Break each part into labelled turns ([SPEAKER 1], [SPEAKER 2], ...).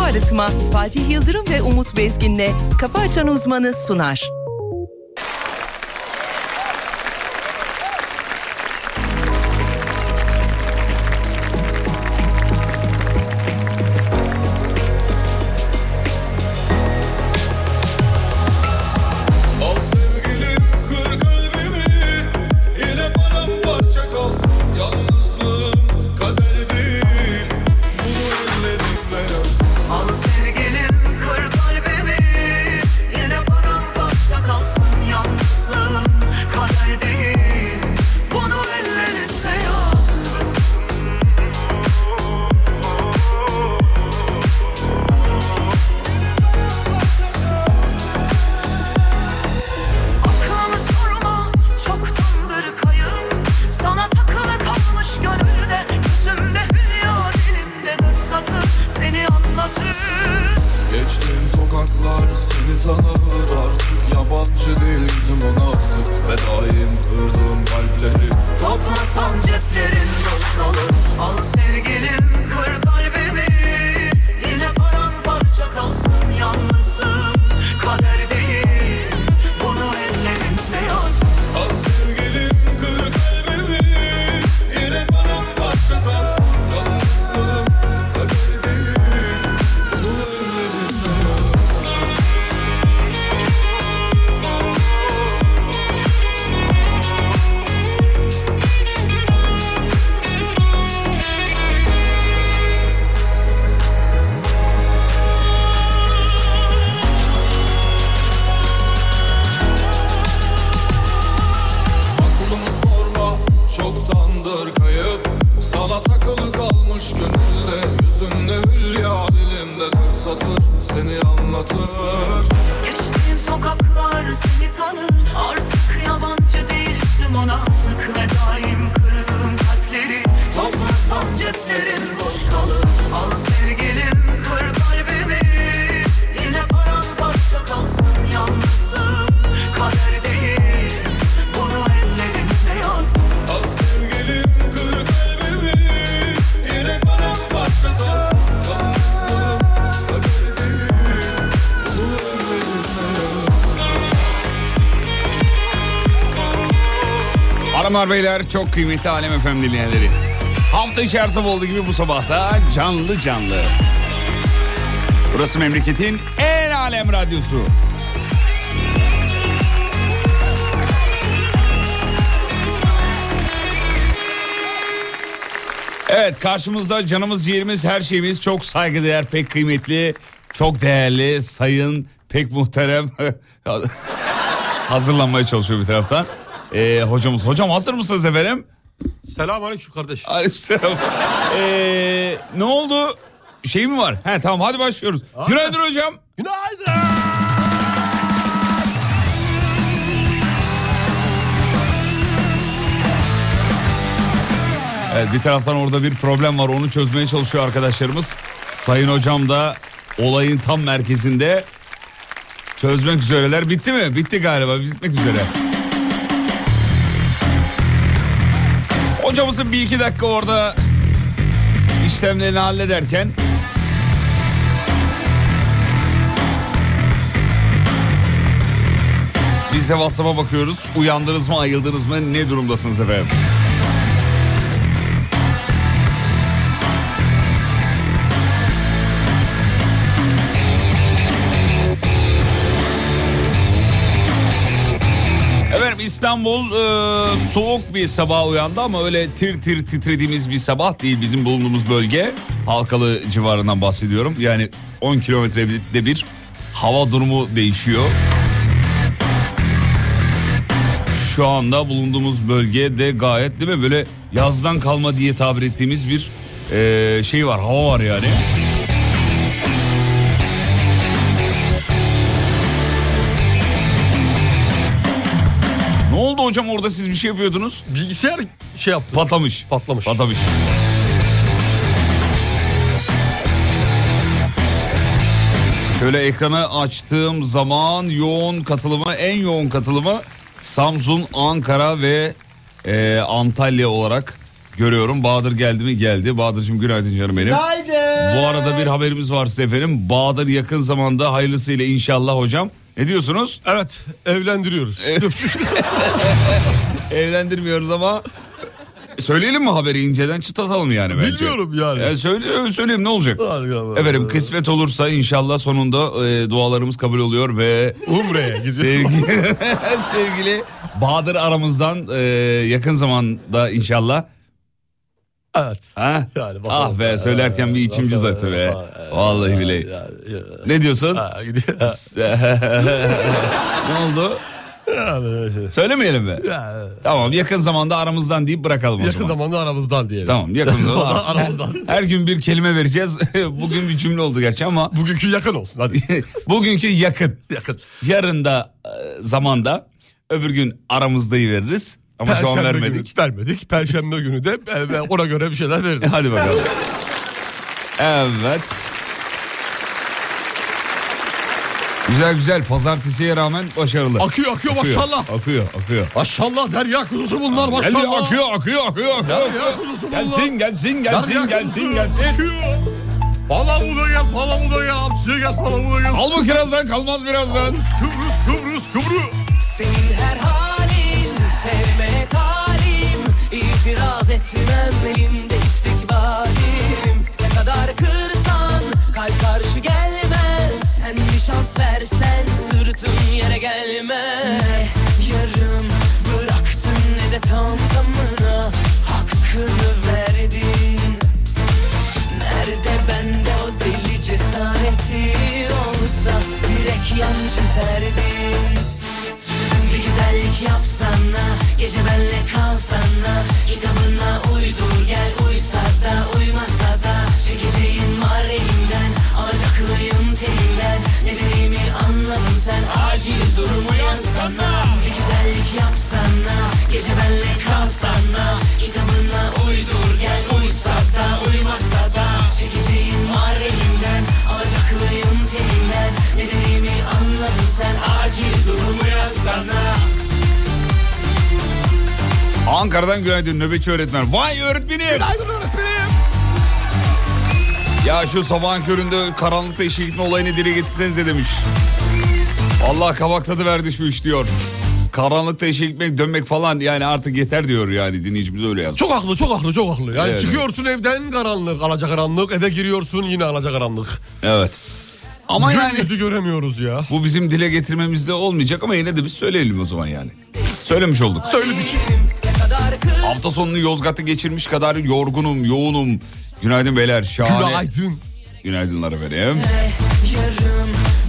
[SPEAKER 1] Arıtma, Fatih Yıldırım ve Umut Bezgin'le Kafa Açan Uzmanı sunar.
[SPEAKER 2] Al sevgilim kır kalbimi Yine paramparça kalsın Yalnızlığım kader değil Bunu elledim biraz
[SPEAKER 3] Al sevgilim kır kalbimi Yine paramparça kalsın yalnızlığım Kader değil bunu ellerinde yaz Aklımı sorma çoktandır kayıp Sana takılı kalmış gönülde Gözümde hülya dilimde dört satır Seni anlatır
[SPEAKER 2] Geçtiğim sokaklar seni tanır Artık yabancı değil yüzüm ona asık Ve daim kırdığım kalpleri
[SPEAKER 3] Toplasan ceplerin boş kalır Al sevgilim kır kalbimi Yine paramparça kalsın yalnızlığım Kader değil bunu ellerinde yaz
[SPEAKER 2] Al sevgilim kır kalbimi Yine paramparça kalsın Yalnızlığım kader değil Bunu elledim biraz Aklımı sorma Ah, çoktandır kayıp Sana takılı kalmış gönülde Yüzümde hülya dilimde dört satır Seni anlatır
[SPEAKER 3] Geçtiğim sokaklar seni tanır Artık yabancı değil yüzüm ona sık Ve daim kırdığım kalpleri Toplasan ceplerin boş kalır Al sevgilim kır kalbimi Yine paramparça kalsın yalnızlığım Kader değil bunu ellerimle yazdım
[SPEAKER 2] Al sevgilim kır kalbimi Yine paramparça kalsın Sanmıştım kader değil Bunu ölmedim
[SPEAKER 4] Hanımlar beyler çok kıymetli Alem Efem dinleyenleri. Hafta içi her sabah olduğu gibi bu sabah da canlı canlı. Burası memleketin en alem radyosu. Evet karşımızda canımız ciğerimiz her şeyimiz çok saygıdeğer pek kıymetli çok değerli sayın pek muhterem hazırlanmaya çalışıyor bir taraftan. Ee, hocamız hocam hazır mısınız efendim?
[SPEAKER 5] Selam aleyküm kardeş.
[SPEAKER 4] Aleyhisselam. Ee, ne oldu? Şey mi var? He tamam hadi başlıyoruz. Günaydın hocam.
[SPEAKER 5] Günaydın.
[SPEAKER 4] Evet bir taraftan orada bir problem var onu çözmeye çalışıyor arkadaşlarımız. Sayın hocam da olayın tam merkezinde çözmek üzereler. Bitti mi? Bitti galiba bitmek üzere. Hocamızın bir iki dakika orada işlemlerini hallederken biz de WhatsApp'a bakıyoruz. Uyandınız mı, ayıldınız mı, ne durumdasınız efendim? Efendim İstanbul e, soğuk bir sabah uyandı ama öyle tir tir titrediğimiz bir sabah değil bizim bulunduğumuz bölge. Halkalı civarından bahsediyorum. Yani 10 kilometrede bir hava durumu değişiyor. Şu anda bulunduğumuz bölgede gayet değil mi böyle yazdan kalma diye tabir ettiğimiz bir e, şey var hava var yani. Ne oldu hocam orada siz bir şey yapıyordunuz?
[SPEAKER 5] Bilgisayar şey yaptı.
[SPEAKER 4] Patlamış.
[SPEAKER 5] Patlamış.
[SPEAKER 4] Patlamış. Şöyle ekranı açtığım zaman yoğun katılımı, en yoğun katılımı Samsun, Ankara ve e, Antalya olarak Görüyorum Bahadır geldi mi geldi. Bahadır'cığım günaydın canım benim.
[SPEAKER 6] Günaydın.
[SPEAKER 4] Bu arada bir haberimiz var size efendim. Bahadır yakın zamanda hayırlısıyla inşallah hocam. Ne diyorsunuz?
[SPEAKER 7] Evet evlendiriyoruz.
[SPEAKER 4] Evlendirmiyoruz ama E, söyleyelim mi haberi inceden çıtlatalım yani bence.
[SPEAKER 7] Bilmiyorum yani.
[SPEAKER 4] E, söyle, söyleyeyim ne olacak?
[SPEAKER 7] Hadi bakalım.
[SPEAKER 4] Efendim kısmet olursa inşallah sonunda e, dualarımız kabul oluyor ve
[SPEAKER 7] Umre'ye gidiyor.
[SPEAKER 4] sevgili, sevgili Bahadır aramızdan e, yakın zamanda inşallah
[SPEAKER 7] Evet.
[SPEAKER 4] Ha?
[SPEAKER 7] Yani bakalım.
[SPEAKER 4] ah be söylerken bir içim cız
[SPEAKER 7] Bakalım.
[SPEAKER 4] attı be.
[SPEAKER 7] Bakalım.
[SPEAKER 4] Vallahi billahi.
[SPEAKER 7] Yani, yani.
[SPEAKER 4] Ne diyorsun?
[SPEAKER 7] Ha, gidiyor.
[SPEAKER 4] ne oldu?
[SPEAKER 7] Yani,
[SPEAKER 4] Söylemeyelim mi?
[SPEAKER 7] yani.
[SPEAKER 4] Tamam yakın zamanda aramızdan deyip bırakalım o
[SPEAKER 7] Yakın
[SPEAKER 4] zaman.
[SPEAKER 7] zamanda aramızdan diyelim.
[SPEAKER 4] Tamam yakın
[SPEAKER 7] O
[SPEAKER 4] zamanda.
[SPEAKER 7] da
[SPEAKER 4] Her,
[SPEAKER 7] aramızdan.
[SPEAKER 4] her gün bir kelime vereceğiz. Bugün bir cümle oldu gerçi ama
[SPEAKER 7] Bugünkü yakın olsun hadi.
[SPEAKER 4] bugünkü yakın.
[SPEAKER 7] yakın.
[SPEAKER 4] Yarın da e, zamanda öbür gün aramızdayı veririz. Ama şu an vermedik.
[SPEAKER 7] Günü, vermedik. Perşembe günü de e, e, ona göre bir şeyler veririz.
[SPEAKER 4] Hadi bakalım. Evet. Güzel güzel pazartesiye rağmen başarılı.
[SPEAKER 7] Akıyor akıyor maşallah.
[SPEAKER 4] Akıyor akıyor.
[SPEAKER 7] Maşallah derya kuzusu bunlar
[SPEAKER 4] Geliyor,
[SPEAKER 7] maşallah.
[SPEAKER 4] akıyor akıyor akıyor akıyor.
[SPEAKER 7] Derya kuzusu bunlar.
[SPEAKER 4] Gelsin gelsin
[SPEAKER 7] Derya
[SPEAKER 4] gelsin
[SPEAKER 7] kuzusu
[SPEAKER 4] gelsin gelsin.
[SPEAKER 7] Akıyor. Palamuda gel palamuda gel. Hapsiye gel palamuda gel.
[SPEAKER 4] Al bu kirazdan kalmaz birazdan.
[SPEAKER 7] Kıbrıs Kıbrıs Kıbrıs.
[SPEAKER 3] Senin her halin sevmek halim İtiraz etmem elinde istikbalim Ne kadar kırsan kalp karşı gelmez Sen bir şans versen sırtın yere gelmez Ne yarım bıraktın ne de tam tamına Hakkını verdin Nerede bende o deli cesareti olsa Direkt yan çizerdin bir güzellik yapsana Gece benle kalsana Kitabına uydur gel Uysa da uymasa da Çekeceğin var elimden Alacaklıyım telinden Ne dediğimi anladın sen Acil durum uyansana Bir güzellik yapsana Gece benle kalsana Kitabına uydur gel Uysa da uymasa da Çekeceğin var elimden Alacaklıyım telinden Ne dediğimi anladın sen Acil durum uyansana
[SPEAKER 4] Ankara'dan günaydın nöbetçi öğretmen. Vay öğretmenim.
[SPEAKER 7] Günaydın öğretmenim.
[SPEAKER 4] Ya şu sabahın köründe karanlıkta işe gitme olayını dile getirsenize demiş. Allah kabak tadı verdi şu iş diyor. Karanlıkta işe gitmek dönmek falan yani artık yeter diyor yani dinleyicimiz öyle yazmış.
[SPEAKER 7] Çok haklı çok haklı çok haklı. Yani
[SPEAKER 4] Evet.
[SPEAKER 7] çıkıyorsun evden karanlık alacakaranlık eve giriyorsun yine alacakaranlık.
[SPEAKER 4] Evet. Ama
[SPEAKER 7] Ama
[SPEAKER 4] yani
[SPEAKER 7] Gün yüzü göremiyoruz ya.
[SPEAKER 4] bu bizim dile getirmemizde olmayacak ama yine de biz söyleyelim o zaman yani. Söylemiş olduk.
[SPEAKER 7] Söyledik.
[SPEAKER 3] Ne kadar kır
[SPEAKER 4] Hafta sonunu Yozgat'ta geçirmiş kadar yorgunum, yoğunum. Günaydın beyler, şahane.
[SPEAKER 7] Günaydın.
[SPEAKER 4] Günaydınlar efendim.
[SPEAKER 3] yarım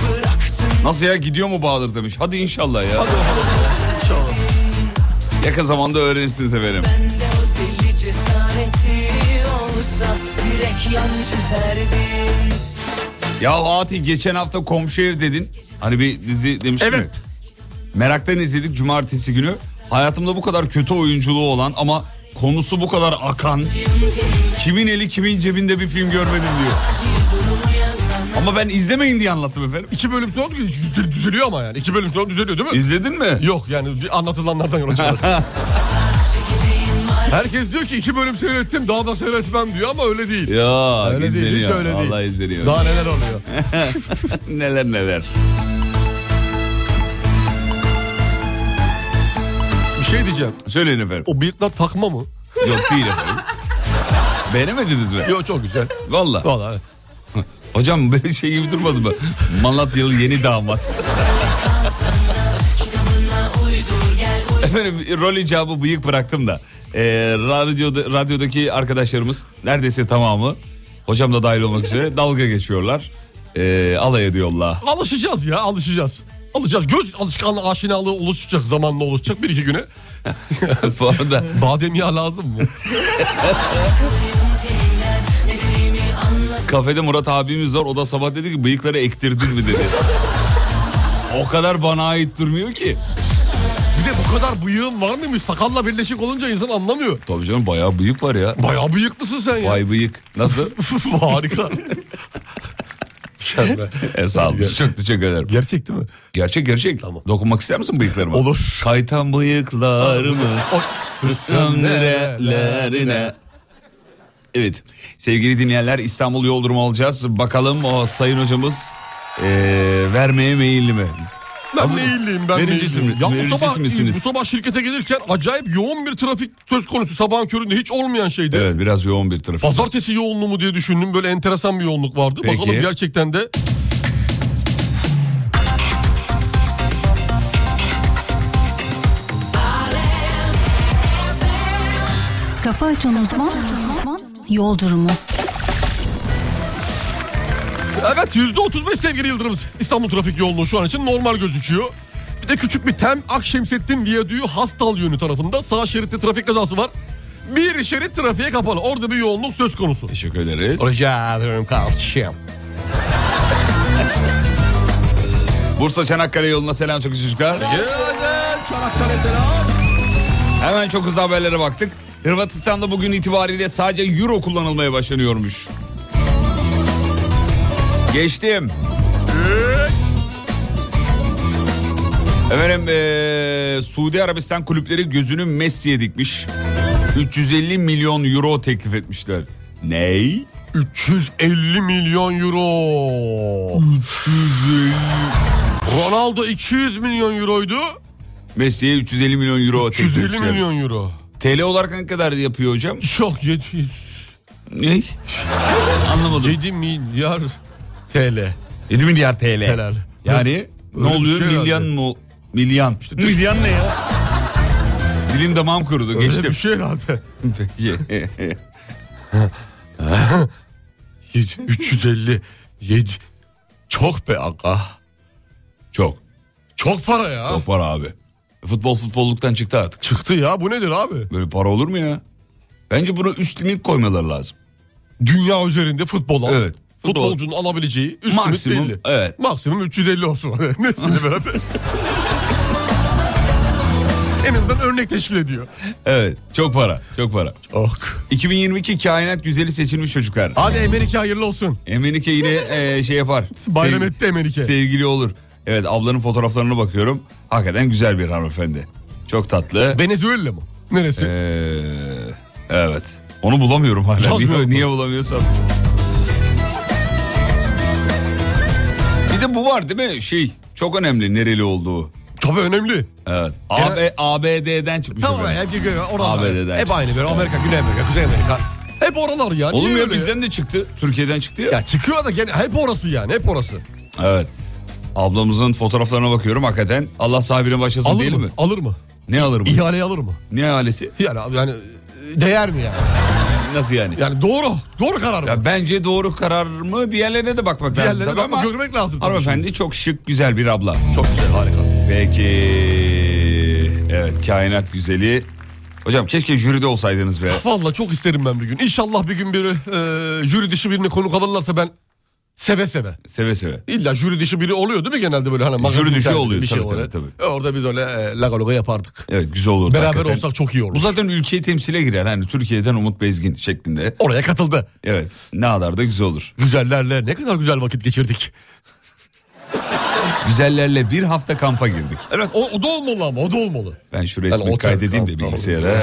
[SPEAKER 3] bıraktın
[SPEAKER 4] Nasıl ya gidiyor mu Bahadır demiş. Hadi inşallah ya.
[SPEAKER 7] Hadi bakalım. İnşallah.
[SPEAKER 4] Yakın zamanda öğrenirsiniz efendim.
[SPEAKER 3] Bende o deli cesareti olsa Direkt yan çizerdin
[SPEAKER 4] Ya Ati geçen hafta komşu ev dedin. Hani bir dizi demiştim
[SPEAKER 7] Evet.
[SPEAKER 4] ya. Meraktan izledik cumartesi günü. Hayatımda bu kadar kötü oyunculuğu olan ama konusu bu kadar akan. Kimin eli kimin cebinde bir film görmedim diyor. Ama ben izlemeyin diye anlattım efendim.
[SPEAKER 7] İki bölüm sonra düzel- düzeliyor ama yani. İki bölüm sonra düzeliyor değil mi?
[SPEAKER 4] İzledin mi?
[SPEAKER 7] Yok yani bir anlatılanlardan yola çıkarak. Herkes diyor ki iki bölüm seyrettim daha da seyretmem diyor ama öyle değil.
[SPEAKER 4] Ya
[SPEAKER 7] Öyle değil,
[SPEAKER 4] izleniyor.
[SPEAKER 7] hiç öyle değil.
[SPEAKER 4] Vallahi izleniyor.
[SPEAKER 7] Daha neler oluyor.
[SPEAKER 4] neler neler.
[SPEAKER 7] Bir şey diyeceğim.
[SPEAKER 4] Söyleyin efendim.
[SPEAKER 7] O bıyıklar takma mı?
[SPEAKER 4] Yok değil efendim. Beğenemediniz mi?
[SPEAKER 7] Yok çok güzel.
[SPEAKER 4] Vallahi.
[SPEAKER 7] Vallahi.
[SPEAKER 4] Hocam böyle şey gibi durmadı mı? Malatyalı yeni damat. Efendim rol icabı bıyık bıraktım da. Ee, radyoda, radyodaki arkadaşlarımız neredeyse tamamı hocam da dahil olmak üzere dalga geçiyorlar. Ee, alay ediyorlar.
[SPEAKER 7] Alışacağız ya alışacağız. Alacağız. Göz alışkanlığı aşinalığı oluşacak zamanla oluşacak bir iki güne.
[SPEAKER 4] Bu arada
[SPEAKER 7] Badem yağı lazım mı?
[SPEAKER 4] kafede Murat abimiz var o da sabah dedi ki bıyıkları ektirdin mi dedi. O kadar bana ait durmuyor ki.
[SPEAKER 7] bir de bu kadar bıyığın var mıymış? Sakalla birleşik olunca insan anlamıyor.
[SPEAKER 4] Tabii canım bayağı bıyık var ya.
[SPEAKER 7] Bayağı bıyıklısın sen ya.
[SPEAKER 4] Vay bıyık. Nasıl?
[SPEAKER 7] Harika. Mükemmel.
[SPEAKER 4] E, sağ olun. Çok teşekkür ederim.
[SPEAKER 7] Gerçek değil mi?
[SPEAKER 4] Gerçek gerçek.
[SPEAKER 7] Tamam.
[SPEAKER 4] Dokunmak ister misin bıyıklarıma?
[SPEAKER 7] Olur.
[SPEAKER 4] Kaytan bıyıklarımı
[SPEAKER 7] O- Sürsün
[SPEAKER 4] nerelerine. Evet sevgili dinleyenler İstanbul yol durumu alacağız. Bakalım o sayın hocamız e, vermeye meyilli mi?
[SPEAKER 7] Ben meyilliyim ben
[SPEAKER 4] Vericisi
[SPEAKER 7] meyilliyim.
[SPEAKER 4] mi-
[SPEAKER 7] Ya bu
[SPEAKER 4] vericisi
[SPEAKER 7] sabah,
[SPEAKER 4] misiniz?
[SPEAKER 7] bu sabah şirkete gelirken acayip yoğun bir trafik söz konusu sabahın köründe hiç olmayan şeydi.
[SPEAKER 4] Evet biraz yoğun bir trafik.
[SPEAKER 7] Pazartesi yoğunluğu mu diye düşündüm böyle enteresan bir yoğunluk vardı.
[SPEAKER 4] Peki.
[SPEAKER 7] Bakalım gerçekten de
[SPEAKER 8] Kafa Açan Uzman Yol Durumu
[SPEAKER 7] Evet %35 sevgili Yıldırımız. İstanbul trafik yoğunluğu şu an için normal gözüküyor. Bir de küçük bir tem Akşemsettin Viyadüğü Hastal yönü tarafında sağ şeritte trafik kazası var. Bir şerit trafiğe kapalı. Orada bir yoğunluk söz konusu.
[SPEAKER 4] Teşekkür ederiz.
[SPEAKER 7] Rica ederim kardeşim.
[SPEAKER 4] Bursa Çanakkale yoluna selam çok çocuklar.
[SPEAKER 7] Güzel Çanakkale selam.
[SPEAKER 4] Hemen çok hızlı haberlere baktık. Hırvatistan'da bugün itibariyle sadece euro kullanılmaya başlanıyormuş. Geçtim. Efendim eee, Suudi Arabistan kulüpleri gözünü Messi'ye dikmiş. 350 milyon euro teklif etmişler. Ney?
[SPEAKER 7] 350 milyon euro. Ronaldo 200 milyon euroydu.
[SPEAKER 4] Messi'ye 350 milyon euro teklif
[SPEAKER 7] 150
[SPEAKER 4] etmişler.
[SPEAKER 7] milyon euro.
[SPEAKER 4] TL olarak ne kadar yapıyor hocam?
[SPEAKER 7] Çok 7,
[SPEAKER 4] Ney? Anlamadım.
[SPEAKER 7] 7 milyar TL.
[SPEAKER 4] 7 milyar TL.
[SPEAKER 7] Helal.
[SPEAKER 4] Yani ne
[SPEAKER 7] bir
[SPEAKER 4] oluyor?
[SPEAKER 7] şey herhalde.
[SPEAKER 4] milyan mı? Milyan. milyan ne ya? Dilim damağım kurudu.
[SPEAKER 7] Öyle
[SPEAKER 4] geçtim.
[SPEAKER 7] bir şey herhalde.
[SPEAKER 4] Peki.
[SPEAKER 7] 350 7 çok be aga.
[SPEAKER 4] Çok.
[SPEAKER 7] Çok para ya.
[SPEAKER 4] Çok para abi. Futbol futbolluktan çıktı artık.
[SPEAKER 7] Çıktı ya bu nedir abi?
[SPEAKER 4] Böyle para olur mu ya? Bence buna üst limit koymaları lazım.
[SPEAKER 7] Dünya üzerinde futbola.
[SPEAKER 4] Evet, futbol.
[SPEAKER 7] Futbolcunun alabileceği üst
[SPEAKER 4] Maksimum,
[SPEAKER 7] limit belli.
[SPEAKER 4] evet.
[SPEAKER 7] Maksimum 350 olsun. Messi'yle beraber. en azından örnek teşkil ediyor.
[SPEAKER 4] Evet. Çok para. Çok para.
[SPEAKER 7] Ok.
[SPEAKER 4] 2022 kainat güzeli seçilmiş çocuklar.
[SPEAKER 7] Hadi Emenike hayırlı olsun.
[SPEAKER 4] Emenike yine e, şey yapar.
[SPEAKER 7] Bayram
[SPEAKER 4] Sevgi-
[SPEAKER 7] etti Emenike.
[SPEAKER 4] Sevgili olur. Evet ablanın fotoğraflarına bakıyorum. Hakikaten güzel bir hanımefendi. Çok tatlı.
[SPEAKER 7] Venezuela mı? Neresi?
[SPEAKER 4] Ee, evet. Onu bulamıyorum hala.
[SPEAKER 7] Yazmıyor
[SPEAKER 4] Niye,
[SPEAKER 7] mu?
[SPEAKER 4] niye bulamıyorsam. Bir de bu var değil mi? Şey çok önemli nereli olduğu.
[SPEAKER 7] Tabii önemli.
[SPEAKER 4] Evet. AB, ABD'den çıkmış.
[SPEAKER 7] Tamam
[SPEAKER 4] efendim.
[SPEAKER 7] hep bir oralar.
[SPEAKER 4] ABD'den
[SPEAKER 7] Hep aynı böyle Amerika, Güney Amerika, Kuzey Amerika. Hep oralar ya. Niye
[SPEAKER 4] Oğlum ya
[SPEAKER 7] öyle
[SPEAKER 4] bizden de çıktı. Türkiye'den çıktı ya.
[SPEAKER 7] Ya çıkıyor da gene hep orası yani hep orası.
[SPEAKER 4] Evet. Ablamızın fotoğraflarına bakıyorum hakikaten. Allah sahibine başlasın
[SPEAKER 7] Alır
[SPEAKER 4] değil
[SPEAKER 7] mı?
[SPEAKER 4] mi?
[SPEAKER 7] Alır mı?
[SPEAKER 4] Ne alır mı?
[SPEAKER 7] İhaleyi alır mı?
[SPEAKER 4] Ne ailesi?
[SPEAKER 7] Yani yani e, değer mi yani?
[SPEAKER 4] Nasıl yani?
[SPEAKER 7] Yani doğru. Doğru karar mı?
[SPEAKER 4] Ya bence doğru karar mı? Diğerlerine de bakmak lazım.
[SPEAKER 7] Diğerlerine
[SPEAKER 4] tabii
[SPEAKER 7] bakmak,
[SPEAKER 4] ama
[SPEAKER 7] görmek lazım tabii
[SPEAKER 4] Hanımefendi çok şık, güzel bir abla.
[SPEAKER 7] Çok güzel harika.
[SPEAKER 4] Peki. Evet kainat güzeli. Hocam keşke jüride olsaydınız be.
[SPEAKER 7] Vallahi çok isterim ben bir gün. İnşallah bir gün biri e, jüri dışı birini konuk alırlarsa ben seve seve.
[SPEAKER 4] Seve seve.
[SPEAKER 7] İlla jüri dışı biri oluyor değil mi genelde böyle hani magazin
[SPEAKER 4] dışı
[SPEAKER 7] sahibi
[SPEAKER 4] oluyor,
[SPEAKER 7] bir şey
[SPEAKER 4] tabii,
[SPEAKER 7] oluyor.
[SPEAKER 4] tabii,
[SPEAKER 7] E, Orada biz öyle e, laga luga yapardık.
[SPEAKER 4] Evet güzel olur.
[SPEAKER 7] Beraber
[SPEAKER 4] hakikaten.
[SPEAKER 7] olsak çok iyi olur.
[SPEAKER 4] Bu zaten ülkeyi temsile girer. Hani Türkiye'den Umut Bezgin şeklinde.
[SPEAKER 7] Oraya katıldı.
[SPEAKER 4] Evet ne kadar da güzel olur.
[SPEAKER 7] Güzellerle ne kadar güzel vakit geçirdik.
[SPEAKER 4] Güzellerle bir hafta kampa girdik.
[SPEAKER 7] Evet o, o da olmalı ama o da olmalı.
[SPEAKER 4] Ben şu
[SPEAKER 7] Ben
[SPEAKER 4] resmi
[SPEAKER 7] otel
[SPEAKER 4] kaydedeyim de
[SPEAKER 7] kampta
[SPEAKER 4] bilgisayara. Ee,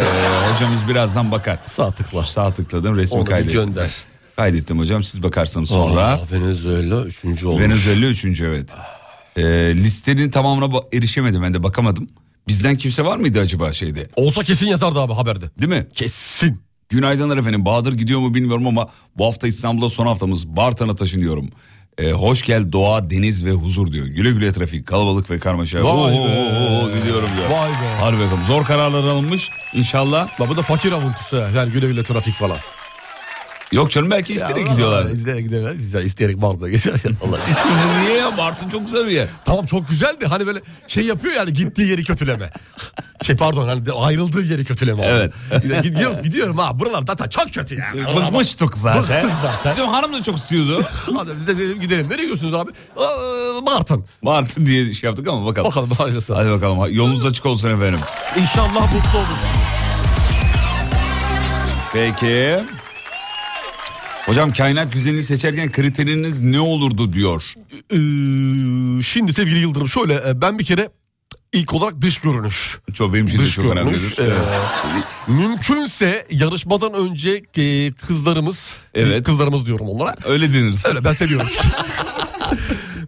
[SPEAKER 4] hocamız birazdan bakar.
[SPEAKER 7] Sağ tıkla.
[SPEAKER 4] Sağ tıkladım resmi
[SPEAKER 7] Onu bir
[SPEAKER 4] kaydettim.
[SPEAKER 7] gönder.
[SPEAKER 4] Kaydettim hocam siz bakarsanız sonra.
[SPEAKER 7] Aa, Venezuela üçüncü olmuş.
[SPEAKER 4] Venezuela üçüncü evet. Ee, listenin tamamına ba- erişemedim ben de bakamadım. Bizden kimse var mıydı acaba şeyde?
[SPEAKER 7] Olsa kesin yazardı abi haberde.
[SPEAKER 4] Değil mi?
[SPEAKER 7] Kesin.
[SPEAKER 4] Günaydınlar efendim. Bahadır gidiyor mu bilmiyorum ama bu hafta İstanbul'a son haftamız. Bartan'a taşınıyorum. Ee, hoş gel doğa, deniz ve huzur diyor. Güle güle trafik, kalabalık ve karmaşa.
[SPEAKER 7] Vay
[SPEAKER 4] Oo,
[SPEAKER 7] be.
[SPEAKER 4] oo, oo, oo gidiyorum diyor.
[SPEAKER 7] Vay be.
[SPEAKER 4] Harbi bakalım. Zor kararlar alınmış. İnşallah.
[SPEAKER 7] La bu da fakir avuntusu ha. Yani güle güle trafik falan.
[SPEAKER 4] Yok canım belki isteyerek
[SPEAKER 7] Ya,
[SPEAKER 4] gidiyorlar.
[SPEAKER 7] İsteyerek gidiyorlar. İsteyerek- İsteyerek barda geçer. Allah aşkına.
[SPEAKER 4] Niye ya? Bartın çok güzel bir yer.
[SPEAKER 7] Tamam çok güzeldi. Hani böyle şey yapıyor yani gittiği yeri kötüleme. Şey pardon hani de- ayrıldığı yeri kötüleme. abi.
[SPEAKER 4] Evet.
[SPEAKER 7] Gid- Gidiyorum, gidiyorum ha. Buralar zaten çok kötü ya.
[SPEAKER 4] Bıkmıştık zaten.
[SPEAKER 7] Bıktık zaten.
[SPEAKER 4] Bizim hanım da çok istiyordu.
[SPEAKER 7] Hadi biz de dedim gidelim. Nereye gidiyorsunuz abi? Aa, Bartın.
[SPEAKER 4] Bartın diye şey yaptık ama bakalım.
[SPEAKER 7] Bakalım hayırlısı.
[SPEAKER 4] Hadi bakalım yolunuz açık olsun efendim.
[SPEAKER 7] İnşallah mutlu olur.
[SPEAKER 4] Peki. Hocam kainat düzenini seçerken kriteriniz ne olurdu diyor.
[SPEAKER 7] Ee, şimdi sevgili Yıldırım şöyle e, ben bir kere ilk olarak dış görünüş.
[SPEAKER 4] Çok benim için de
[SPEAKER 7] Dış
[SPEAKER 4] çok
[SPEAKER 7] görünüş.
[SPEAKER 4] önemlidir.
[SPEAKER 7] e, mümkünse yarışmadan önce e, kızlarımız, e,
[SPEAKER 4] Evet.
[SPEAKER 7] kızlarımız diyorum onlara.
[SPEAKER 4] Öyle deniriz.
[SPEAKER 7] Öyle ben seviyorum.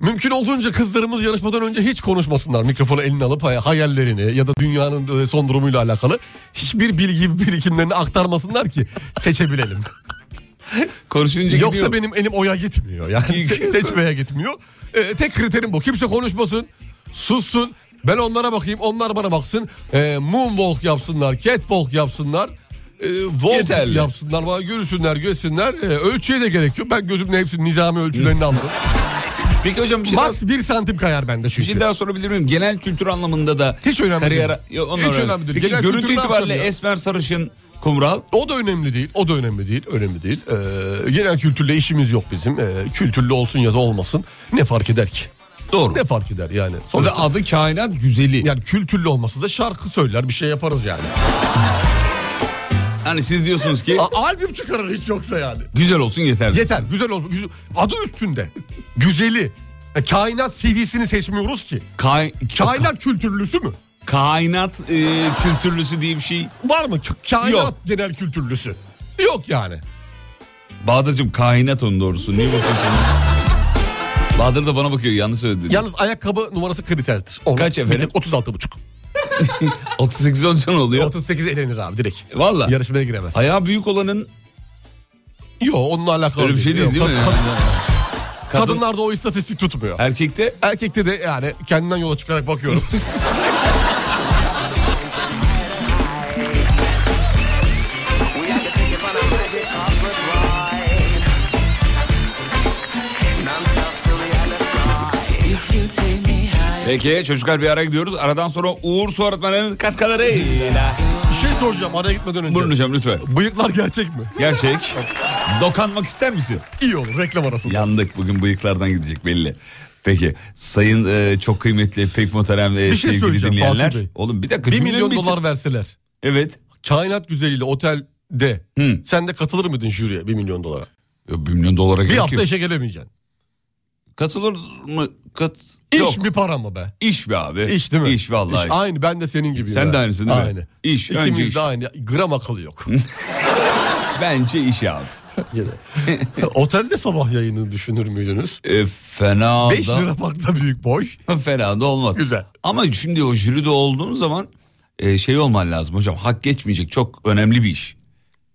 [SPEAKER 7] Mümkün olduğunca kızlarımız yarışmadan önce hiç konuşmasınlar. Mikrofonu eline alıp hay- hayallerini ya da dünyanın e, son durumuyla alakalı hiçbir bilgi birikimlerini aktarmasınlar ki seçebilelim.
[SPEAKER 4] Konuşunca
[SPEAKER 7] Yoksa
[SPEAKER 4] gidiyor.
[SPEAKER 7] benim elim oya gitmiyor. Yani se- seçmeye gitmiyor. Ee, tek kriterim bu. Kimse konuşmasın, sussun. Ben onlara bakayım, onlar bana baksın. Ee, moonwalk yapsınlar, catwalk yapsınlar. Ee, walk
[SPEAKER 4] Yeterli.
[SPEAKER 7] yapsınlar, bana görürsünler, görsünler. Ee, ölçüye de gerek yok. Ben gözümle hepsinin nizami ölçülerini aldım.
[SPEAKER 4] Peki hocam bir şey, daha,
[SPEAKER 7] Max bir santim kayar bende
[SPEAKER 4] bir
[SPEAKER 7] çünkü.
[SPEAKER 4] şey daha sorabilir miyim? Genel kültür anlamında da
[SPEAKER 7] Hiç önemli
[SPEAKER 4] kariyer...
[SPEAKER 7] değil.
[SPEAKER 4] Yok, onu
[SPEAKER 7] Hiç
[SPEAKER 4] öğrendim.
[SPEAKER 7] önemli değil.
[SPEAKER 4] Peki
[SPEAKER 7] Genel
[SPEAKER 4] görüntü
[SPEAKER 7] kültürü ne
[SPEAKER 4] itibariyle
[SPEAKER 7] yapacağım ya?
[SPEAKER 4] esmer sarışın kumral.
[SPEAKER 7] O da önemli değil. O da önemli değil. Önemli değil. Ee, genel kültürle işimiz yok bizim. Ee, kültürlü olsun ya da olmasın. Ne fark eder ki?
[SPEAKER 4] Doğru.
[SPEAKER 7] Ne fark eder yani?
[SPEAKER 4] O
[SPEAKER 7] Sonuçta-
[SPEAKER 4] da adı kainat güzeli.
[SPEAKER 7] Yani kültürlü olması da şarkı söyler bir şey yaparız yani.
[SPEAKER 4] Hani siz diyorsunuz ki
[SPEAKER 7] A- albüm çıkarır hiç yoksa yani.
[SPEAKER 4] güzel olsun yeterli.
[SPEAKER 7] Yeter güzel olsun. Güzel. Adı üstünde. Güzeli. Ya kainat CV'sini seçmiyoruz ki.
[SPEAKER 4] Kay-
[SPEAKER 7] Kainat kültürlüsü mü?
[SPEAKER 4] kainat e, kültürlüsü diye bir şey.
[SPEAKER 7] Var mı? K- Kainat
[SPEAKER 4] Yok.
[SPEAKER 7] genel kültürlüsü. Yok yani.
[SPEAKER 4] Bahadır'cığım kainat onun doğrusu. Niye bakıyorsunuz? Bahadır da bana bakıyor yanlış söyledi.
[SPEAKER 7] Yalnız ayakkabı numarası kriterdir. Onu
[SPEAKER 4] Kaç
[SPEAKER 7] bir
[SPEAKER 4] efendim?
[SPEAKER 7] tek 36,5.
[SPEAKER 4] 38 on can oluyor.
[SPEAKER 7] 38 elenir abi direkt.
[SPEAKER 4] Valla.
[SPEAKER 7] Yarışmaya giremez.
[SPEAKER 4] Ayağı büyük olanın
[SPEAKER 7] Yok onunla alakalı
[SPEAKER 4] öyle bir şey değil
[SPEAKER 7] Yok,
[SPEAKER 4] değil mi?
[SPEAKER 7] kad- kad-
[SPEAKER 4] Kadın-
[SPEAKER 7] Kadınlarda o istatistik tutmuyor.
[SPEAKER 4] Erkekte
[SPEAKER 7] Erkekte de yani kendinden yola çıkarak bakıyorum.
[SPEAKER 4] Peki çocuklar bir ara gidiyoruz. Aradan sonra Uğur Su Öğretmenlerinin katkıları.
[SPEAKER 7] bir şey soracağım araya gitmeden önce.
[SPEAKER 4] Buyurun hocam lütfen.
[SPEAKER 7] Bıyıklar gerçek mi?
[SPEAKER 4] Gerçek. Dokanmak ister misin?
[SPEAKER 7] İyi olur reklam arasında.
[SPEAKER 4] Yandık bugün bıyıklardan gidecek belli. Peki sayın e, çok kıymetli pek muhterem e,
[SPEAKER 7] Bir şey
[SPEAKER 4] sevgili
[SPEAKER 7] söyleyeceğim
[SPEAKER 4] dinleyenler.
[SPEAKER 7] Fatih Bey.
[SPEAKER 4] Oğlum bir dakika.
[SPEAKER 7] 1
[SPEAKER 4] cümlemi
[SPEAKER 7] milyon
[SPEAKER 4] bitir-
[SPEAKER 7] dolar verseler.
[SPEAKER 4] Evet.
[SPEAKER 7] Kainat güzeliyle otelde.
[SPEAKER 4] Hı.
[SPEAKER 7] Sen de katılır mıydın jüriye 1 milyon dolara?
[SPEAKER 4] Ya, bir milyon dolara
[SPEAKER 7] Bir
[SPEAKER 4] gerek
[SPEAKER 7] hafta
[SPEAKER 4] yok.
[SPEAKER 7] işe gelemeyeceksin.
[SPEAKER 4] Katılır mı? Kat...
[SPEAKER 7] İş
[SPEAKER 4] Yok.
[SPEAKER 7] mi para mı be?
[SPEAKER 4] İş be abi.
[SPEAKER 7] İş değil mi?
[SPEAKER 4] İş vallahi.
[SPEAKER 7] İş, aynı ben de senin gibi.
[SPEAKER 4] Sen de aynısın değil mi?
[SPEAKER 7] Aynı.
[SPEAKER 4] İş, önce
[SPEAKER 7] İkimiz
[SPEAKER 4] iş.
[SPEAKER 7] de aynı. Gram akıl yok.
[SPEAKER 4] Bence iş abi.
[SPEAKER 7] Gene. Otelde sabah yayını düşünür müydünüz?
[SPEAKER 4] E, fena
[SPEAKER 7] 5
[SPEAKER 4] da...
[SPEAKER 7] lira farkla büyük boy.
[SPEAKER 4] Fena da olmaz.
[SPEAKER 7] Güzel.
[SPEAKER 4] Ama şimdi o jüride olduğun zaman e, şey olman lazım hocam. Hak geçmeyecek çok önemli bir iş.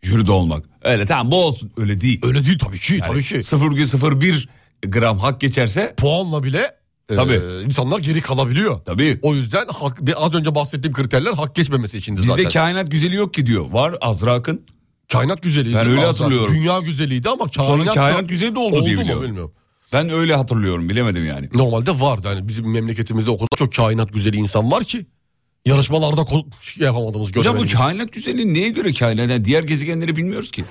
[SPEAKER 4] Jüride olmak. Öyle tamam bu olsun. Öyle değil.
[SPEAKER 7] Öyle değil tabii ki.
[SPEAKER 4] Yani
[SPEAKER 7] tabii ki.
[SPEAKER 4] 0,01 gram hak geçerse
[SPEAKER 7] Puanla bile e,
[SPEAKER 4] Tabii.
[SPEAKER 7] insanlar geri kalabiliyor.
[SPEAKER 4] tabii.
[SPEAKER 7] O yüzden hak, bir- az önce bahsettiğim kriterler hak geçmemesi içindi
[SPEAKER 4] Bizde
[SPEAKER 7] zaten.
[SPEAKER 4] kainat güzeli yok ki diyor. Var Azrak'ın.
[SPEAKER 7] Kainat güzeliydi.
[SPEAKER 4] Ben öyle
[SPEAKER 7] Azra.
[SPEAKER 4] hatırlıyorum.
[SPEAKER 7] Dünya güzeliydi ama
[SPEAKER 4] Sonra
[SPEAKER 7] kainat, da-
[SPEAKER 4] kainat güzeli de oldu diye biliyorum.
[SPEAKER 7] mu bilmiyorum.
[SPEAKER 4] Ben öyle hatırlıyorum bilemedim yani.
[SPEAKER 7] Normalde vardı. Yani bizim memleketimizde o kadar çok kainat güzeli insan var ki. Yarışmalarda ko- şey yapamadığımız
[SPEAKER 4] Hocam bu
[SPEAKER 7] göremediğimiz.
[SPEAKER 4] kainat güzeli neye göre kainat? Yani diğer gezegenleri bilmiyoruz ki.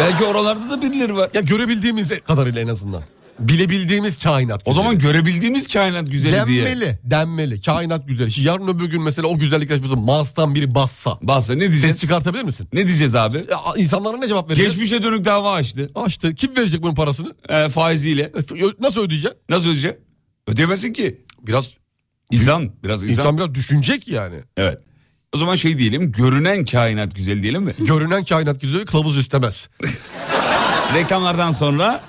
[SPEAKER 4] Belki oralarda da birileri var.
[SPEAKER 7] Ya görebildiğimiz kadarıyla en azından. Bilebildiğimiz kainat
[SPEAKER 4] O zaman
[SPEAKER 7] güzeli.
[SPEAKER 4] görebildiğimiz kainat güzeli
[SPEAKER 7] denmeli,
[SPEAKER 4] diye.
[SPEAKER 7] denmeli. Kainat güzeli. Şimdi yarın öbür gün mesela o güzellik yarışması Mars'tan biri bassa.
[SPEAKER 4] Bahse ne
[SPEAKER 7] Ses
[SPEAKER 4] diyeceğiz?
[SPEAKER 7] çıkartabilir misin?
[SPEAKER 4] Ne diyeceğiz abi?
[SPEAKER 7] Ya, insanlara ne cevap vereceğiz?
[SPEAKER 4] Geçmişe dönük dava açtı.
[SPEAKER 7] Açtı. Kim verecek bunun parasını?
[SPEAKER 4] E, faiziyle.
[SPEAKER 7] Ö- Nasıl ödeyecek?
[SPEAKER 4] Nasıl ödeyecek? Ödeyemezsin ki.
[SPEAKER 7] Biraz
[SPEAKER 4] İnsan. Biraz insan.
[SPEAKER 7] insan biraz düşünecek yani.
[SPEAKER 4] Evet. O zaman şey diyelim. Görünen kainat güzeli diyelim mi?
[SPEAKER 7] Görünen kainat güzeli kılavuz istemez.
[SPEAKER 4] Reklamlardan sonra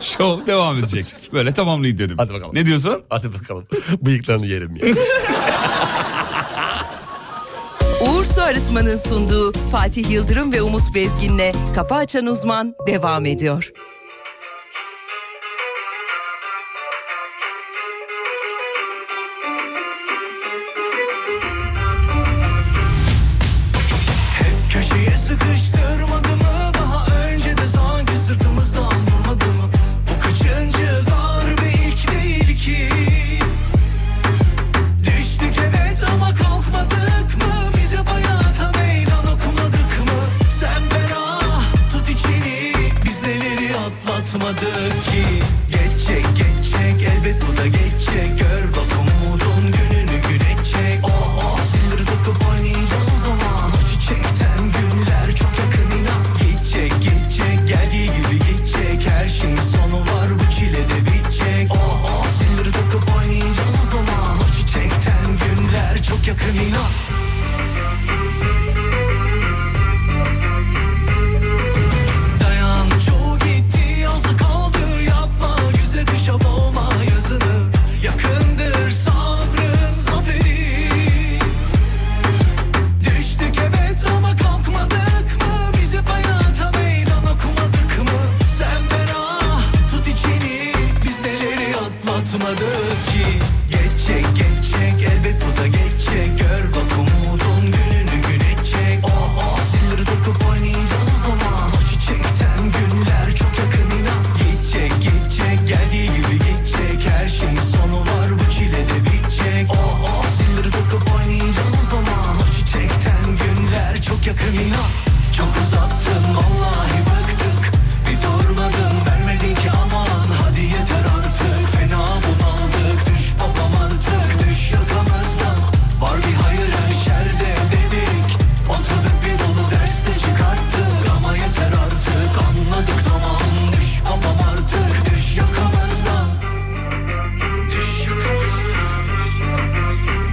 [SPEAKER 4] şov devam edecek. Böyle tamamlayın dedim.
[SPEAKER 7] Hadi bakalım.
[SPEAKER 4] Ne diyorsun?
[SPEAKER 7] Hadi bakalım. Bıyıklarını yerim ya.
[SPEAKER 1] Uğur Su Arıtma'nın sunduğu Fatih Yıldırım ve Umut Bezgin'le Kafa Açan Uzman devam ediyor.
[SPEAKER 9] Hep köşeye sıkıştırmadı mı Daha önce de sanki sırtımızdan vurmadı mı Bu kaçıncı darbe ilk değil ki Düştük evet ama kalkmadık mı Bize hayata meydan okumadık mı Sen ben ah tut içini Biz neleri atlatmadık ki Geçecek geçecek elbet bu da geçecek Gör bak umudun gününü güneşecek Oh oh sildir takıp oynayacağız o zaman O çiçekten günler çok yakın inan Geçecek geçecek geldiği gibi geçecek Oh, atmadı ki Geçecek geçecek elbet bu da geçecek Gör bak umudun gününü güneşecek Oh oh silleri dokup oynayacağız o zaman O çiçekten günler çok yakın inan Geçecek geçecek geldiği gibi geçecek Her şeyin sonu var bu çile de bitecek Oh oh silleri dokup oynayacağız o zaman O çiçekten günler çok yakın inan Çok uzattın vallahi bıktık bir durmadın vermedin ki aman Hadi yeter artık fena bunaldık Düş babam artık düş yakamızdan Var bir hayır her şerde dedik Oturduk bir dolu derste çıkarttık Ama yeter artık anladık tamam Düş babam artık düş yakamızdan Düş yakamızdan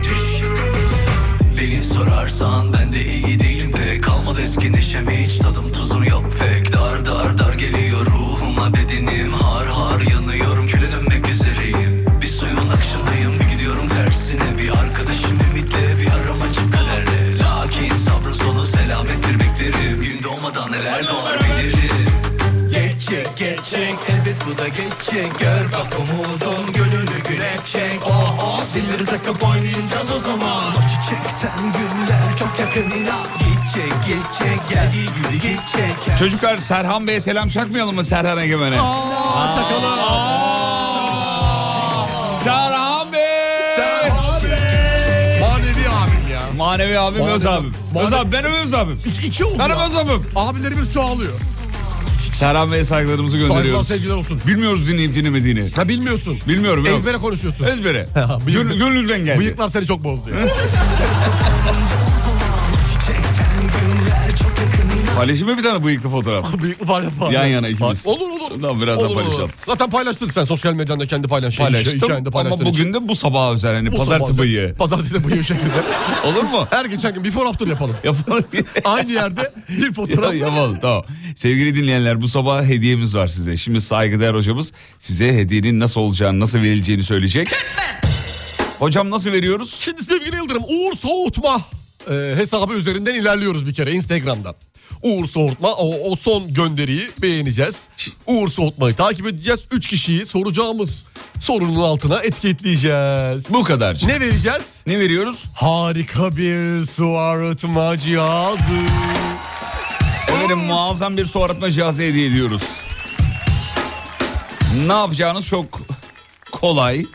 [SPEAKER 9] Düş yakamızdan Beni sorarsan ben de iyi değilim pek Kalmadı eski neşem hiç tadım tuzum yok pek Dar dar dar geliyor ruhuma bedenim Har har yanıyorum küle dönmek üzereyim Bir suyun akışındayım bir gidiyorum tersine Bir arkadaşım ümitle bir aram açık kaderle Lakin sabrın sonu selamettir beklerim Gün doğmadan neler doğar bilirim Geçecek geçecek elbet bu da geçecek Gör bak umudun gönlünü güneşecek Oh oh zilleri takıp oynayacağız o zaman O çiçekten günler çok yakın inan Geçecek geçecek geldiği gibi geçecek
[SPEAKER 4] Çocuklar Serhan Bey'e selam çakmayalım mı Serhan Egemen'e?
[SPEAKER 7] Aa, şakalar.
[SPEAKER 4] Serhan Bey!
[SPEAKER 7] Manevi abim ya.
[SPEAKER 4] Manevi abim
[SPEAKER 7] Manevi-
[SPEAKER 4] Öz abim.
[SPEAKER 7] Manevi-
[SPEAKER 4] Öz abim benim Öz abim.
[SPEAKER 7] İki, iki oldu
[SPEAKER 4] Benim
[SPEAKER 7] ya.
[SPEAKER 4] Öz abim.
[SPEAKER 7] Abilerimiz çoğalıyor.
[SPEAKER 4] Serhan Bey'e saygılarımızı
[SPEAKER 7] Saygılar
[SPEAKER 4] gönderiyoruz.
[SPEAKER 7] sevgiler olsun.
[SPEAKER 4] Bilmiyoruz dinleyip dinlemediğini.
[SPEAKER 7] Ha bilmiyorsun.
[SPEAKER 4] Bilmiyorum yok.
[SPEAKER 7] Ezbere konuşuyorsun.
[SPEAKER 4] Ezbere.
[SPEAKER 7] Ha, bıyık-
[SPEAKER 4] Gönül- Gönülden geldi.
[SPEAKER 7] Bıyıklar seni çok bozdu ya.
[SPEAKER 4] Paylaşayım mı bir tane bıyıklı fotoğraf?
[SPEAKER 7] Bıyıklı falan yapar.
[SPEAKER 4] Yan yana ikimiz.
[SPEAKER 7] Olur olur.
[SPEAKER 4] Tamam, birazdan
[SPEAKER 7] Olur, olur.
[SPEAKER 4] paylaşalım.
[SPEAKER 7] Zaten paylaştın sen sosyal medyanda kendi paylaş.
[SPEAKER 4] Paylaştım
[SPEAKER 7] hikayende
[SPEAKER 4] ama
[SPEAKER 7] şey, paylaştığın için.
[SPEAKER 4] bugün de bu sabaha özel hani
[SPEAKER 7] Bu
[SPEAKER 4] pazartesi
[SPEAKER 7] sabah-
[SPEAKER 4] bıyığı.
[SPEAKER 7] Pazartesi bıyığı şeklinde.
[SPEAKER 4] Olur mu?
[SPEAKER 7] Her geçen gün before after yapalım.
[SPEAKER 4] Yapalım.
[SPEAKER 7] Aynı yerde bir
[SPEAKER 4] Ya,
[SPEAKER 7] fotoğraf.
[SPEAKER 4] Yapalım tamam. Sevgili dinleyenler bu sabah hediyemiz var size. Şimdi saygıdeğer hocamız size hediyenin nasıl olacağını nasıl verileceğini söyleyecek. Hocam nasıl veriyoruz?
[SPEAKER 7] Şimdi sevgili Yıldırım Uğur Soğutma e, hesabı üzerinden ilerliyoruz bir kere Instagram'dan. Uğur Soğutma o, o son gönderiyi beğeneceğiz. Uğur Soğutma'yı takip edeceğiz. Üç kişiyi soracağımız sorunun altına etiketleyeceğiz.
[SPEAKER 4] Bu kadar. Ne,
[SPEAKER 7] Ne vereceğiz?
[SPEAKER 4] ne veriyoruz?
[SPEAKER 7] Harika bir su arıtma cihazı.
[SPEAKER 4] Efendim muazzam bir su arıtma cihazı hediye ediyoruz. Ne yapacağınız çok kolay.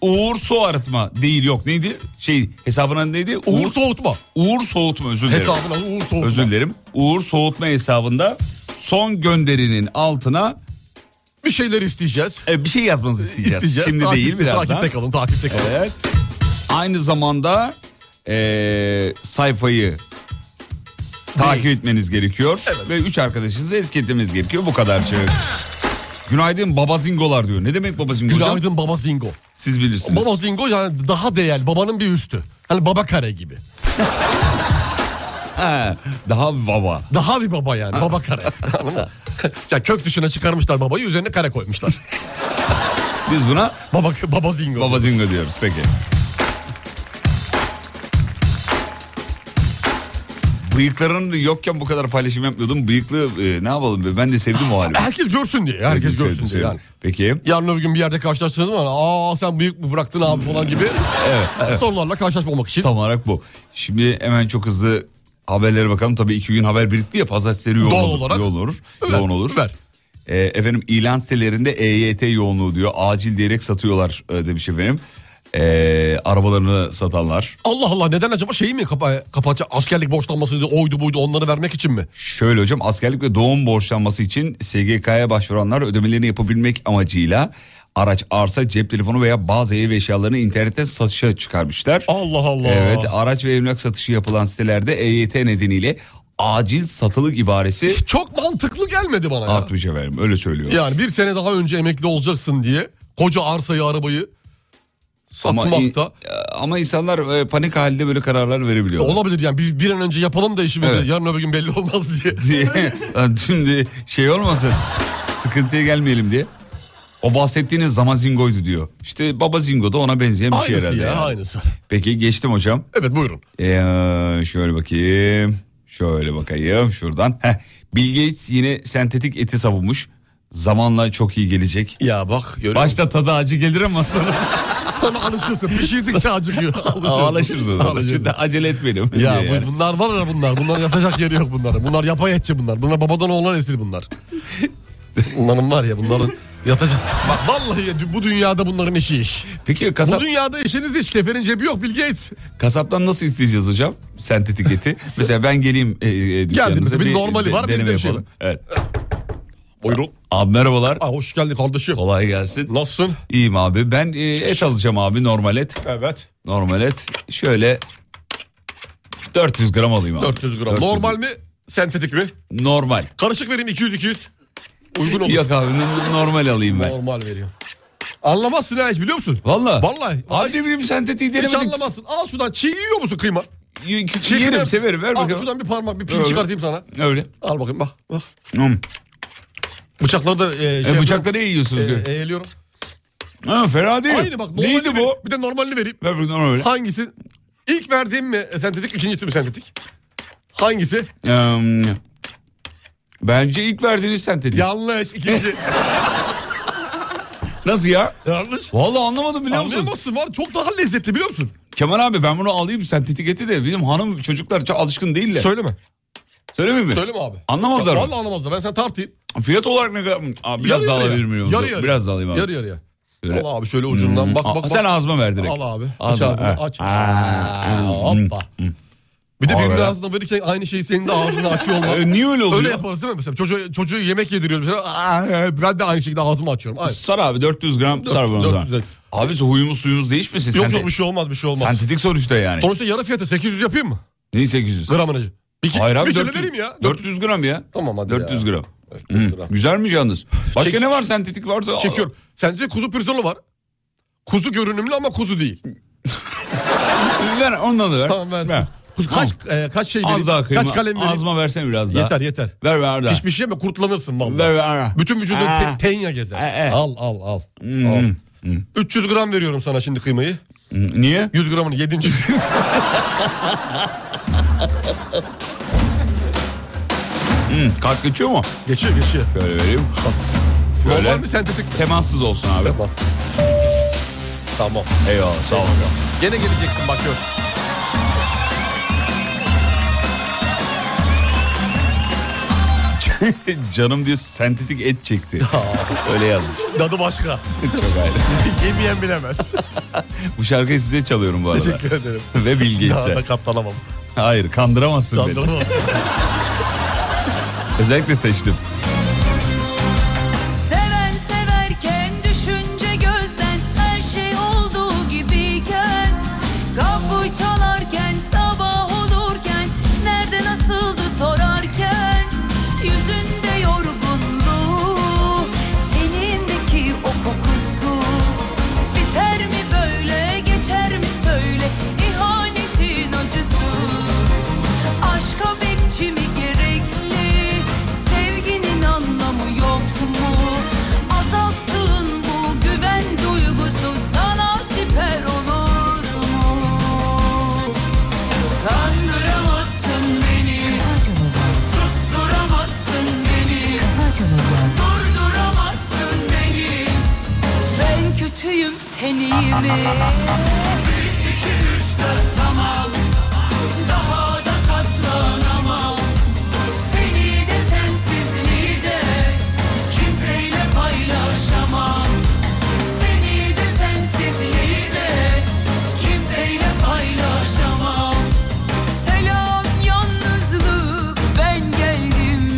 [SPEAKER 4] Uğur su arıtma değil yok neydi? Şey hesabının neydi?
[SPEAKER 7] Uğur Soğutma.
[SPEAKER 4] Uğur soğutma özür dilerim.
[SPEAKER 7] Hesabına Uğur Soğutma.
[SPEAKER 4] Özür dilerim. Uğur soğutma hesabında son gönderinin altına
[SPEAKER 7] Bir şeyler isteyeceğiz.
[SPEAKER 4] e, bir şey yazmanızı isteyeceğiz.
[SPEAKER 7] İsteyeceğiz.
[SPEAKER 4] Şimdi
[SPEAKER 7] Takipte-
[SPEAKER 4] değil birazdan.
[SPEAKER 7] Takipte kalın, takipte kalın.
[SPEAKER 4] Evet. Aynı zamanda e, sayfayı takip etmeniz gerekiyor. Ve üç arkadaşınızı etiketlemeniz gerekiyor. Bu kadar şey. Günaydın babazingolar diyor. Ne demek babazingo hocam?
[SPEAKER 7] Günaydın Baba Zingo.
[SPEAKER 4] Siz bilirsiniz.
[SPEAKER 7] Baba Zingo yani daha değerli. Babanın bir üstü. Hani baba kare gibi.
[SPEAKER 4] He, daha baba.
[SPEAKER 7] Daha bir baba yani. Baba kare. Anladın mı? ya kök dışına çıkarmışlar babayı üzerine kare koymuşlar.
[SPEAKER 4] Biz buna
[SPEAKER 7] baba, baba Zingo.
[SPEAKER 4] babazingo diyoruz. Peki. Bıyıkların yokken bu kadar paylaşım yapmıyordum. Bıyıklı e, ne yapalım be ben de sevdim o halimi.
[SPEAKER 7] Herkes görsün diye. Herkes
[SPEAKER 4] Sevdim,
[SPEAKER 7] görsün
[SPEAKER 4] sevdim,
[SPEAKER 7] diye
[SPEAKER 4] sevdim.
[SPEAKER 7] yani.
[SPEAKER 4] şey Peki.
[SPEAKER 7] Yarın öbür gün bir yerde karşılaştığınız zaman aa sen bıyık mı bıraktın abi falan gibi evet, sorularla karşılaşmamak için.
[SPEAKER 4] Tam olarak bu. Şimdi hemen çok hızlı haberlere bakalım. Tabii iki gün haber birikti ya pazartesi yoğun
[SPEAKER 7] Doğal
[SPEAKER 4] olur.
[SPEAKER 7] olarak.
[SPEAKER 4] Yoğun olur.
[SPEAKER 7] Ver,
[SPEAKER 4] yoğun olur.
[SPEAKER 7] ver.
[SPEAKER 4] E, efendim ilan sitelerinde EYT yoğunluğu diyor. Acil diyerek satıyorlar e, demiş efendim. E, arabalarını satanlar.
[SPEAKER 7] Allah Allah neden acaba şeyi mi kapa kapatacak askerlik borçlanmasıydı oydu buydu onları vermek için mi?
[SPEAKER 4] Şöyle hocam askerlik ve doğum borçlanması için SGK'ya başvuranlar ödemelerini yapabilmek amacıyla araç, arsa, cep telefonu veya bazı ev eşyalarını internette satışa çıkarmışlar.
[SPEAKER 7] Allah Allah.
[SPEAKER 4] Evet araç ve emlak satışı yapılan sitelerde EYT nedeniyle acil satılık ibaresi
[SPEAKER 7] Çok mantıklı gelmedi bana ya.
[SPEAKER 4] artmış efendim öyle söylüyor.
[SPEAKER 7] Yani bir sene daha önce emekli olacaksın diye koca arsayı arabayı
[SPEAKER 4] ama,
[SPEAKER 7] satmakta.
[SPEAKER 4] ama insanlar e, panik halinde böyle kararlar verebiliyor.
[SPEAKER 7] Olabilir yani biz bir an önce yapalım da işimizi
[SPEAKER 4] Evet.
[SPEAKER 7] yarın öbür gün belli olmaz diye.
[SPEAKER 4] diye. Lan Şimdi şey olmasın sıkıntıya gelmeyelim diye. O bahsettiğiniz zaman zingoydu diyor. İşte baba zingo da ona benzeyen bir şey
[SPEAKER 7] aynısı
[SPEAKER 4] herhalde.
[SPEAKER 7] ya
[SPEAKER 4] yani.
[SPEAKER 7] aynısı.
[SPEAKER 4] Peki geçtim hocam.
[SPEAKER 7] Evet buyurun.
[SPEAKER 4] Ee, şöyle bakayım. Şöyle bakayım şuradan. Heh, Bill Gates yine sentetik eti savunmuş. Zamanla çok iyi gelecek.
[SPEAKER 7] Ya bak görüyor musun?
[SPEAKER 4] Başta tadı acı gelir ama sonra
[SPEAKER 7] Sonra alışıyorsun. Pişirdikçe acıkıyor.
[SPEAKER 4] ağlaşırız o zaman.
[SPEAKER 7] Alışıyorsun.
[SPEAKER 4] Şimdi acele etmeyelim.
[SPEAKER 7] Ya
[SPEAKER 4] Yani.
[SPEAKER 7] bu- bunlar var ya bunlar. Bunlar yapacak yeri yok bunların. Bunlar yapay etçi bunlar. Bunlar babadan oğlan esir bunlar. Bunların var ya bunların yatacak. Bak vallahi ya, bu dünyada bunların işi iş.
[SPEAKER 4] Peki
[SPEAKER 7] Bu
[SPEAKER 4] kasap,
[SPEAKER 7] dünyada işiniz iş. Kefenin cebi yok Bill Gates.
[SPEAKER 4] kasaptan nasıl isteyeceğiz hocam? Sentetik eti. Mesela ben geleyim e, e, dükkanınıza.
[SPEAKER 7] mesela bir normali var, bir de
[SPEAKER 4] deneme
[SPEAKER 7] bir şey
[SPEAKER 4] yapalım. Evet.
[SPEAKER 7] Buyurun.
[SPEAKER 4] Abi merhabalar.
[SPEAKER 7] Aa, hoş geldin kardeşim.
[SPEAKER 4] Kolay gelsin.
[SPEAKER 7] Nasılsın?
[SPEAKER 4] İyiyim abi. Ben e, et alacağım abi normal et.
[SPEAKER 7] Evet.
[SPEAKER 4] Normal et. Şöyle 400 gram alayım abi.
[SPEAKER 7] 400 gram.
[SPEAKER 4] 400.
[SPEAKER 7] Normal mi? Sentetik mi?
[SPEAKER 4] Normal.
[SPEAKER 7] Karışık vereyim 200-200. Uygun olur.
[SPEAKER 4] Yok abi n- normal alayım ben.
[SPEAKER 7] Normal veriyorum. Anlamazsın ha hiç biliyor musun?
[SPEAKER 4] Valla.
[SPEAKER 7] Vallahi.
[SPEAKER 4] Abi ne bileyim sentetiği
[SPEAKER 7] Hiç
[SPEAKER 4] denemedik.
[SPEAKER 7] anlamazsın. Al şuradan çiğ yiyor musun kıyma?
[SPEAKER 4] Y-
[SPEAKER 7] Çiğ
[SPEAKER 4] Yerim
[SPEAKER 7] kıyma-
[SPEAKER 4] severim ver
[SPEAKER 7] Al
[SPEAKER 4] bakalım.
[SPEAKER 7] şuradan bir parmak bir pil
[SPEAKER 4] Öyle.
[SPEAKER 7] çıkartayım sana.
[SPEAKER 4] Öyle.
[SPEAKER 7] Al bakayım bak. bak.
[SPEAKER 4] Hmm.
[SPEAKER 7] Bıçakları da e, şey
[SPEAKER 4] E,
[SPEAKER 7] yapıyorum.
[SPEAKER 4] bıçakları iyi yiyorsunuz. diyor.
[SPEAKER 7] E, eğiliyorum.
[SPEAKER 4] Ha, fena değil.
[SPEAKER 7] Aynı bak. normalini
[SPEAKER 4] Neydi bu?
[SPEAKER 7] vereyim. Bir de normalini vereyim.
[SPEAKER 4] Ver bakalım normal.
[SPEAKER 7] Hangisi? İlk verdiğim mi sentetik, ikincisi mi sentetik? Hangisi?
[SPEAKER 4] Eee, bence ilk verdiğiniz sentetik.
[SPEAKER 7] Yanlış. ikinci.
[SPEAKER 4] Nasıl ya?
[SPEAKER 7] Yanlış.
[SPEAKER 4] Vallahi anlamadım biliyor musunuz?
[SPEAKER 7] Anlayamazsın var. Çok daha lezzetli biliyor musun?
[SPEAKER 4] Kemal abi ben bunu alayım sentetik eti de bizim hanım çocuklar çok alışkın değiller.
[SPEAKER 7] Söyleme.
[SPEAKER 4] Söylemeyeyim mi?
[SPEAKER 7] Söyleme abi.
[SPEAKER 4] Anlamazlar mı?
[SPEAKER 7] Vallahi anlamazlar. Ben sana tartayım.
[SPEAKER 4] Fiyat olarak ne kadar? Aa, biraz
[SPEAKER 7] Yarı
[SPEAKER 4] daha
[SPEAKER 7] yarıya.
[SPEAKER 4] alabilir miyim?
[SPEAKER 7] Yarı yarıya.
[SPEAKER 4] Biraz daha alayım abi.
[SPEAKER 7] Yarı yarıya.
[SPEAKER 4] Öyle.
[SPEAKER 7] Al abi şöyle ucundan bak
[SPEAKER 4] Aa,
[SPEAKER 7] bak bak.
[SPEAKER 4] Sen ağzıma ver direkt.
[SPEAKER 7] Al abi. Aç
[SPEAKER 4] Ağzına,
[SPEAKER 7] ağzını
[SPEAKER 4] ha.
[SPEAKER 7] aç.
[SPEAKER 4] Aa,
[SPEAKER 7] Aa,
[SPEAKER 4] hmm.
[SPEAKER 7] Hoppa. Bir de
[SPEAKER 4] Abi
[SPEAKER 7] birinin
[SPEAKER 4] ya.
[SPEAKER 7] ağzına verirken aynı şeyi senin de ağzına açıyor olman.
[SPEAKER 4] Ee, niye öyle oluyor?
[SPEAKER 7] Öyle yaparız değil mi? Mesela çocuğu, çocuğu yemek yediriyoruz mesela. Aa, e, ben de aynı şekilde ağzımı açıyorum. Aynen.
[SPEAKER 4] Sar abi 400 gram sar bana. o zaman.
[SPEAKER 7] 400.
[SPEAKER 4] Abi huyumuz suyumuz değişmesin.
[SPEAKER 7] Yok
[SPEAKER 4] Sente-
[SPEAKER 7] yok bir şey olmaz bir şey olmaz.
[SPEAKER 4] Sentetik sonuçta yani.
[SPEAKER 7] Sonuçta yarı fiyatı 800 yapayım mı?
[SPEAKER 4] Neyi 800?
[SPEAKER 7] Gramını. Bir, ki-
[SPEAKER 4] Hayır abi
[SPEAKER 7] bir kere
[SPEAKER 4] 400
[SPEAKER 7] vereyim ya.
[SPEAKER 4] 400 gram ya.
[SPEAKER 7] Tamam hadi
[SPEAKER 4] 400
[SPEAKER 7] ya.
[SPEAKER 4] gram.
[SPEAKER 7] 400 gram.
[SPEAKER 4] Güzelmiş yalnız. Başka
[SPEAKER 7] Çek-
[SPEAKER 4] ne var sentetik varsa?
[SPEAKER 7] Çekiyorum. Sende de kuzu pirzolu var. Kuzu görünümlü ama kuzu değil.
[SPEAKER 4] Ver ondan da ver.
[SPEAKER 7] Tamam ver. Kuzu-
[SPEAKER 4] Tamam.
[SPEAKER 7] Kaç, e, kaç şey vereyim?
[SPEAKER 4] Az daha kıyma.
[SPEAKER 7] Kaç kalem vereyim?
[SPEAKER 4] Ağzıma versene biraz daha.
[SPEAKER 7] Yeter yeter.
[SPEAKER 4] Ver ver daha.
[SPEAKER 7] Pişmiş yeme kurtlanırsın vallahi.
[SPEAKER 4] Ver ver. ver.
[SPEAKER 7] Bütün vücudun
[SPEAKER 4] Aa.
[SPEAKER 7] te- tenya gezer.
[SPEAKER 4] Ee, ee.
[SPEAKER 7] Al al al. al. 300 gram veriyorum sana şimdi kıymayı.
[SPEAKER 4] hmm. Niye?
[SPEAKER 7] 100 gramını 7.
[SPEAKER 4] Hı, kart Hmm, geçiyor mu?
[SPEAKER 7] geçiyor geçiyor.
[SPEAKER 4] Şöyle vereyim.
[SPEAKER 7] Normal
[SPEAKER 4] Şöyle.
[SPEAKER 7] mi sentetik? mi?
[SPEAKER 4] Temassız olsun abi.
[SPEAKER 7] Bas. Tamam. Şey,
[SPEAKER 4] Eyvallah sağ olun.
[SPEAKER 7] Gene geleceksin bak yok.
[SPEAKER 4] Canım diyor sentetik et çekti. Öyle yazmış.
[SPEAKER 7] Dadı başka.
[SPEAKER 4] Çok ayrı.
[SPEAKER 7] Yemeyen bilemez.
[SPEAKER 4] Bu şarkıyı size çalıyorum bu arada.
[SPEAKER 7] Teşekkür ederim.
[SPEAKER 4] Ve Bilge
[SPEAKER 7] Daha
[SPEAKER 4] ise.
[SPEAKER 7] da katlanamam.
[SPEAKER 4] Hayır kandıramazsın beni.
[SPEAKER 7] Kandıramam.
[SPEAKER 4] Özellikle seçtim.
[SPEAKER 10] Seven severken düşünce gözden her şey olduğu gibiyken Kapı çalarken sabah olurken nerede nasıldı sorarken Yüzünde yorgunluğu tenindeki o kokusu Biter mi böyle geçer mi söyle ihanetin acısı Aşka bekçi mi gerekli? Sevginin anlamı yok mu? Azalttığın bu güven duygusu sana siper olur mu? Kandıramazsın beni, susturamazsın beni, durduramazsın beni. Ben kötüyüm sen iyi mi? Bir, iki, üç, dört, tamam. Daha da katlanamam Seni de sensizliği de Kimseyle paylaşamam Seni de sensizliği de Kimseyle paylaşamam Selam yalnızlık ben geldim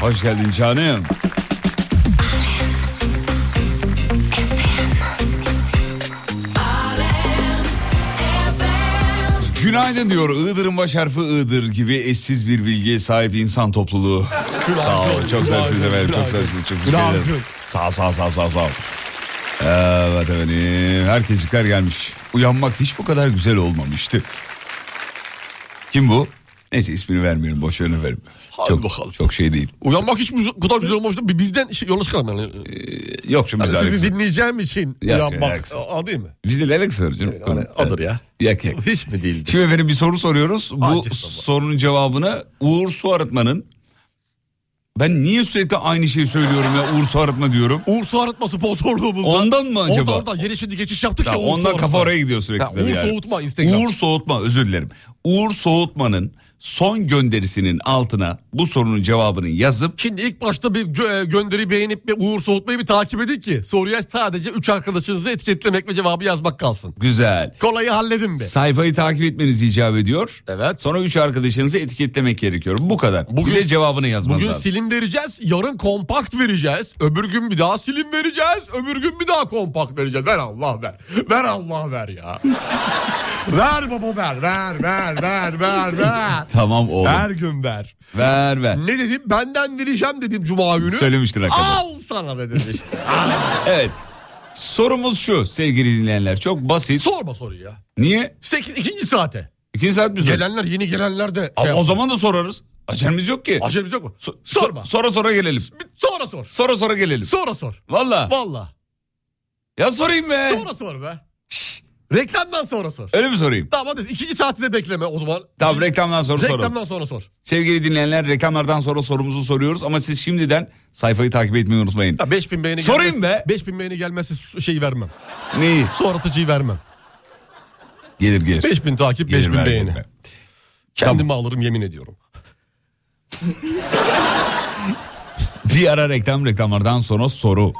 [SPEAKER 4] Hoş geldin canım. Günaydın diyor. Iğdır'ın baş harfi Iğdır gibi eşsiz bir bilgiye sahip insan topluluğu. sağ ol. Çok zarifsiniz efendim. Çok zarifsiniz. Çok teşekkür ederim. Sağ ol, sağ ol, sağ ol, sağ ol, sağ ol. Evet efendim. Herkeslikler gelmiş. Uyanmak hiç bu kadar güzel olmamıştı. Kim bu? Neyse ismini vermiyorum. Boş verin efendim.
[SPEAKER 7] Hadi
[SPEAKER 4] çok,
[SPEAKER 7] bakalım.
[SPEAKER 4] Çok şey değil.
[SPEAKER 7] Uyanmak hiç bu kadar güzel olmamıştı. Bir Bizden şey, yola çıkalım yani.
[SPEAKER 4] Yok canım biz
[SPEAKER 7] yani sizi
[SPEAKER 4] alakası.
[SPEAKER 7] dinleyeceğim için
[SPEAKER 4] Yok,
[SPEAKER 7] uyanmak.
[SPEAKER 4] alakası yok.
[SPEAKER 7] Aa, değil mi?
[SPEAKER 4] Biz de alakası var canım.
[SPEAKER 7] Yani adır ya.
[SPEAKER 4] Yak yak.
[SPEAKER 7] Hiç mi değildi?
[SPEAKER 4] Şimdi efendim bir soru soruyoruz. Bu
[SPEAKER 7] Acil baba.
[SPEAKER 4] sorunun cevabını Uğur Su Arıtma'nın ben niye sürekli aynı şeyi söylüyorum ya Uğur Su Arıtma diyorum.
[SPEAKER 7] Uğur Su Arıtma sponsorluğumuzda.
[SPEAKER 4] Ondan mı acaba?
[SPEAKER 7] Ondan ondan. Yeni şimdi geçiş yaptık ya,
[SPEAKER 4] Ya
[SPEAKER 7] Uğur Su
[SPEAKER 4] ondan kafa
[SPEAKER 7] Arıtma.
[SPEAKER 4] oraya gidiyor sürekli.
[SPEAKER 7] Ha,
[SPEAKER 4] tabii
[SPEAKER 7] Uğur
[SPEAKER 4] yani.
[SPEAKER 7] Soğutma Instagram.
[SPEAKER 4] Uğur Soğutma özür dilerim. Uğur Soğutma'nın son gönderisinin altına bu sorunun cevabını yazıp
[SPEAKER 7] Şimdi ilk başta bir gö- gönderi beğenip bir Uğur Soğutmayı bir takip edin ki soruya sadece 3 arkadaşınızı etiketlemek ve cevabı yazmak kalsın.
[SPEAKER 4] güzel
[SPEAKER 7] Kolayı halledin be.
[SPEAKER 4] sayfayı takip etmeniz icap ediyor.
[SPEAKER 7] Evet.
[SPEAKER 4] Sonra üç arkadaşınızı etiketlemek gerekiyor. Bu kadar. bir de cevabını yazmanız
[SPEAKER 7] Bugün
[SPEAKER 4] lazım.
[SPEAKER 7] silim vereceğiz, yarın kompakt vereceğiz. Öbür gün bir daha silim vereceğiz, öbür gün bir daha kompakt vereceğiz. Ver Allah ver. Ver Allah ver ya. ver baba ver, ver, ver, ver, ver, ver.
[SPEAKER 4] Tamam oğlum.
[SPEAKER 7] Her gün ver.
[SPEAKER 4] Ver ver.
[SPEAKER 7] Ne dedim? Benden vereceğim dedim cuma günü.
[SPEAKER 4] Söylemiştin hakikaten.
[SPEAKER 7] Al sana dedim işte.
[SPEAKER 4] Evet. Sorumuz şu sevgili dinleyenler. Çok basit.
[SPEAKER 7] Sorma soruyu ya.
[SPEAKER 4] Niye?
[SPEAKER 7] 8, ikinci saate.
[SPEAKER 4] İkinci saat mi sor-
[SPEAKER 7] Gelenler yeni gelenler de.
[SPEAKER 4] Ama
[SPEAKER 7] şey
[SPEAKER 4] o
[SPEAKER 7] yapar.
[SPEAKER 4] zaman da sorarız. Acelemiz yok ki.
[SPEAKER 7] Acelemiz yok mu?
[SPEAKER 4] So- so-
[SPEAKER 7] Sorma.
[SPEAKER 4] Sonra sonra gelelim.
[SPEAKER 7] Bir Sonra sor.
[SPEAKER 4] Sonra sonra gelelim.
[SPEAKER 7] Sonra sor.
[SPEAKER 4] Valla.
[SPEAKER 7] Valla.
[SPEAKER 4] Ya sorayım be.
[SPEAKER 7] Sonra sor be. Reklamdan sonra sor.
[SPEAKER 4] Öyle mi sorayım?
[SPEAKER 7] Tamam hadi ikinci saati de bekleme o zaman.
[SPEAKER 4] Tamam reklamdan sonra soralım.
[SPEAKER 7] Reklamdan sonra sor.
[SPEAKER 4] Sevgili dinleyenler reklamlardan sonra sorumuzu soruyoruz ama siz şimdiden sayfayı takip etmeyi unutmayın.
[SPEAKER 7] Ya 5000 beğeni
[SPEAKER 4] Sorayım be.
[SPEAKER 7] 5000 beğeni gelmezse su- şeyi vermem.
[SPEAKER 4] Neyi?
[SPEAKER 7] Su aratıcıyı vermem.
[SPEAKER 4] Gelir gelir.
[SPEAKER 7] 5000 takip
[SPEAKER 4] Gelir,
[SPEAKER 7] 5000
[SPEAKER 4] ver,
[SPEAKER 7] beğeni.
[SPEAKER 4] gelir.
[SPEAKER 7] Kendimi alırım yemin ediyorum.
[SPEAKER 4] Bir ara reklam reklamlardan sonra soru.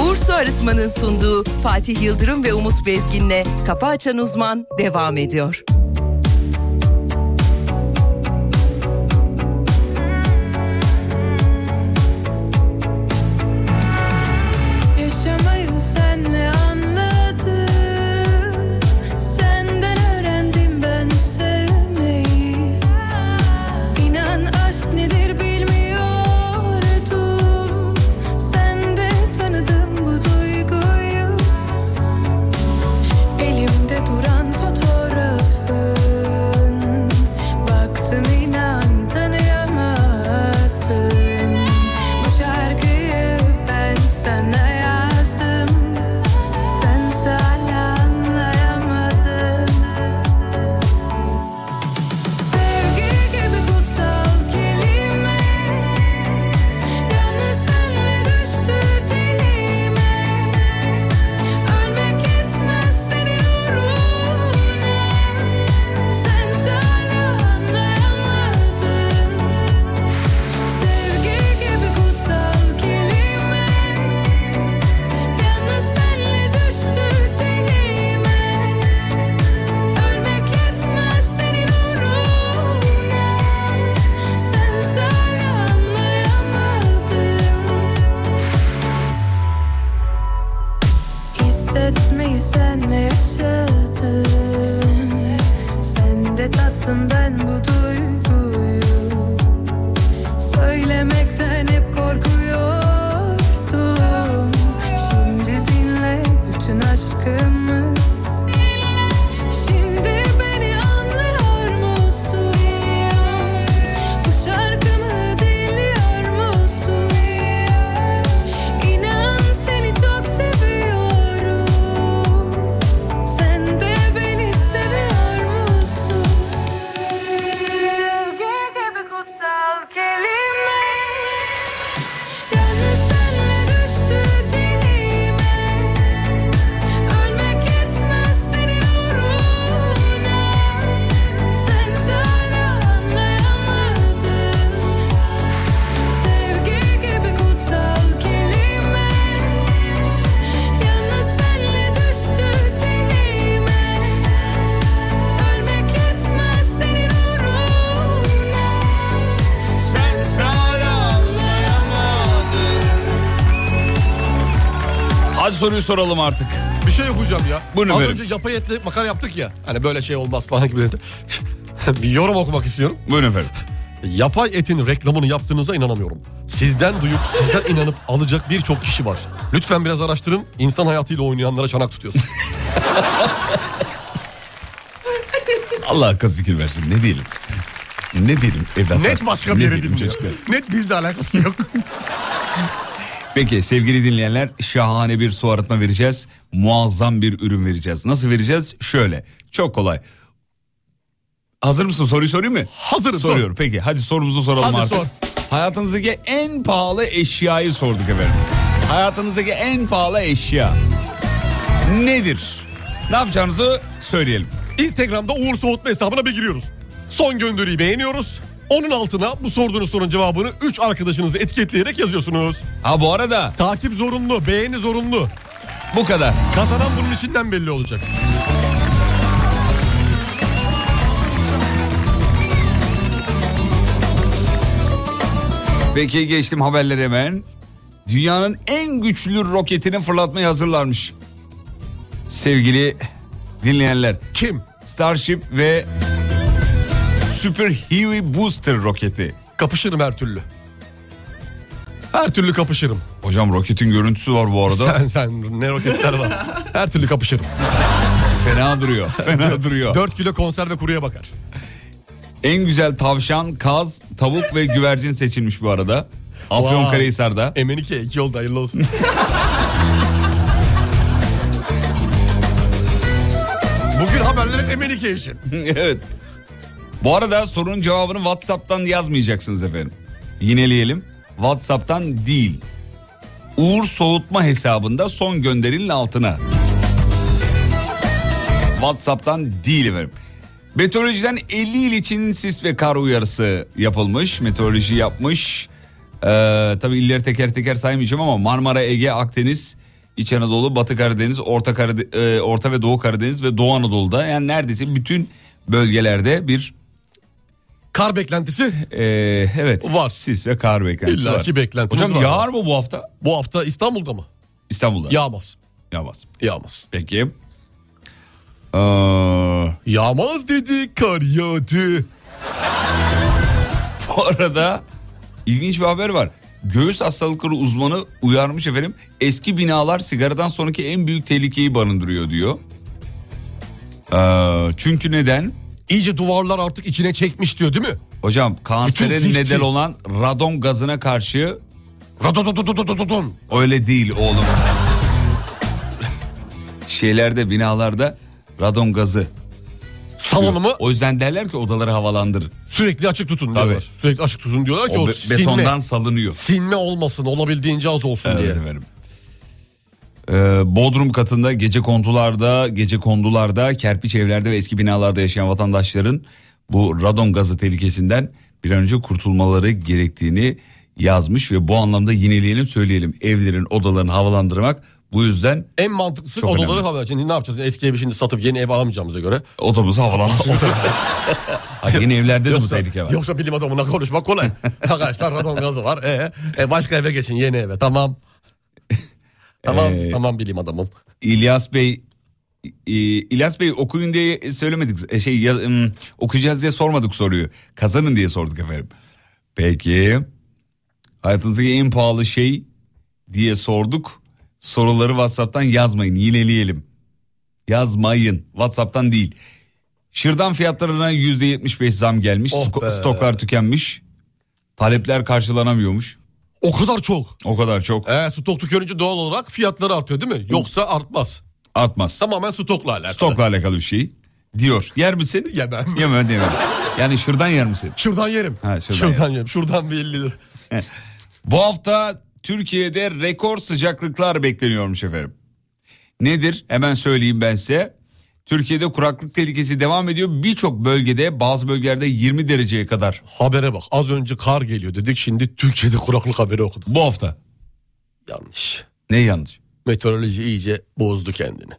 [SPEAKER 1] Uğur Su Arıtma'nın sunduğu Fatih Yıldırım ve Umut Bezgin'le Kafa Açan Uzman devam ediyor.
[SPEAKER 10] Yaşamayı sen ne anladın? Senden öğrendim ben sevmeyi. İnan aşk nedir bilmiyordum. Sende tanıdım bu duyguyu. Elimde duran fotoğrafı
[SPEAKER 4] Hadi soruyu soralım artık.
[SPEAKER 7] Bir şey yapacağım ya.
[SPEAKER 4] Buyurun
[SPEAKER 7] Az
[SPEAKER 4] efendim.
[SPEAKER 7] önce yapay etle makara yaptık ya. Hani böyle şey olmaz falan gibi dedi. bir yorum okumak istiyorum.
[SPEAKER 4] Buyurun efendim.
[SPEAKER 7] Yapay etin reklamını yaptığınıza inanamıyorum. Sizden duyup size inanıp alacak birçok kişi var. Lütfen biraz araştırın. İnsan hayatıyla oynayanlara çanak tutuyorsun.
[SPEAKER 4] Allah akıl fikir versin ne diyelim. Ne diyelim evlatlar?
[SPEAKER 7] Net başka bir
[SPEAKER 4] Ne
[SPEAKER 7] yere
[SPEAKER 4] diyelim
[SPEAKER 7] dinliyor.
[SPEAKER 4] çocuklar?
[SPEAKER 7] Net bizle alakası yok.
[SPEAKER 4] Peki sevgili dinleyenler şahane bir su arıtma vereceğiz. Muazzam bir ürün vereceğiz. Nasıl vereceğiz? Şöyle çok kolay. Hazır mısın soruyu sorayım mı?
[SPEAKER 7] Hazırım, sor.
[SPEAKER 4] Soruyorum peki hadi sorumuzu soralım
[SPEAKER 7] Hadi
[SPEAKER 4] artık.
[SPEAKER 7] sor.
[SPEAKER 4] Hayatınızdaki en pahalı eşyayı sorduk efendim. Hayatınızdaki en pahalı eşya nedir? Ne yapacağınızı söyleyelim.
[SPEAKER 7] Instagram'da Uğur Soğutma hesabına bir giriyoruz. Son gönderiyi beğeniyoruz. Onun altına bu sorduğunuz sorunun cevabını 3 arkadaşınızı etiketleyerek yazıyorsunuz.
[SPEAKER 4] Ha bu arada
[SPEAKER 7] Takip zorunlu, beğeni zorunlu.
[SPEAKER 4] bu kadar.
[SPEAKER 7] Kazanan bunun içinden belli olacak.
[SPEAKER 4] Peki geçtim haberlere hemen. Dünyanın en güçlü roketini fırlatmaya hazırlarmış. Sevgili dinleyenler.
[SPEAKER 7] Kim?
[SPEAKER 4] Starship ve Super Heavy Booster roketi.
[SPEAKER 7] Kapışırım her türlü. Her türlü kapışırım.
[SPEAKER 4] Hocam roketin görüntüsü var bu arada.
[SPEAKER 7] Sen sen ne roketler var. Her türlü kapışırım.
[SPEAKER 4] Fena duruyor. Fena duruyor.
[SPEAKER 7] 4 kilo konserve kuruya bakar.
[SPEAKER 4] En güzel tavşan, kaz, tavuk ve güvercin seçilmiş bu arada. Afyonkarahisar'da.
[SPEAKER 7] Emenike 2 oldu hayırlı olsun. Bugün haberler hep Emenike için.
[SPEAKER 4] evet. Bu arada sorunun cevabını WhatsApp'tan yazmayacaksınız efendim. Yineleyelim. WhatsApp'tan değil. Uğur Soğutma hesabında son gönderinin altına. WhatsApp'tan değil efendim. Meteorolojiden 50 il için sis ve kar uyarısı yapılmış. Meteoroloji yapmış. Ee, tabii illeri teker teker saymayacağım ama Marmara, Ege, Akdeniz, İç Anadolu, Batı Karadeniz, Orta, Karade- e, Orta ve Doğu Karadeniz ve Doğu Anadolu'da yani neredeyse bütün bölgelerde bir
[SPEAKER 7] Kar beklentisi
[SPEAKER 4] e, evet
[SPEAKER 7] Var.
[SPEAKER 4] sis ve kar beklentisi var.
[SPEAKER 7] İlla ki beklentimiz
[SPEAKER 4] Hocam
[SPEAKER 7] var.
[SPEAKER 4] yağar mı bu hafta?
[SPEAKER 7] bu hafta İstanbul'da mı?
[SPEAKER 4] İstanbul'da.
[SPEAKER 7] Yağmaz.
[SPEAKER 4] Yağmaz.
[SPEAKER 7] Yağmaz.
[SPEAKER 4] Peki. Ee,
[SPEAKER 7] Yağmaz dedi kar yağdı.
[SPEAKER 4] Bu arada ilginç bir haber var. Göğüs hastalıkları uzmanı uyarmış efendim. Eski binalar sigaradan sonraki en büyük tehlikeyi barındırıyor diyor. Ee, çünkü neden?
[SPEAKER 7] İyice duvarlar artık içine çekmiş diyor değil mi?
[SPEAKER 4] Hocam kansere
[SPEAKER 7] zifti.
[SPEAKER 4] neden olan radon gazına karşı
[SPEAKER 7] Radododododododon.
[SPEAKER 4] öyle değil oğlum. Şeylerde binalarda radon gazı.
[SPEAKER 7] Salonumu
[SPEAKER 4] O yüzden derler ki odaları havalandırın.
[SPEAKER 7] sürekli açık tutun
[SPEAKER 4] Tabii.
[SPEAKER 7] diyorlar. Sürekli açık tutun diyorlar ki o,
[SPEAKER 4] O be-
[SPEAKER 7] sinme,
[SPEAKER 4] betondan salınıyor.
[SPEAKER 7] sinme olmasın olabildiğince az olsun
[SPEAKER 4] Evet
[SPEAKER 7] diye.
[SPEAKER 4] efendim. Ee, Bodrum katında gece kondularda, gece kondularda, kerpiç evlerde ve eski binalarda yaşayan vatandaşların bu radon gazı tehlikesinden bir an önce kurtulmaları gerektiğini yazmış ve bu anlamda yineleyelim söyleyelim. Evlerin odalarını havalandırmak bu yüzden
[SPEAKER 7] En mantıklısı
[SPEAKER 4] Çok
[SPEAKER 7] odaları
[SPEAKER 4] önemli.
[SPEAKER 7] hava. Şimdi ne yapacağız? Eski evi şimdi satıp yeni ev alamayacağımıza göre.
[SPEAKER 4] odamızı havalandırmak. Ha, Yeni evlerde de bu
[SPEAKER 7] Yoksa,
[SPEAKER 4] tehlike var.
[SPEAKER 7] yoksa bilim adamına konuşmak kolay. Arkadaşlar radon gazı var. E, e, başka eve geçin yeni eve. Tamam. tamam
[SPEAKER 4] Ee,
[SPEAKER 7] tamam bilim adamım.
[SPEAKER 4] İlyas Bey e, İlyas Bey okuyun diye söylemedik. e, Şey ya- ım, okuyacağız diye sormadık soruyu. Kazanın diye sorduk efendim. Peki. Hayatınızdaki en pahalı şey diye sorduk. Soruları WhatsApp'tan yazmayın. Yineleyelim. Yazmayın. WhatsApp'tan değil. Şırdan fiyatlarına %75 zam gelmiş.
[SPEAKER 7] Oh
[SPEAKER 4] Sto-
[SPEAKER 7] be.
[SPEAKER 4] Stoklar tükenmiş. Talepler karşılanamıyormuş.
[SPEAKER 7] O kadar çok.
[SPEAKER 4] O kadar çok
[SPEAKER 7] E, stok tükörünce doğal olarak fiyatları artıyor değil mi? Yoksa artmaz.
[SPEAKER 4] artmaz.
[SPEAKER 7] Tamamen stokla alakalı.
[SPEAKER 4] Stokla alakalı bir şey diyor. Yer misin?
[SPEAKER 7] Yemem.
[SPEAKER 4] Yemem yemem. Yani şırdan yer misin?
[SPEAKER 7] Şuradan yerim.
[SPEAKER 4] Ha, şuradan yersin.
[SPEAKER 7] yerim. Şuradan bir 50 lira.
[SPEAKER 4] Bu hafta Türkiye'de rekor sıcaklıklar bekleniyormuş efendim. Nedir? Hemen söyleyeyim ben size. Türkiye'de kuraklık tehlikesi devam ediyor. Birçok bölgede bazı bölgelerde 20 dereceye kadar
[SPEAKER 7] Habere bak. Az önce kar geliyor dedik. Şimdi Türkiye'de kuraklık haberi okudum.
[SPEAKER 4] bu hafta.
[SPEAKER 7] Yanlış.
[SPEAKER 4] Ne yanlış?
[SPEAKER 7] Meteoroloji iyice bozdu kendini.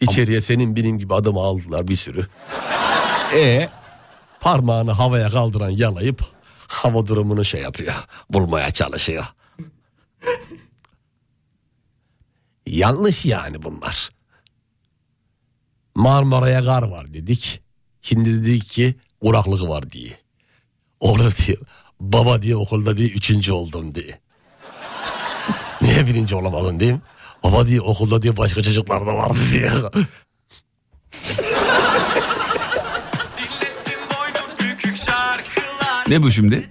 [SPEAKER 7] İçeriye senin benim gibi adamı aldılar bir sürü.
[SPEAKER 4] E
[SPEAKER 7] Parmağını havaya kaldıran yalayıp hava durumunu şey yapıyor. Bulmaya çalışıyor. Yanlış yani bunlar. Marmara'ya gar var dedik. Şimdi dedik ki kuraklık var diye. Orada diyor baba diye okulda diye üçüncü oldum diye. Niye birinci olamadın diyeyim. Baba diye okulda diye başka çocuklar da vardı diye.
[SPEAKER 4] Ne bu şimdi?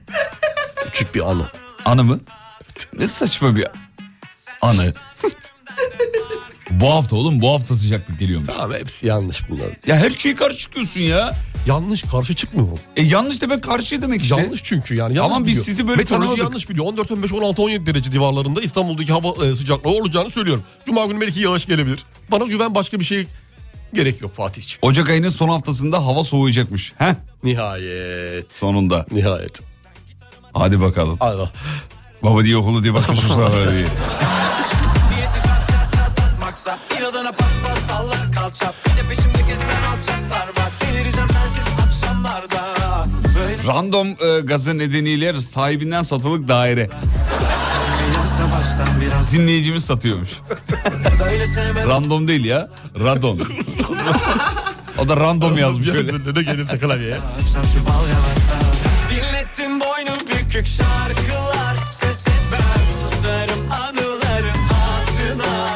[SPEAKER 7] Küçük bir anı.
[SPEAKER 4] Anı mı? Ne saçma bir anı. bu hafta oğlum bu hafta sıcaklık geliyormuş.
[SPEAKER 7] Abi hepsi yanlış bunlar.
[SPEAKER 4] Ya her şeye karşı çıkıyorsun ya.
[SPEAKER 7] Yanlış karşı çıkmıyorum.
[SPEAKER 4] E yanlış demek karşı demek işte.
[SPEAKER 7] Yanlış çünkü yani. Yanlış
[SPEAKER 4] Aman biz
[SPEAKER 7] biliyor.
[SPEAKER 4] sizi böyle
[SPEAKER 7] Meteoroloji
[SPEAKER 4] tanımadık.
[SPEAKER 7] yanlış biliyor. 14, 15, 16, 17 derece civarlarında İstanbul'daki hava e, sıcaklığı olacağını söylüyorum. Cuma günü belki yağış gelebilir. Bana güven başka bir şey gerek yok Fatih'ciğim.
[SPEAKER 4] Ocak ayının son haftasında hava soğuyacakmış. Heh
[SPEAKER 7] Nihayet.
[SPEAKER 4] sonunda.
[SPEAKER 7] Nihayet.
[SPEAKER 4] Hadi bakalım.
[SPEAKER 7] Allah.
[SPEAKER 4] Baba diye okulu diye bakmış şu sınavlara diye.
[SPEAKER 3] Niyeti çat çat çatmaksa İnadına pat pat sallar kalça Bir de peşimde gezen alçaklar var Delireceğim sensiz akşamlarda Böyle
[SPEAKER 4] Random e, gazı nedeniyle sahibinden satılık daire.
[SPEAKER 3] bilirse baştan biraz
[SPEAKER 4] Dinleyicimiz satıyormuş.
[SPEAKER 3] Böyle sevmem
[SPEAKER 4] Random değil ya. Radon. o da random yazmış öyle.
[SPEAKER 7] Ne gelirse klavyeye.
[SPEAKER 3] öpsem şu bal yanakta Dinlettin boynu bükük şarkılar Ses etmem susarım anıların hatırına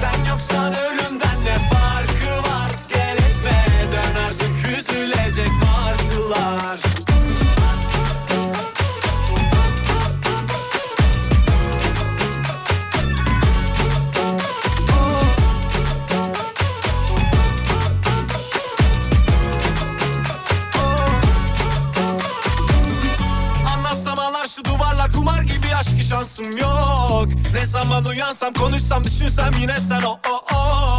[SPEAKER 3] Sen yoksan ölümden ne farkı var Gel etme dön artık üzülecek martılar Anlatsamalar şu duvarlar kumar gibi aşkı şansım yok Ne zaman uyansam konuşsam düşünsem yine sen oh, o o o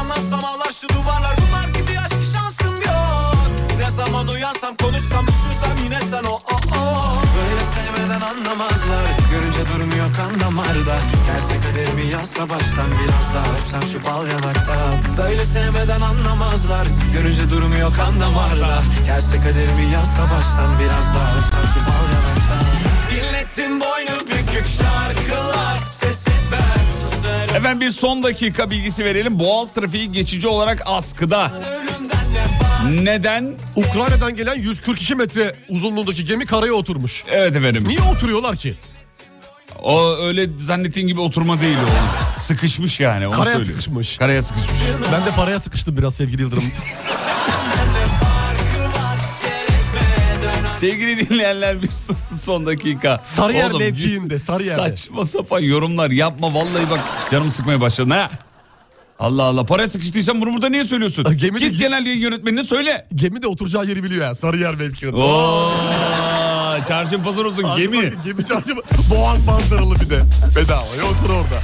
[SPEAKER 3] Anlatsamalar şu duvarlar kumar gibi aşkı şansım yok Ne zaman uyansam konuşsam düşünsem yine sen o o o Böyle sevmeden anlamazlar görünce durmuyor kan damarda Gelse kaderimi yazsa baştan biraz daha öpsem şu bal yanakta Böyle sevmeden anlamazlar görünce durmuyor kan damarda Gelse kaderimi yazsa baştan biraz daha öpsem şu bal yanakta Dinlettin boynu bükük şarkılar Ses etmem susarım
[SPEAKER 4] Hemen bir son dakika bilgisi verelim. Boğaz trafiği geçici olarak askıda.
[SPEAKER 3] ölümden ne fark
[SPEAKER 4] Neden?
[SPEAKER 7] Ukrayna'dan gelen 142 metre uzunluğundaki gemi karaya oturmuş.
[SPEAKER 4] Evet efendim.
[SPEAKER 7] Niye oturuyorlar ki?
[SPEAKER 4] O öyle zannettiğin gibi oturma değil o. Sıkışmış yani onu
[SPEAKER 7] Karaya
[SPEAKER 4] söylüyorum.
[SPEAKER 7] sıkışmış.
[SPEAKER 4] Karaya sıkışmış.
[SPEAKER 7] Ben de paraya sıkıştım biraz sevgili Yıldırım.
[SPEAKER 4] Sevgili dinleyenler bir son- son dakika.
[SPEAKER 7] Sarıyer
[SPEAKER 4] Oğlum,
[SPEAKER 7] mevkiinde, Sarıyer'de.
[SPEAKER 4] Saçma sapan yorumlar yapma vallahi bak canımı sıkmaya başladı ha. Allah Allah paraya sıkıştıysan bunu burada niye söylüyorsun?
[SPEAKER 7] Ha, gemide-
[SPEAKER 4] Git genel yayın yönetmenine söyle.
[SPEAKER 7] gemi de oturacağı yeri biliyor ya. Sarıyer mevkiinde.
[SPEAKER 4] Oo, çarşın pazar olsun
[SPEAKER 7] Hadi
[SPEAKER 4] gemi.
[SPEAKER 7] bakın, Gemi çarşı. Boğaz manzaralı bir de. Bedavaya otur orada.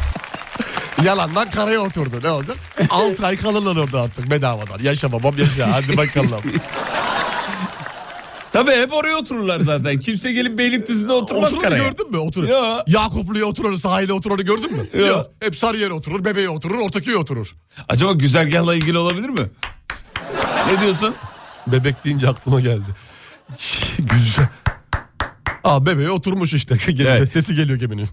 [SPEAKER 7] Yalandan karaya oturdu. Ne olacak? 6 ay kalırlar orada artık bedavadan. Yaşa babam yaşa. Hadi bakalım.
[SPEAKER 4] Tabii hep oraya otururlar zaten. Kimse gelip Beylikdüzü'nde oturmaz
[SPEAKER 7] Oturur
[SPEAKER 4] karaya.
[SPEAKER 7] gördün mü? Oturur.
[SPEAKER 4] Yo.
[SPEAKER 7] Yakuplu'ya oturur, sahile oturur gördün mü?
[SPEAKER 4] Yo.
[SPEAKER 7] Hep Sarıyer'e oturur, bebeğe oturur, Ortaköy'e oturur.
[SPEAKER 4] Acaba güzergahla ilgili olabilir mi? Ne diyorsun?
[SPEAKER 7] Bebek deyince aklıma geldi. Güzel. Aa bebeğe oturmuş işte. Gemide
[SPEAKER 4] Evet.
[SPEAKER 7] Sesi geliyor geminin.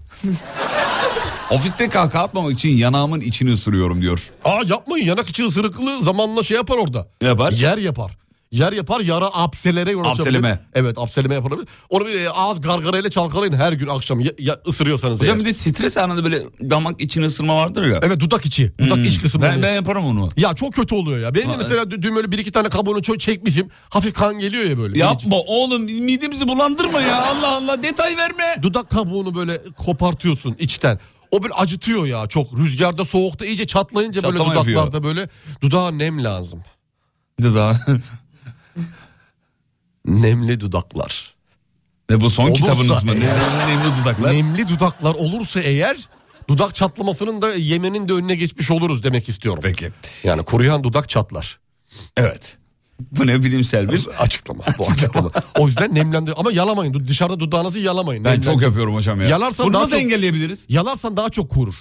[SPEAKER 4] Ofiste kahkaha atmamak için yanağımın içini ısırıyorum diyor.
[SPEAKER 7] Aa yapmayın yanak içi ısırıklı zamanla şey yapar orada.
[SPEAKER 4] Yapar.
[SPEAKER 7] Yer yapar. Yer yapar yara apselere yol açabilir.
[SPEAKER 4] Apseleme.
[SPEAKER 7] Evet apseleme yapabilir. Onu bir e, ağız gargarayla çalkalayın her gün akşam ya, ya- ısırıyorsanız
[SPEAKER 4] Hocam
[SPEAKER 7] eğer.
[SPEAKER 4] bir de stres anında böyle damak içini ısırma vardır ya. Hmm.
[SPEAKER 7] Evet dudak içi. Dudak iç kısmı.
[SPEAKER 4] Ben, ben yaparım onu.
[SPEAKER 7] Ya çok kötü oluyor ya. Benim de mesela dü- dün böyle bir iki tane kabuğunu çok çekmişim. Hafif kan geliyor ya böyle. Minicik.
[SPEAKER 4] Yapma oğlum midemizi bulandırma ya Allah Allah detay verme.
[SPEAKER 7] Dudak kabuğunu böyle kopartıyorsun içten. O bir acıtıyor ya çok. Rüzgarda soğukta iyice çatlayınca böyle
[SPEAKER 4] Çatlama
[SPEAKER 7] dudaklarda
[SPEAKER 4] yapıyor.
[SPEAKER 7] böyle. Dudağa nem lazım.
[SPEAKER 4] Ne daha?
[SPEAKER 7] Nemli dudaklar.
[SPEAKER 4] ne bu son
[SPEAKER 7] Olursa
[SPEAKER 4] kitabınız mı? Ne,
[SPEAKER 7] eğer-
[SPEAKER 4] ne- nemli dudaklar.
[SPEAKER 7] Nemli dudaklar olursa eğer dudak çatlamasının da yemenin de önüne geçmiş oluruz demek istiyorum.
[SPEAKER 4] Peki.
[SPEAKER 7] Yani kuruyan dudak çatlar.
[SPEAKER 4] Evet. Bu ne bilimsel bir.
[SPEAKER 7] Açıklama bu açıklama. o yüzden nemlendir ama yalamayın. Du- Dışarıda dudağınızı yalamayın.
[SPEAKER 4] Ben
[SPEAKER 7] Nemlendir-
[SPEAKER 4] çok yapıyorum hocam ya.
[SPEAKER 7] Yalarsan
[SPEAKER 4] Bunu
[SPEAKER 7] daha
[SPEAKER 4] nasıl
[SPEAKER 7] çok-
[SPEAKER 4] engelleyebiliriz?
[SPEAKER 7] Yalarsan daha çok kurur.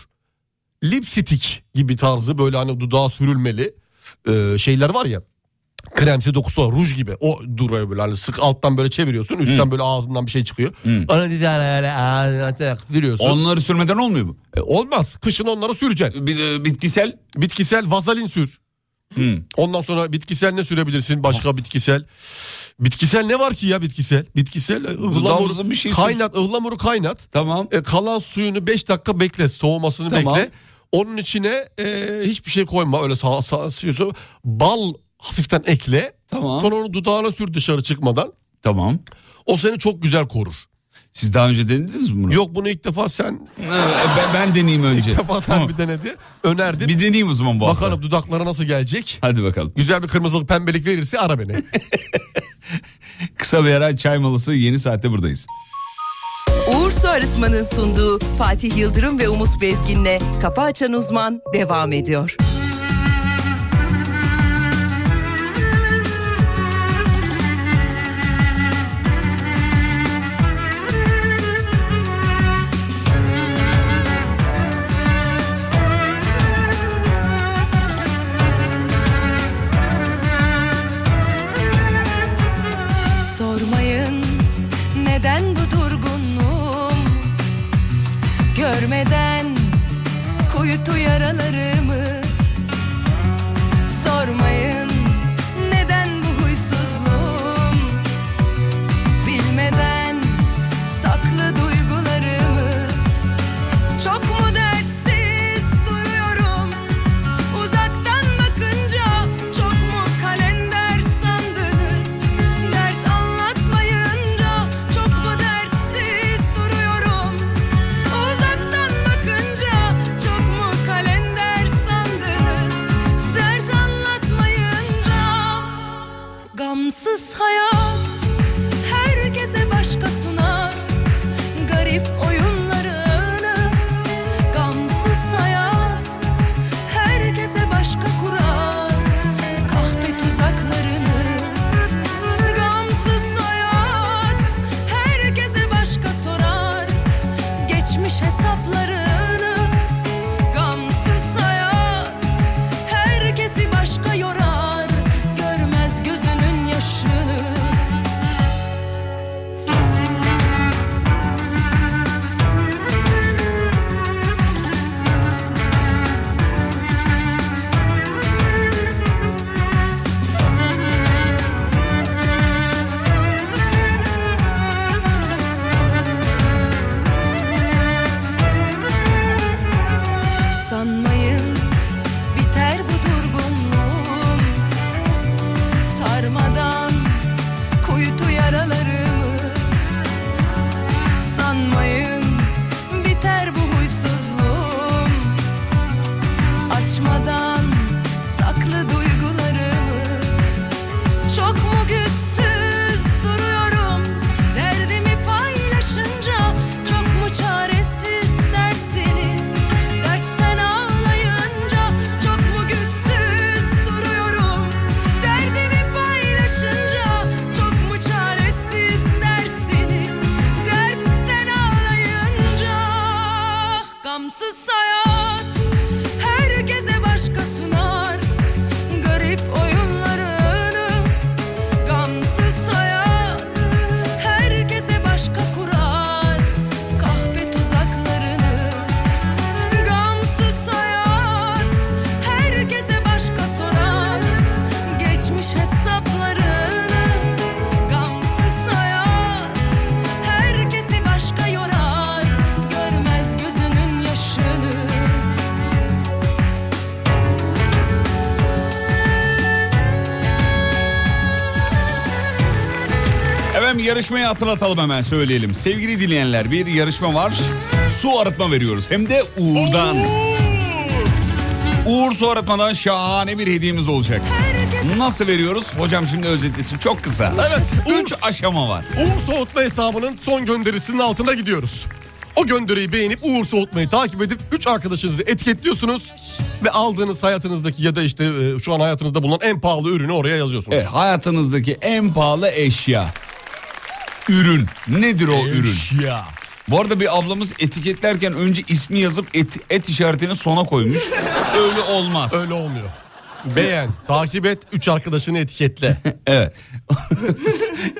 [SPEAKER 7] Lipstick gibi tarzı böyle hani dudağa sürülmeli e, şeyler var ya. Kremsi dokusu var ruj gibi. O duruyor böyle hani sık alttan böyle çeviriyorsun. Üstten böyle ağzından bir şey çıkıyor. Ona bir tane böyle ağzına tak sürüyorsun.
[SPEAKER 4] Onları sürmeden olmuyor mu?
[SPEAKER 7] E, olmaz. Kışın onları süreceksin.
[SPEAKER 4] Bir, e, bitkisel Hmm.
[SPEAKER 7] Bitkisel vazelin sür.
[SPEAKER 4] Hı.
[SPEAKER 7] Ondan sonra bitkisel ne sürebilirsin? Başka bitkisel. Bitkisel ne var ki ya bitkisel? Bitkisel e, ıhlamuru
[SPEAKER 4] Iğlamızı bir şey sür.
[SPEAKER 7] kaynat, ıhlamuru kaynat.
[SPEAKER 4] tamam.
[SPEAKER 7] E, kalan suyunu 5 dakika bekle, soğumasını
[SPEAKER 4] Tamam.
[SPEAKER 7] bekle. Onun içine e, hiçbir şey koyma. Öyle sağ, sağ, sağ- bal hafiften ekle.
[SPEAKER 4] Tamam.
[SPEAKER 7] Sonra onu dudağına sür dışarı çıkmadan.
[SPEAKER 4] Tamam.
[SPEAKER 7] O seni çok güzel korur.
[SPEAKER 4] Siz daha önce denediniz mi bunu?
[SPEAKER 7] Yok bunu ilk defa sen
[SPEAKER 4] Ee, ben, ben deneyeyim önce.
[SPEAKER 7] ilk defa sen
[SPEAKER 4] Tamam.
[SPEAKER 7] bir denedi. Önerdin.
[SPEAKER 4] Bir deneyeyim o zaman bu hafta.
[SPEAKER 7] Bakalım dudaklara nasıl gelecek.
[SPEAKER 4] Hadi bakalım.
[SPEAKER 7] Güzel bir kırmızılık pembelik verirse ara beni.
[SPEAKER 4] Kısa bir ara çay molası yeni saatte buradayız.
[SPEAKER 1] Uğur Su Arıtma'nın sunduğu Fatih Yıldırım ve Umut Bezgin'le Kafa Açan Uzman devam ediyor.
[SPEAKER 10] Sormayın neden bu durgunluğum Görmeden kuytu yaralarımı Sormayın neden bu huysuzluğum Bilmeden saklı duygularımı Çok mu dertsiz duruyorum Uzaktan bakınca çok mu kalender sandınız? Dert anlatmayınca çok mu dertsiz duruyorum? Uzaktan bakınca çok mu kalender sandınız? Dert anlatmayınca gamsız hayat herkese başka sunar. Garip oyunlarını gamsız hayat herkese başka kurar kahpe tuzaklarını gamsız hayat herkese başka sorar geçmiş hesaplarını gamsız hayat herkesi başka yorar görmez gözünün yaşını Sanmayın biter bu durgunluğum Sarmadan kuytu yaralarımı Sanmayın biter bu huysuzluğum Açmadan saklı duygularımı çok mu güçsüz duruyorum Derdimi paylaşınca Çok mu çaresiz dersiniz Dertten ağlayınca Çok mu güçsüz duruyorum Derdimi paylaşınca Çok mu çaresiz dersiniz Dertten ağlayınca Ah, Gamsız hayat Herkese başka sunar Garip oyunlarını Gamsız hayat herkese başka kurar Kahpe tuzaklarını Gamsız hayat herkese başka sorar Geçmiş hesaplarını Gamsız hayat herkesi başka yorar Görmez gözünün yaşını
[SPEAKER 4] Efendim yarışmayı hatırlatalım hemen söyleyelim. Sevgili dinleyenler bir yarışma var. Su arıtma veriyoruz. Hem de Uğur'dan. Uğur su arıtmadan şahane bir hediyemiz olacak. Nasıl veriyoruz? Hocam şimdi özetlesin çok kısa.
[SPEAKER 7] Evet,
[SPEAKER 4] Üç aşama var.
[SPEAKER 7] Uğur Soğutma hesabının son gönderisinin altına gidiyoruz. O gönderiyi beğenip Uğur Soğutma'yı takip edip 3 arkadaşınızı etiketliyorsunuz. Ve aldığınız hayatınızdaki ya da işte e, şu an hayatınızda bulunan en pahalı ürünü oraya yazıyorsunuz.
[SPEAKER 4] Evet, hayatınızdaki en pahalı eşya. Ürün. Nedir o ürün?
[SPEAKER 7] Ya.
[SPEAKER 4] Bu arada bir ablamız etiketlerken önce ismi yazıp et, et işaretini sona koymuş. Öyle olmaz.
[SPEAKER 7] Öyle olmuyor. Beğen, takip et, üç arkadaşını etiketle.
[SPEAKER 4] Evet.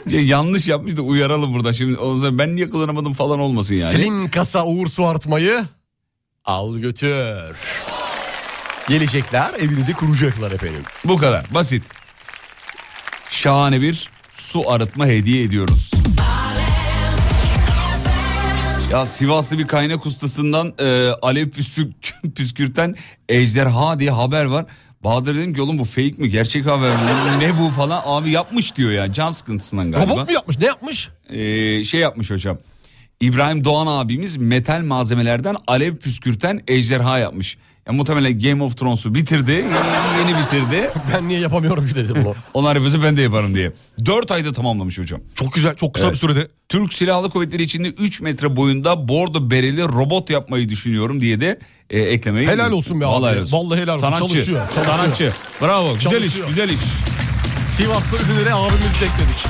[SPEAKER 4] Şey, Yanlış yapmış da uyaralım burada. Şimdi o zaman ben niye kullanamadım falan olmasın yani.
[SPEAKER 7] Slim kasa Uğur Su Artmayı al götür. Gelecekler evinizi kuracaklar efendim.
[SPEAKER 4] Bu kadar basit. Şahane bir su arıtma hediye ediyoruz. Ya Sivaslı bir kaynak ustasından e, alev püskür- püskürten ejderha diye haber var. Bahadır dedim ki oğlum bu fake mi gerçek haber mi ne bu falan abi yapmış diyor ya can sıkıntısından galiba.
[SPEAKER 7] Robot mu yapmış ne yapmış?
[SPEAKER 4] Ee, şey yapmış hocam. İbrahim Doğan abimiz metal malzemelerden alev püskürten ejderha yapmış. Ya muhtemelen Game of Thrones'u bitirdi. yeni- Yeni bitirdi.
[SPEAKER 7] Ben niye yapamıyorum ki dedim bunu.
[SPEAKER 4] Onlar yapıyorsa ben de yaparım diye. 4 ayda tamamlamış hocam.
[SPEAKER 7] Çok güzel çok kısa bir sürede.
[SPEAKER 4] Türk Silahlı Kuvvetleri içinde 3 metre boyunda bordo bereli robot yapmayı düşünüyorum diye de e, eklemeyi.
[SPEAKER 7] Helal olsun be abi.
[SPEAKER 4] Vallahi, helal olsun.
[SPEAKER 7] Vallahi helal olsun.
[SPEAKER 4] Sanatçı.
[SPEAKER 7] Çalışıyor, çalışıyor.
[SPEAKER 4] Sanatçı. Bravo. Güzel iş.
[SPEAKER 7] Çalışıyor.
[SPEAKER 4] Güzel iş.
[SPEAKER 7] Sivaslı ürünleri abimizi de ekledik.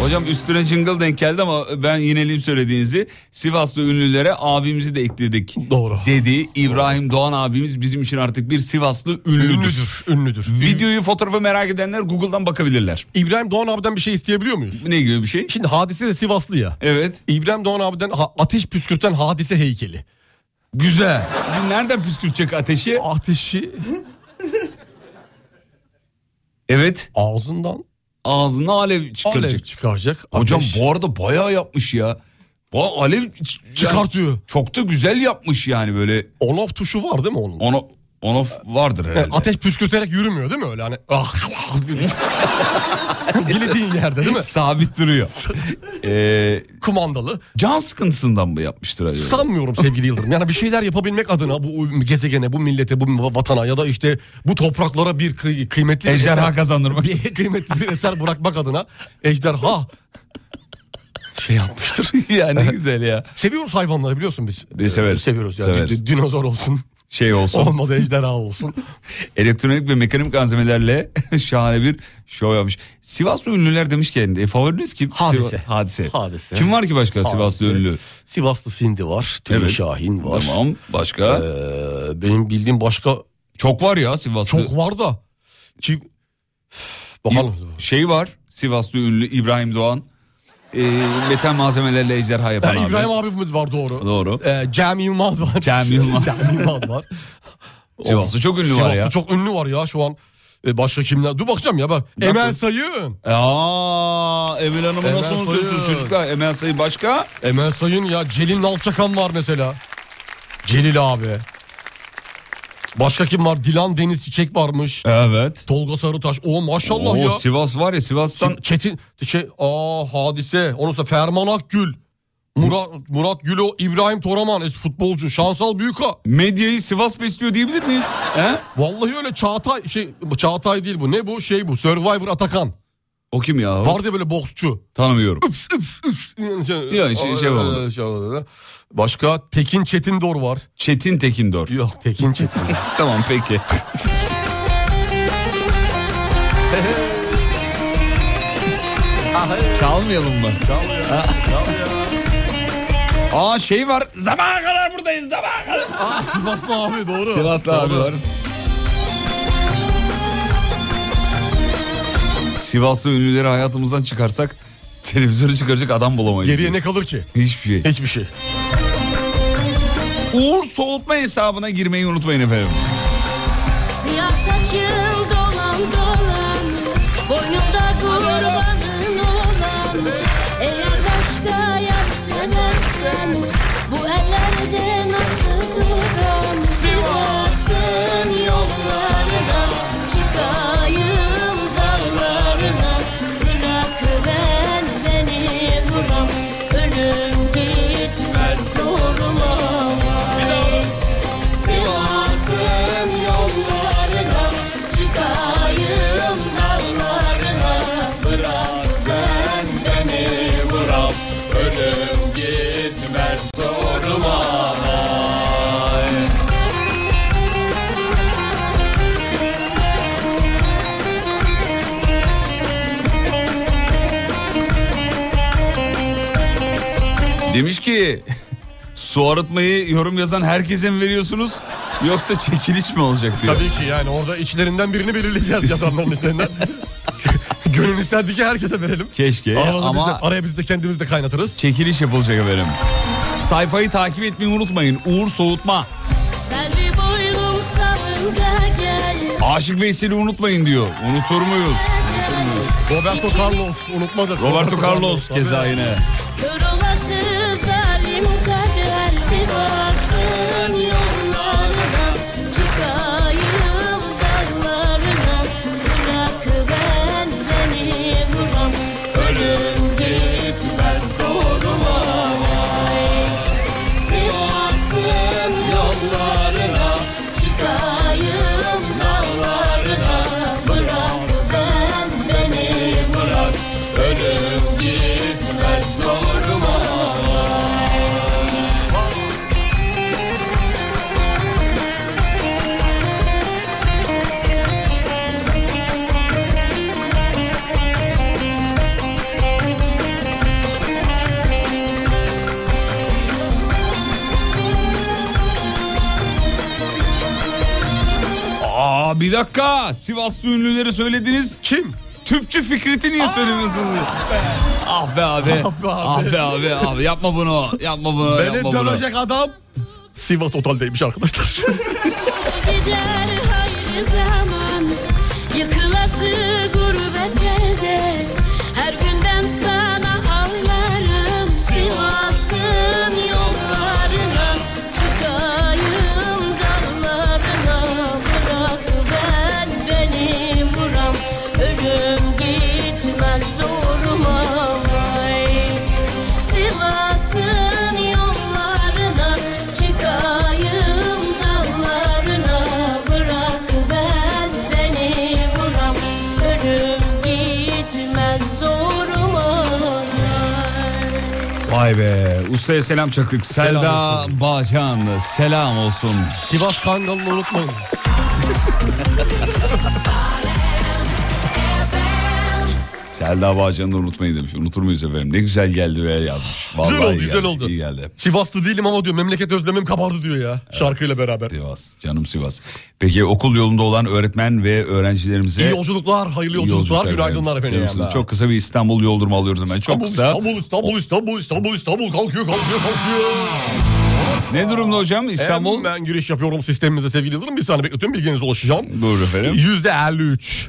[SPEAKER 4] Hocam üstüne jingle denk geldi ama ben yineleyim söylediğinizi. Sivaslı ünlülere abimizi de ekledik.
[SPEAKER 7] Doğru.
[SPEAKER 4] Dedi İbrahim Doğan abimiz bizim için artık bir Sivaslı ünlüdür.
[SPEAKER 7] Ünlüdür, ünlüdür.
[SPEAKER 4] Videoyu fotoğrafı merak edenler Google'dan bakabilirler.
[SPEAKER 7] İbrahim Doğan abiden bir şey isteyebiliyor muyuz?
[SPEAKER 4] Ne gibi bir şey?
[SPEAKER 7] Şimdi hadise de Sivaslı ya.
[SPEAKER 4] Evet.
[SPEAKER 7] İbrahim Doğan abiden ha- ateş püskürten hadise heykeli.
[SPEAKER 4] Güzel. Şimdi Nereden püskürtecek ateşi?
[SPEAKER 7] Ateşi
[SPEAKER 4] Evet.
[SPEAKER 7] ağzından
[SPEAKER 4] Ağzına alev çıkaracak.
[SPEAKER 7] alev çıkaracak.
[SPEAKER 4] Hocam
[SPEAKER 7] Ateş
[SPEAKER 4] bu arada bayağı yapmış ya. Bu alev ç-
[SPEAKER 7] çıkartıyor.
[SPEAKER 4] çok da güzel yapmış yani böyle.
[SPEAKER 7] On off tuşu var değil mi onun?
[SPEAKER 4] Ona ona f- vardır herhalde.
[SPEAKER 7] Yani ateş püskürterek yürümüyor değil mi öyle hani? Ah, ah, Dilediğin yerde değil mi?
[SPEAKER 4] Sabit duruyor. Ee,
[SPEAKER 7] Kumandalı.
[SPEAKER 4] can sıkıntısından mı yapmıştır acaba?
[SPEAKER 7] Sanmıyorum sevgili Yıldırım. Yani bir şeyler yapabilmek adına bu gezegene, bu millete, bu vatana ya da işte bu topraklara bir kıy- kıymetli bir
[SPEAKER 4] Ejderha
[SPEAKER 7] eser-
[SPEAKER 4] kazandırmak.
[SPEAKER 7] bir kıymetli bir eser bırakmak adına ejderha şey yapmıştır.
[SPEAKER 4] ya ne güzel ya.
[SPEAKER 7] Seviyoruz hayvanları biliyorsun biz.
[SPEAKER 4] Biz severiz.
[SPEAKER 7] Seviyoruz yani. Di-
[SPEAKER 4] Severiz.
[SPEAKER 7] Dinozor olsun.
[SPEAKER 4] Şey olsun.
[SPEAKER 7] Olmadı ejderha olsun.
[SPEAKER 4] Elektronik ve mekanik malzemelerle şahane bir şov yapmış. Sivaslı ünlüler demiş ki e, favoriniz kim?
[SPEAKER 7] Hadise.
[SPEAKER 4] Siva- hadise.
[SPEAKER 7] Hadise.
[SPEAKER 4] Kim var ki başka Sivaslı
[SPEAKER 7] Hadise.
[SPEAKER 4] ünlü?
[SPEAKER 7] Sivaslı Sindi var. Tülin
[SPEAKER 4] Evet.
[SPEAKER 7] Şahin var.
[SPEAKER 4] Tamam başka.
[SPEAKER 7] Ee, benim bildiğim başka
[SPEAKER 4] çok var ya Sivaslı.
[SPEAKER 7] çok var da. Ki... Bakalım.
[SPEAKER 4] Şey var Sivaslı ünlü İbrahim Doğan. E, metal malzemelerle ejderha
[SPEAKER 7] Ha,
[SPEAKER 4] yapan
[SPEAKER 7] İbrahim
[SPEAKER 4] abi.
[SPEAKER 7] abimiz var doğru.
[SPEAKER 4] Doğru.
[SPEAKER 7] Ee, Cem Yılmaz var.
[SPEAKER 4] Cem Yılmaz.
[SPEAKER 7] Cem Yılmaz var.
[SPEAKER 4] Sivaslı çok ünlü var ya.
[SPEAKER 7] Sivaslı çok ünlü var ya şu an. Ee, başka kimler? Dur bakacağım ya bak. Emel Sayın.
[SPEAKER 4] E, Aa, Emel Hanım'ı
[SPEAKER 7] Emel
[SPEAKER 4] nasıl unutuyorsunuz
[SPEAKER 7] Sayın.
[SPEAKER 4] çocuklar? Emel Sayın başka?
[SPEAKER 7] Emel Sayın ya. Celil Nalçakan var mesela. Celil abi. Başka kim var? Dilan Deniz Çiçek varmış.
[SPEAKER 4] Evet.
[SPEAKER 7] Tolga Sarıtaş. O maşallah
[SPEAKER 4] Oo,
[SPEAKER 7] ya.
[SPEAKER 4] Sivas var ya Sivas'tan
[SPEAKER 7] Çetin şey aa hadise. Ondan sonra Ferman Akgül. Murat, Murat Gülo, İbrahim Toraman, es futbolcu, Şansal Büyüka.
[SPEAKER 4] medyayı Sivas besliyor diyebilir miyiz? He?
[SPEAKER 7] Vallahi öyle Çağatay, şey Çağatay değil bu. Ne bu? Şey bu, Survivor Atakan.
[SPEAKER 4] O kim ya?
[SPEAKER 7] Var diye böyle boksçu.
[SPEAKER 4] Tanımıyorum.
[SPEAKER 7] Üps, üps, üps.
[SPEAKER 4] Ya şey- şey oldu.
[SPEAKER 7] Ee, şey oldu. Başka Tekin Çetindor var.
[SPEAKER 4] Çetin Tekindor.
[SPEAKER 7] Yok Tekin Çetin.
[SPEAKER 4] Tamam peki. Çalmayalım mı? Aa şey var. Zamana kadar buradayız. Zamana kadar.
[SPEAKER 7] Sivaslı abi doğru.
[SPEAKER 4] Sivaslı abi
[SPEAKER 7] Doğru.
[SPEAKER 4] var. Sivaslı ünlüleri hayatımızdan çıkarsak televizyonu çıkaracak adam bulamayız.
[SPEAKER 7] Geriye ne kalır ki?
[SPEAKER 4] Hiçbir şey.
[SPEAKER 7] Hiçbir şey.
[SPEAKER 4] Uğur soğutma hesabına girmeyi unutmayın efendim.
[SPEAKER 10] Siyah saçın dolan dolan Boynunda kurbanın olan Eğer başka yar seversen Bu ellerde nasıl duram Sivas'ın yollarına Çıkayım dağlarına Bırak ben beni duram Ölüm gitmez zoruma Sivas'ın yollarına Çıkayım dallarına Bırak ben beni vuram
[SPEAKER 11] Ölüm gitmez zoruma
[SPEAKER 4] Demiş ki Su arıtmayı yorum yazan herkese mi veriyorsunuz? Yoksa çekiliş mi olacak diyor.
[SPEAKER 7] Tabii ki yani orada içlerinden birini belirleyeceğiz yazanların içlerinden. Gönül isterdi ki herkese verelim.
[SPEAKER 4] Keşke
[SPEAKER 7] Arada biz de,
[SPEAKER 4] ama
[SPEAKER 7] araya biz de kendimiz de kaynatırız.
[SPEAKER 4] çekiliş yapılacak efendim. Sayfayı takip etmeyi unutmayın. Uğur Soğutma.
[SPEAKER 3] Selvi boylum sağında gel
[SPEAKER 4] Aşık Veysel'i unutmayın diyor. Unutur muyuz?
[SPEAKER 3] gel
[SPEAKER 7] Roberto Carlos unutmadık.
[SPEAKER 4] Roberto Carlos
[SPEAKER 7] tabii.
[SPEAKER 4] keza yine.
[SPEAKER 3] Kör olası zalim kader Sivas'ın yollarına Çıkayım dağlarına Bırak ben beni vuram Ölüm gitmez zoruma vay Sivas'ın yollarına Çıkayım dağlarına Bırak ben beni bırak Ölüm gitmez zoruma
[SPEAKER 4] Aa bir dakika. Sivaslı ünlüleri söylediniz.
[SPEAKER 7] Kim?
[SPEAKER 4] Tüpçü Fikret'i niye söylemiyorsunuz? Ah be abi.
[SPEAKER 7] Ah be abi.
[SPEAKER 4] Ah be abi. abi. Yapma bunu. Yapma bunu.
[SPEAKER 7] Beni
[SPEAKER 4] yapma bunu.
[SPEAKER 7] dövecek adam Sivas Otel'deymiş arkadaşlar.
[SPEAKER 3] Gider hayır zaman Yıkılası gurbet elde Her günden sana ağlarım Sivas'ın yollarına Çıkayım dallarına Bırak ben beni vuram Ölüm gitmez zoruma vay Sivas'ın yollarına çıkayım dağlarına bırak ben seni vuram ölüm gitmez zoruma.
[SPEAKER 4] Vay be. Ustaya selam çakık. Selda Bağcanlı. Selam olsun.
[SPEAKER 7] Sivas Kangal'ını unutmayın.
[SPEAKER 4] Selda Bağcan'ı da unutmayın demiş. Unutur muyuz efendim? Ne güzel geldi ve yazmış. Vallahi
[SPEAKER 7] Güzel oldu,
[SPEAKER 4] iyi
[SPEAKER 7] güzel
[SPEAKER 4] geldi,
[SPEAKER 7] oldu.
[SPEAKER 4] iyi geldi.
[SPEAKER 7] Sivaslı değilim ama diyor memleket özlemim kabardı diyor ya şarkıyla beraber.
[SPEAKER 4] Sivas. Canım Sivas. Peki okul yolunda olan öğretmen ve öğrencilerimize...
[SPEAKER 7] İyi yolculuklar, hayırlı
[SPEAKER 4] iyi
[SPEAKER 7] yolculuklar, günaydınlar efendim.
[SPEAKER 4] Canımsın.
[SPEAKER 7] yani.
[SPEAKER 4] Çok kısa bir İstanbul yoldurma alıyoruz hemen.
[SPEAKER 7] İstanbul,
[SPEAKER 4] Çok kısa.
[SPEAKER 7] E, İstanbul, İstanbul, İstanbul, İstanbul, İstanbul kalkıyor, kalkıyor, kalkıyor.
[SPEAKER 4] Ne durumda hocam İstanbul?
[SPEAKER 7] Ben giriş yapıyorum sistemimize sevgili Yıldırım. Bir saniye bekletiyorum bilginize ulaşacağım.
[SPEAKER 4] Buyurun efendim.
[SPEAKER 7] Yüzde 53.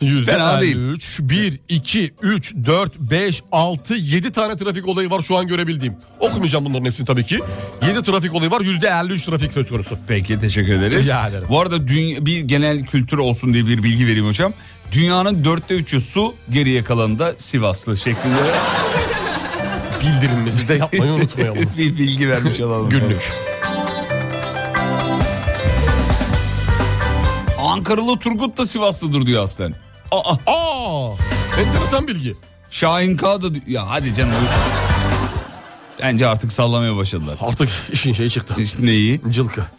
[SPEAKER 7] Yüzde
[SPEAKER 4] Fena
[SPEAKER 7] 53. 1, 2, 3, 4, 5, 6, 7 tane trafik olayı var şu an görebildiğim. Okumayacağım bunların hepsini tabii ki. 7 trafik olayı var. Yüzde 53 trafik söz konusu.
[SPEAKER 4] Peki teşekkür ederiz.
[SPEAKER 7] Rica ederim.
[SPEAKER 4] Bu arada dünya, bir genel kültür olsun diye bir bilgi vereyim hocam. Dünyanın dörtte üçü su geriye kalanı da Sivaslı şeklinde
[SPEAKER 7] Bildirimimizi de yapmayı unutmayalım.
[SPEAKER 4] bir bilgi vermiş olalım.
[SPEAKER 7] Günlük.
[SPEAKER 4] Ankaralı Turgut da Sivaslıdır diyor aslen. Aa,
[SPEAKER 7] Aa! Enteresan bilgi.
[SPEAKER 4] Şahin K da diyor- ya hadi canım. Bence artık sallamaya başladılar.
[SPEAKER 7] Artık işin şeyi çıktı.
[SPEAKER 4] İşte neyi?
[SPEAKER 7] Cılkı.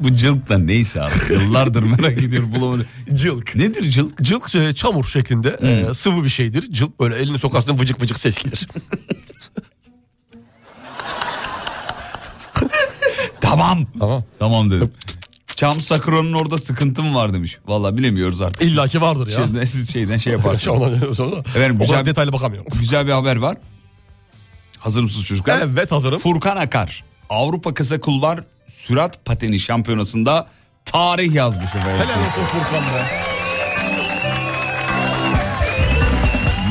[SPEAKER 4] Bu cılk da neyse abi. Yıllardır merak ediyorum bulamadım.
[SPEAKER 7] Cılk.
[SPEAKER 4] Nedir cılk? Hmm.
[SPEAKER 7] Cılk e, çamur şeklinde e, sıvı bir şeydir. Cılk böyle elini sokarsın vıcık vıcık ses gelir.
[SPEAKER 4] Tamam.
[SPEAKER 7] Tamam.
[SPEAKER 4] Tamam dedim. Çam Sakura'nın orada sıkıntım var demiş. Valla bilemiyoruz artık.
[SPEAKER 7] İlla ki vardır ya.
[SPEAKER 4] Şeyden, siz şeyden şey yaparsınız.
[SPEAKER 7] Efendim,
[SPEAKER 4] Efendim,
[SPEAKER 7] o kadar
[SPEAKER 4] güzel-
[SPEAKER 7] detaylı bakamıyorum.
[SPEAKER 4] Güzel bir haber var. Hazır mısınız çocuklar?
[SPEAKER 7] Evet hazırım.
[SPEAKER 4] Furkan Akar Avrupa Kısa Kulvar Sürat Pateni Şampiyonası'nda tarih yazmış efendim.
[SPEAKER 7] Helal olsun Furkan be.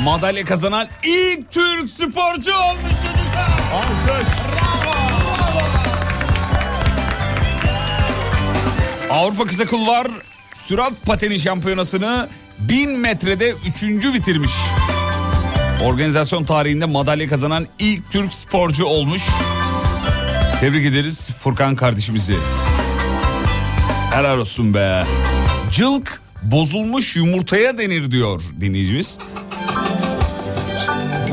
[SPEAKER 4] Madalya kazanan ilk Türk sporcu olmuş çocuklar. Avrupa Kısa Kulvar Sürat Pateni Şampiyonası'nı 1000 metrede 3. bitirmiş. Organizasyon tarihinde madalya kazanan ilk Türk sporcu olmuş. Tebrik ederiz Furkan kardeşimizi. Helal olsun be. Cılk bozulmuş yumurtaya denir diyor dinleyicimiz.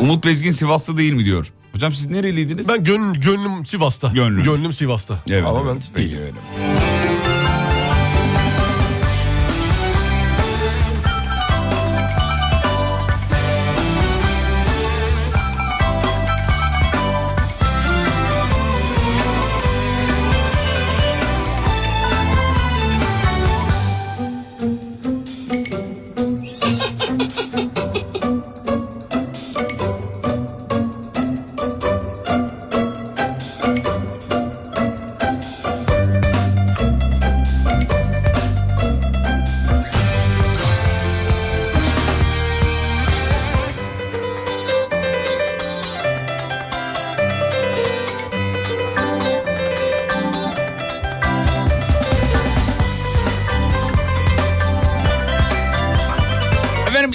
[SPEAKER 4] Umut Bezgin Sivaslı değil mi diyor. Hocam siz nereliydiniz?
[SPEAKER 7] Ben gön, gönlüm Sivas'ta.
[SPEAKER 4] Gönlünüz.
[SPEAKER 7] Gönlüm Sivas'ta.
[SPEAKER 4] Evet,
[SPEAKER 7] Ama
[SPEAKER 4] evet.
[SPEAKER 7] ben
[SPEAKER 4] Peki,
[SPEAKER 7] değilim.
[SPEAKER 4] öyle.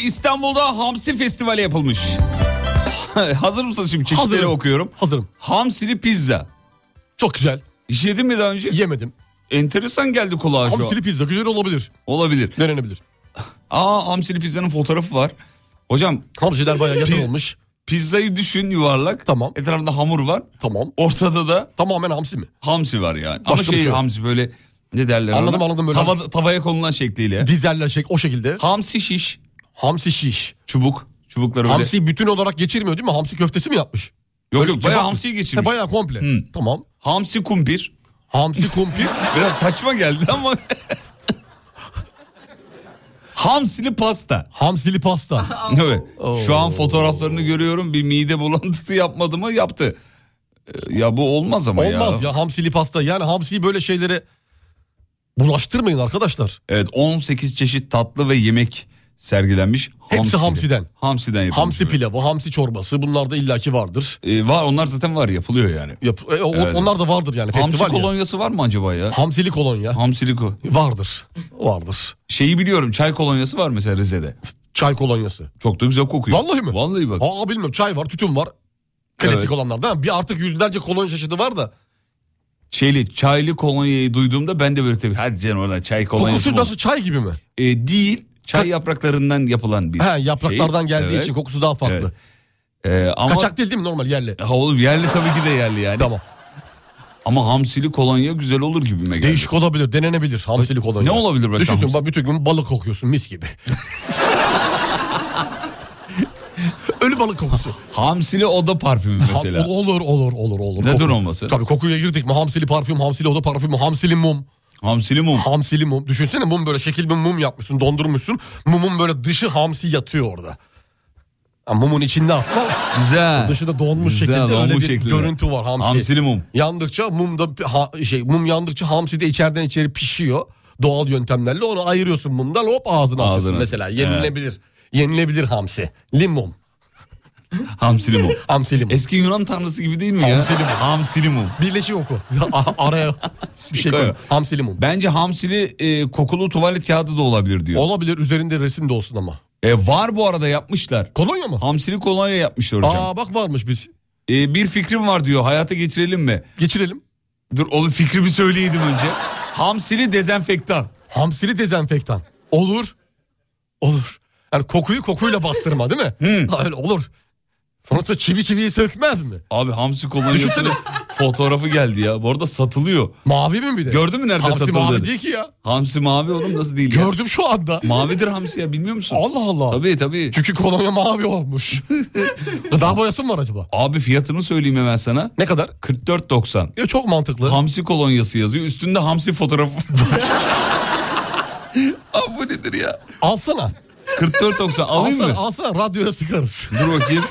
[SPEAKER 4] İstanbul'da hamsi festivali yapılmış. Hazır mısınız şimdi çeşitleri
[SPEAKER 7] Hazırım.
[SPEAKER 4] okuyorum.
[SPEAKER 7] Hazırım.
[SPEAKER 4] Hamsili pizza.
[SPEAKER 7] Çok güzel.
[SPEAKER 4] Hiç yedin mi daha önce?
[SPEAKER 7] Yemedim.
[SPEAKER 4] Enteresan geldi kulağa şu
[SPEAKER 7] Hamsili
[SPEAKER 4] an.
[SPEAKER 7] pizza güzel olabilir.
[SPEAKER 4] Olabilir.
[SPEAKER 7] Denenebilir.
[SPEAKER 4] Aa hamsili pizzanın fotoğrafı var. Hocam
[SPEAKER 7] Hamsiler bayağı yatır
[SPEAKER 4] Pi-
[SPEAKER 7] olmuş.
[SPEAKER 4] pizzayı düşün yuvarlak.
[SPEAKER 7] Tamam.
[SPEAKER 4] Etrafında hamur var.
[SPEAKER 7] Tamam.
[SPEAKER 4] Ortada da
[SPEAKER 7] Tamamen hamsi mi?
[SPEAKER 4] hamsi var yani. Ama
[SPEAKER 7] Başka bir
[SPEAKER 4] şey
[SPEAKER 7] şey yok.
[SPEAKER 4] hamsi böyle ne derler
[SPEAKER 7] Anladım,
[SPEAKER 4] ona?
[SPEAKER 7] anladım böyle.
[SPEAKER 4] Tava- tavaya konulan şekliyle.
[SPEAKER 7] Dizeller şey o şekilde.
[SPEAKER 4] Hamsi şiş.
[SPEAKER 7] Hamsi şiş.
[SPEAKER 4] Çubuk. Çubukları böyle.
[SPEAKER 7] Hamsi bütün olarak geçirmiyor değil mi? Hamsi köftesi mi yapmış?
[SPEAKER 4] yok
[SPEAKER 7] Böyle
[SPEAKER 4] yok
[SPEAKER 7] kebap
[SPEAKER 4] bayağı
[SPEAKER 7] mı?
[SPEAKER 4] hamsiyi
[SPEAKER 7] He,
[SPEAKER 4] geçirmiş.
[SPEAKER 7] bayağı komple.
[SPEAKER 4] Hı.
[SPEAKER 7] Tamam.
[SPEAKER 4] Hamsi kumpir.
[SPEAKER 7] Hamsi kumpir.
[SPEAKER 4] Biraz saçma geldi ama. Hamsili pasta.
[SPEAKER 7] hamsili pasta.
[SPEAKER 4] Evet. Şu an fotoğraflarını görüyorum. Bir mide bulantısı yapmadı mı? Yaptı. Ee, Ya bu olmaz ama ya.
[SPEAKER 7] Olmaz ya hamsili pasta. Yani hamsiyi böyle şeylere bulaştırmayın arkadaşlar.
[SPEAKER 4] Evet 18 çeşit tatlı ve yemek sergilenmiş.
[SPEAKER 7] Hepsi
[SPEAKER 4] Hamsili.
[SPEAKER 7] hamsiden.
[SPEAKER 4] Hamsiden yapılmış.
[SPEAKER 7] Hamsi
[SPEAKER 4] böyle.
[SPEAKER 7] pilavı, hamsi çorbası bunlar da illaki vardır.
[SPEAKER 4] Ee, var onlar zaten var yapılıyor yani.
[SPEAKER 7] Yap, e, o-
[SPEAKER 4] Evet.
[SPEAKER 7] Onlar da vardır yani festival
[SPEAKER 4] Hamsi
[SPEAKER 7] ya.
[SPEAKER 4] kolonyası var mı acaba ya?
[SPEAKER 7] Hamsili kolonya.
[SPEAKER 4] Hamsili ko-
[SPEAKER 7] Vardır. Vardır.
[SPEAKER 4] Şeyi biliyorum çay kolonyası var mesela Rize'de.
[SPEAKER 7] Çay kolonyası.
[SPEAKER 4] Çok da güzel kokuyor.
[SPEAKER 7] Vallahi mi?
[SPEAKER 4] Vallahi bak.
[SPEAKER 7] Aa bilmiyorum çay var, tütün var. Klasik
[SPEAKER 4] Evet.
[SPEAKER 7] olanlar değil mi? Bir artık yüzlerce kolonya çeşidi var da
[SPEAKER 4] Şeyli çaylı kolonyayı duyduğumda ben de böyle tabii hadi canım oradan çay kolonyası.
[SPEAKER 7] kokusu
[SPEAKER 4] mı
[SPEAKER 7] nasıl
[SPEAKER 4] olur?
[SPEAKER 7] çay gibi mi?
[SPEAKER 4] Ee, değil çay yapraklarından yapılan bir
[SPEAKER 7] He yapraklardan
[SPEAKER 4] şey.
[SPEAKER 7] geldiği
[SPEAKER 4] Evet.
[SPEAKER 7] için kokusu daha farklı.
[SPEAKER 4] Evet. Ee, ama...
[SPEAKER 7] Kaçak değil değil mi normal yerli?
[SPEAKER 4] Ha oğlum yerli tabii ki de yerli yani.
[SPEAKER 7] Tamam.
[SPEAKER 4] Ama hamsili kolonya güzel olur gibime geldi.
[SPEAKER 7] Değişik olabilir, denenebilir hamsili kolonya.
[SPEAKER 4] Ne olabilir başka
[SPEAKER 7] Düşünsün
[SPEAKER 4] hamsi?
[SPEAKER 7] bak bütün gün balık kokuyorsun mis gibi. Ölü balık kokusu.
[SPEAKER 4] Hamsili oda parfümü mesela.
[SPEAKER 7] Ha- olur olur olur olur.
[SPEAKER 4] Neden
[SPEAKER 7] Koku-
[SPEAKER 4] olmasın?
[SPEAKER 7] Tabii kokuya girdik mi hamsili parfüm, hamsili oda parfümü, hamsili mum.
[SPEAKER 4] Hamsili mum.
[SPEAKER 7] Hamsili mum. Düşünsene mum böyle şekil bir mum yapmışsın, dondurmuşsun. Mumun böyle dışı hamsi yatıyor orada. Ha, mumun içinde aslında
[SPEAKER 4] Güzel.
[SPEAKER 7] dışı da donmuş
[SPEAKER 4] Güzel,
[SPEAKER 7] şekilde öyle
[SPEAKER 4] donmuş
[SPEAKER 7] bir
[SPEAKER 4] şeklinde.
[SPEAKER 7] görüntü var hamsi.
[SPEAKER 4] Hamsili mum.
[SPEAKER 7] Yandıkça mum da ha- şey mum yandıkça hamsi de içeriden içeri pişiyor. Doğal yöntemlerle onu ayırıyorsun mumdan hop ağzına atıyorsun
[SPEAKER 4] Ağzına
[SPEAKER 7] mesela.
[SPEAKER 4] atıyorsun,
[SPEAKER 7] Yenilebilir. Yenilebilir hamsi. Limum.
[SPEAKER 4] Hamsili mum.
[SPEAKER 7] Hamsi limum.
[SPEAKER 4] Eski Yunan tanrısı gibi değil mi ya?
[SPEAKER 7] Hamsili mum.
[SPEAKER 4] Hamsili mum.
[SPEAKER 7] Birleşik oku. A- Araya bir şey koy. Hamsi limum.
[SPEAKER 4] Bence hamsili e, kokulu tuvalet kağıdı da olabilir diyor.
[SPEAKER 7] Olabilir üzerinde resim de olsun ama.
[SPEAKER 4] E, var bu arada yapmışlar.
[SPEAKER 7] Kolonya mı?
[SPEAKER 4] Hamsili kolonya yapmışlar hocam.
[SPEAKER 7] Aa bak varmış biz.
[SPEAKER 4] E, bir fikrim var diyor hayata geçirelim mi?
[SPEAKER 7] Geçirelim.
[SPEAKER 4] Dur oğlum fikrimi söyleyeydim önce. Hamsili dezenfektan.
[SPEAKER 7] Hamsili dezenfektan. Olur. Olur. Yani kokuyu kokuyla bastırma değil mi? Ha, öyle olur. Sonuçta çivi çiviyi sökmez mi?
[SPEAKER 4] Abi hamsi kolonyasının fotoğrafı geldi ya. Bu arada satılıyor.
[SPEAKER 7] Mavi mi bir de?
[SPEAKER 4] Gördün mü nerede
[SPEAKER 7] Hamsi mavi
[SPEAKER 4] satıldığını?
[SPEAKER 7] değil ki ya.
[SPEAKER 4] Hamsi mavi oğlum nasıl değil ya?
[SPEAKER 7] Gördüm şu anda.
[SPEAKER 4] Mavidir hamsi ya bilmiyor musun?
[SPEAKER 7] Allah Allah.
[SPEAKER 4] Tabii tabii.
[SPEAKER 7] Çünkü kolonya mavi olmuş. Gıda boyası mı var acaba?
[SPEAKER 4] Abi fiyatını söyleyeyim hemen sana.
[SPEAKER 7] Ne kadar?
[SPEAKER 4] 44.90.
[SPEAKER 7] Ya çok mantıklı.
[SPEAKER 4] Hamsi kolonyası yazıyor. Üstünde hamsi fotoğrafı. var. Abi bu nedir ya?
[SPEAKER 7] alsana.
[SPEAKER 4] 44.90 alayım
[SPEAKER 7] Alsana,
[SPEAKER 4] mı?
[SPEAKER 7] alsana radyoya sıkarız.
[SPEAKER 4] Dur bakayım.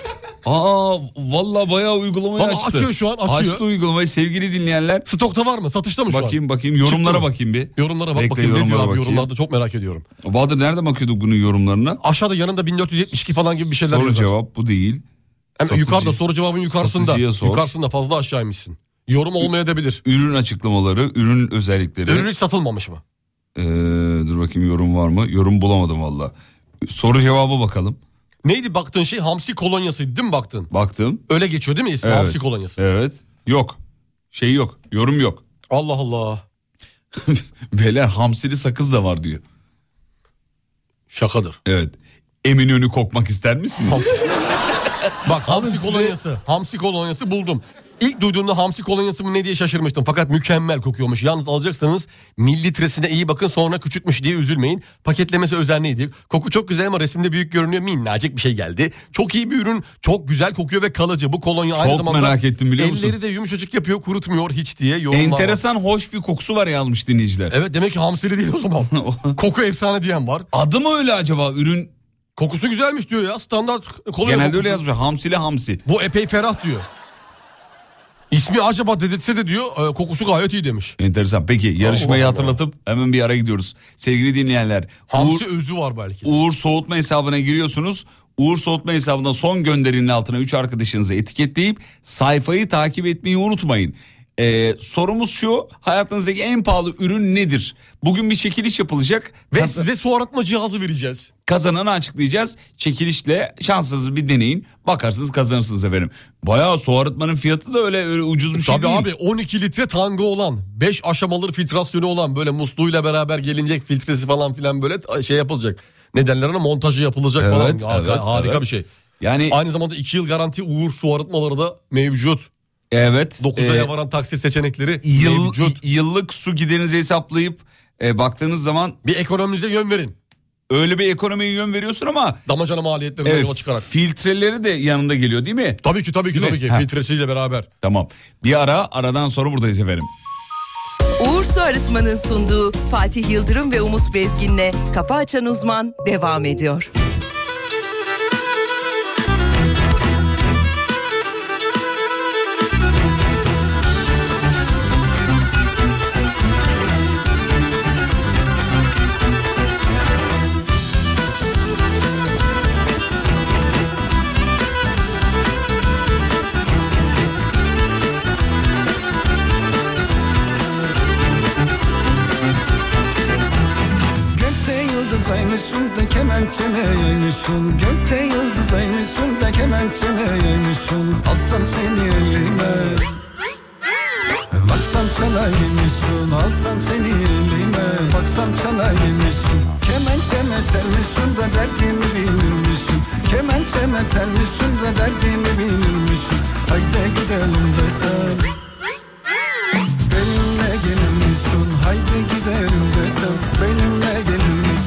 [SPEAKER 4] Aa valla bayağı uygulamayı
[SPEAKER 7] Vallahi
[SPEAKER 4] açtı.
[SPEAKER 7] açıyor şu an, açıyor.
[SPEAKER 4] Açtı uygulamayı sevgili dinleyenler.
[SPEAKER 7] Stokta var mı? Satışta mı şu
[SPEAKER 4] Bakayım
[SPEAKER 7] an?
[SPEAKER 4] bakayım yorumlara
[SPEAKER 7] Çıktı mı?
[SPEAKER 4] bakayım bir.
[SPEAKER 7] Yorumlara bak
[SPEAKER 4] Bekle,
[SPEAKER 7] bakayım ne
[SPEAKER 4] yorumlara
[SPEAKER 7] diyor abi
[SPEAKER 4] bakayım.
[SPEAKER 7] yorumlarda çok merak ediyorum.
[SPEAKER 4] Bahadır nerede bakıyorduk bunun yorumlarına?
[SPEAKER 7] Aşağıda yanında 1472 falan gibi bir şeyler
[SPEAKER 4] Soru
[SPEAKER 7] yazar.
[SPEAKER 4] cevap bu değil.
[SPEAKER 7] Hem
[SPEAKER 4] Satıcı-
[SPEAKER 7] yukarıda soru cevabın yukarısında.
[SPEAKER 4] Satıcıya sor.
[SPEAKER 7] Yukarısında fazla aşağıymışsın. Yorum olmayabilir.
[SPEAKER 4] Ürün açıklamaları, ürün özellikleri.
[SPEAKER 7] Ürün hiç satılmamış mı?
[SPEAKER 4] Ee, dur bakayım yorum var mı? Yorum bulamadım valla. Soru cevaba bakalım.
[SPEAKER 7] Neydi baktığın şey? Hamsi kolonyasıydı değil mi baktın?
[SPEAKER 4] Baktım.
[SPEAKER 7] Öyle geçiyor değil mi ismi?
[SPEAKER 4] Evet.
[SPEAKER 7] Hamsi kolonyası.
[SPEAKER 4] Evet. Yok. Şey yok. Yorum yok.
[SPEAKER 7] Allah Allah.
[SPEAKER 4] Beyler hamsili sakız da var diyor.
[SPEAKER 7] Şakadır.
[SPEAKER 4] Evet. Eminönü kokmak ister misiniz?
[SPEAKER 7] Bak hamsi
[SPEAKER 4] size-
[SPEAKER 7] kolonyası. Hamsi kolonyası buldum. İlk duyduğumda hamsi kolonyası mı ne diye şaşırmıştım. Fakat mükemmel kokuyormuş. Yalnız alacaksanız mililitresine iyi bakın sonra küçükmüş diye üzülmeyin. Paketlemesi özenliydi. Koku çok güzel ama resimde büyük görünüyor. Minnacık bir şey geldi. Çok iyi bir ürün. Çok güzel kokuyor ve kalıcı. Bu kolonya aynı
[SPEAKER 4] Çok
[SPEAKER 7] zamanda
[SPEAKER 4] merak ettim biliyor musun?
[SPEAKER 7] elleri de yumuşacık yapıyor kurutmuyor hiç diye yorumlar var.
[SPEAKER 4] Enteresan hoş bir kokusu var yazmış dinleyiciler.
[SPEAKER 7] Evet demek ki hamsili değil o zaman. Koku efsane diyen var.
[SPEAKER 4] Adı mı öyle acaba ürün?
[SPEAKER 7] Kokusu güzelmiş diyor ya standart kolonya
[SPEAKER 4] Genelde
[SPEAKER 7] kokusu.
[SPEAKER 4] öyle yazmış. Hamsili hamsi.
[SPEAKER 7] Bu epey ferah diyor. İsmi acaba dedirtse de diyor e, kokusu gayet iyi demiş.
[SPEAKER 4] Enteresan. Peki yarışmayı
[SPEAKER 7] Allah Allah.
[SPEAKER 4] hatırlatıp hemen bir ara gidiyoruz. Sevgili dinleyenler. Uğur,
[SPEAKER 7] Hamsi özü var belki.
[SPEAKER 4] Uğur Soğutma hesabına giriyorsunuz. Uğur Soğutma hesabından son gönderinin altına 3 arkadaşınızı etiketleyip sayfayı takip etmeyi unutmayın. Ee, sorumuz şu hayatınızdaki en pahalı ürün nedir? Bugün bir çekiliş yapılacak.
[SPEAKER 7] Ve
[SPEAKER 4] Kaz-
[SPEAKER 7] size su arıtma cihazı vereceğiz.
[SPEAKER 4] Kazananı açıklayacağız. Çekilişle şansınızı bir deneyin. Bakarsınız kazanırsınız efendim. Bayağı su arıtmanın fiyatı da öyle, öyle ucuz bir şey
[SPEAKER 7] Tabii
[SPEAKER 4] değil.
[SPEAKER 7] abi 12 litre tanga olan, 5 aşamalı filtrasyonu olan böyle musluğuyla beraber gelinecek filtresi falan filan böyle ta- şey yapılacak. Ne derler ona montajı yapılacak
[SPEAKER 4] Evet,
[SPEAKER 7] falan. Harika,
[SPEAKER 4] evet,
[SPEAKER 7] harika
[SPEAKER 4] evet.
[SPEAKER 7] bir şey.
[SPEAKER 4] Yani
[SPEAKER 7] Aynı zamanda 2 yıl garanti Uğur su arıtmaları da mevcut.
[SPEAKER 4] evet.
[SPEAKER 7] 9
[SPEAKER 4] e,
[SPEAKER 7] aya varan taksit seçenekleri
[SPEAKER 4] yıl-
[SPEAKER 7] mevcut.
[SPEAKER 4] yıllık su giderinizi hesaplayıp e, baktığınız zaman
[SPEAKER 7] Bir ekonomimize yön verin.
[SPEAKER 4] öyle bir ekonomiye yön veriyorsun ama
[SPEAKER 7] Damacana maliyetlerinden
[SPEAKER 4] evet,
[SPEAKER 7] yola çıkarak.
[SPEAKER 4] filtreleri de yanında geliyor değil mi?
[SPEAKER 7] Tabii ki tabii ki
[SPEAKER 4] Değil
[SPEAKER 7] tabii
[SPEAKER 4] mi?
[SPEAKER 7] ki
[SPEAKER 4] Ha.
[SPEAKER 7] filtresiyle beraber.
[SPEAKER 4] Tamam. Bir ara aradan sonra buradayız efendim.
[SPEAKER 1] Uğur Su Arıtma'nın sunduğu Fatih Yıldırım ve Umut Bezgin'le Kafa Açan Uzman devam ediyor.
[SPEAKER 2] Gökte yıldız aynısın da kemençene yaymışsın Gökte yıldız aynısın da kemençene yaymışsın Alsam seni elime Baksam çana yemişsin Alsam seni elime Baksam çana yemişsin Kemençeme tel misin de derdimi bilir misin Kemençeme tel misin de derdimi bilir misin Haydi gidelim desem Benimle gelir misin? Haydi gidelim desem Benimle gelir misin?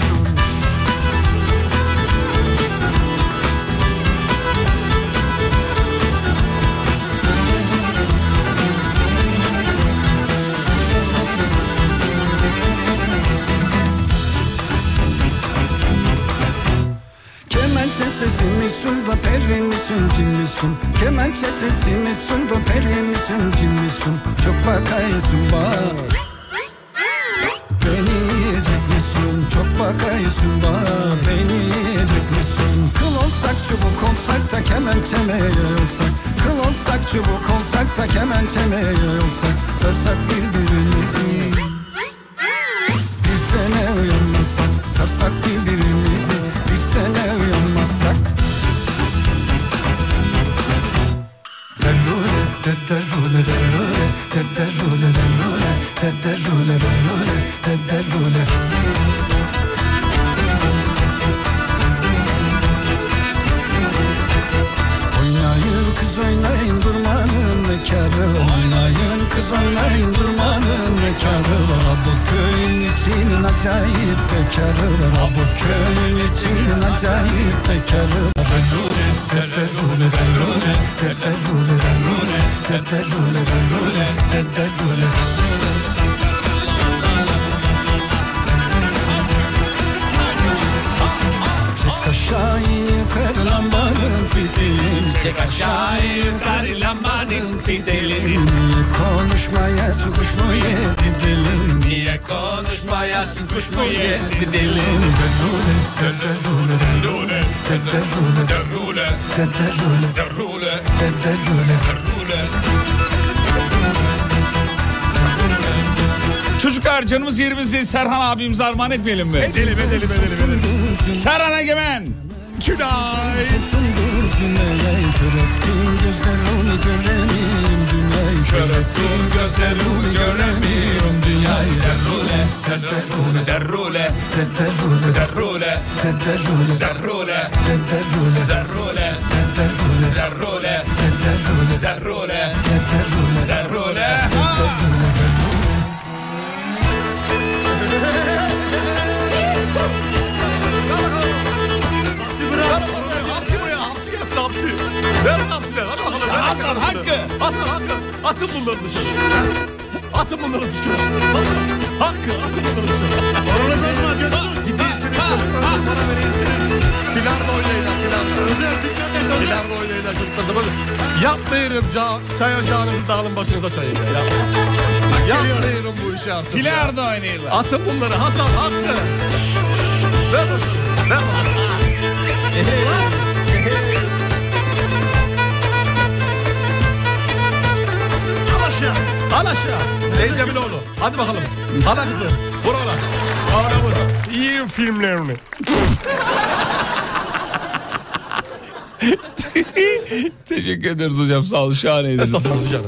[SPEAKER 2] Kemençe sesi misin da peri misin cin misin? Kemençe sesi misin da peri misin cin misin? Çok bakayısın bak Beni yiyecek misin? Çok bakayısın bak Beni yiyecek misin? Kıl olsak çubuk olsak da kemençeme yayılsak Kıl olsak çubuk olsak da kemençeme yayılsak Sarsak birbirimizi bir sene uyanmasak Sarsak birbirimizi Bir sene uyanmasak Derrule, derrule, derrule, derrule, derrule, derrule, derrule, derrule. Oynayın kız oynayın durmanın ne kârı var? Oynayın kız oynayın durmanın ne kârı var Ha Bu köyün içinin acayip bekarı var Ha Bu köyün içinin acayip bekarı var Derrule, derrule, derrule, derrule, derrule, derrule, derrule, derrule. Çek aşağı yukarı lambanın fitilini Çek aşağı yukarı lambanın fitilini Niye konuşmaya sıkış mı yedi dilin Niye konuşmaya sıkış mı yedi dilin Derrule, derrule, derrule, derrule, derrule, derrule, derrule, derrule, derrule.
[SPEAKER 4] Çocuklar canımız yerimizi Serhan abimiz armağan etmeyelim mi?
[SPEAKER 7] Edelim edelim edelim edelim.
[SPEAKER 4] Serhan Egemen.
[SPEAKER 7] Günaydın.
[SPEAKER 2] Sıktın gözüme yay Kör ettin gözlerimi göremiyorum dünyayı Kör ettin gözlerimi göremiyorum dünyayı Derrule, derrule,
[SPEAKER 4] Derrule,
[SPEAKER 2] derrule,
[SPEAKER 4] derrule,
[SPEAKER 2] derrule,
[SPEAKER 4] derrule,
[SPEAKER 2] derrule,
[SPEAKER 4] derrule,
[SPEAKER 2] derrule,
[SPEAKER 4] derrule,
[SPEAKER 2] derrule,
[SPEAKER 4] derrule,
[SPEAKER 2] derrule.
[SPEAKER 4] derrule.
[SPEAKER 7] Hapsi buraya hapsi gelsin hapsi. Ver hapsiler hadi bakalım. ver
[SPEAKER 4] Hasan
[SPEAKER 7] hapsiler.
[SPEAKER 4] Hakkı.
[SPEAKER 7] Hasan Hakkı. Atın bunları dışarı. Atın bunları dışarı. Hasan Hakkı atın bunları dışarı. Orada gözme gözme. Gidin seni. Sana vereyim. Bilardo oynayın. Bilardo. Özel dikkat et. Bilardo oynayın. Çocuklar da böyle. Yapmayın. ca- Çay ocağınızı dağılın başınıza çayın. ya, Yapmayın. Yapmayın bu işi artık. ya.
[SPEAKER 4] Bilardo oynayalım.
[SPEAKER 7] Atın bunları Hasan Hakkı. Ver bunu. Ver bunu. Al aşağı. Al Teyze Biloğlu. Hadi bakalım. Hala kızı. Vur ona. Bana vur. İyi filmlerini.
[SPEAKER 4] Teşekkür ederiz hocam sağ olun şahaneydiniz.
[SPEAKER 7] Estağfurullah canım.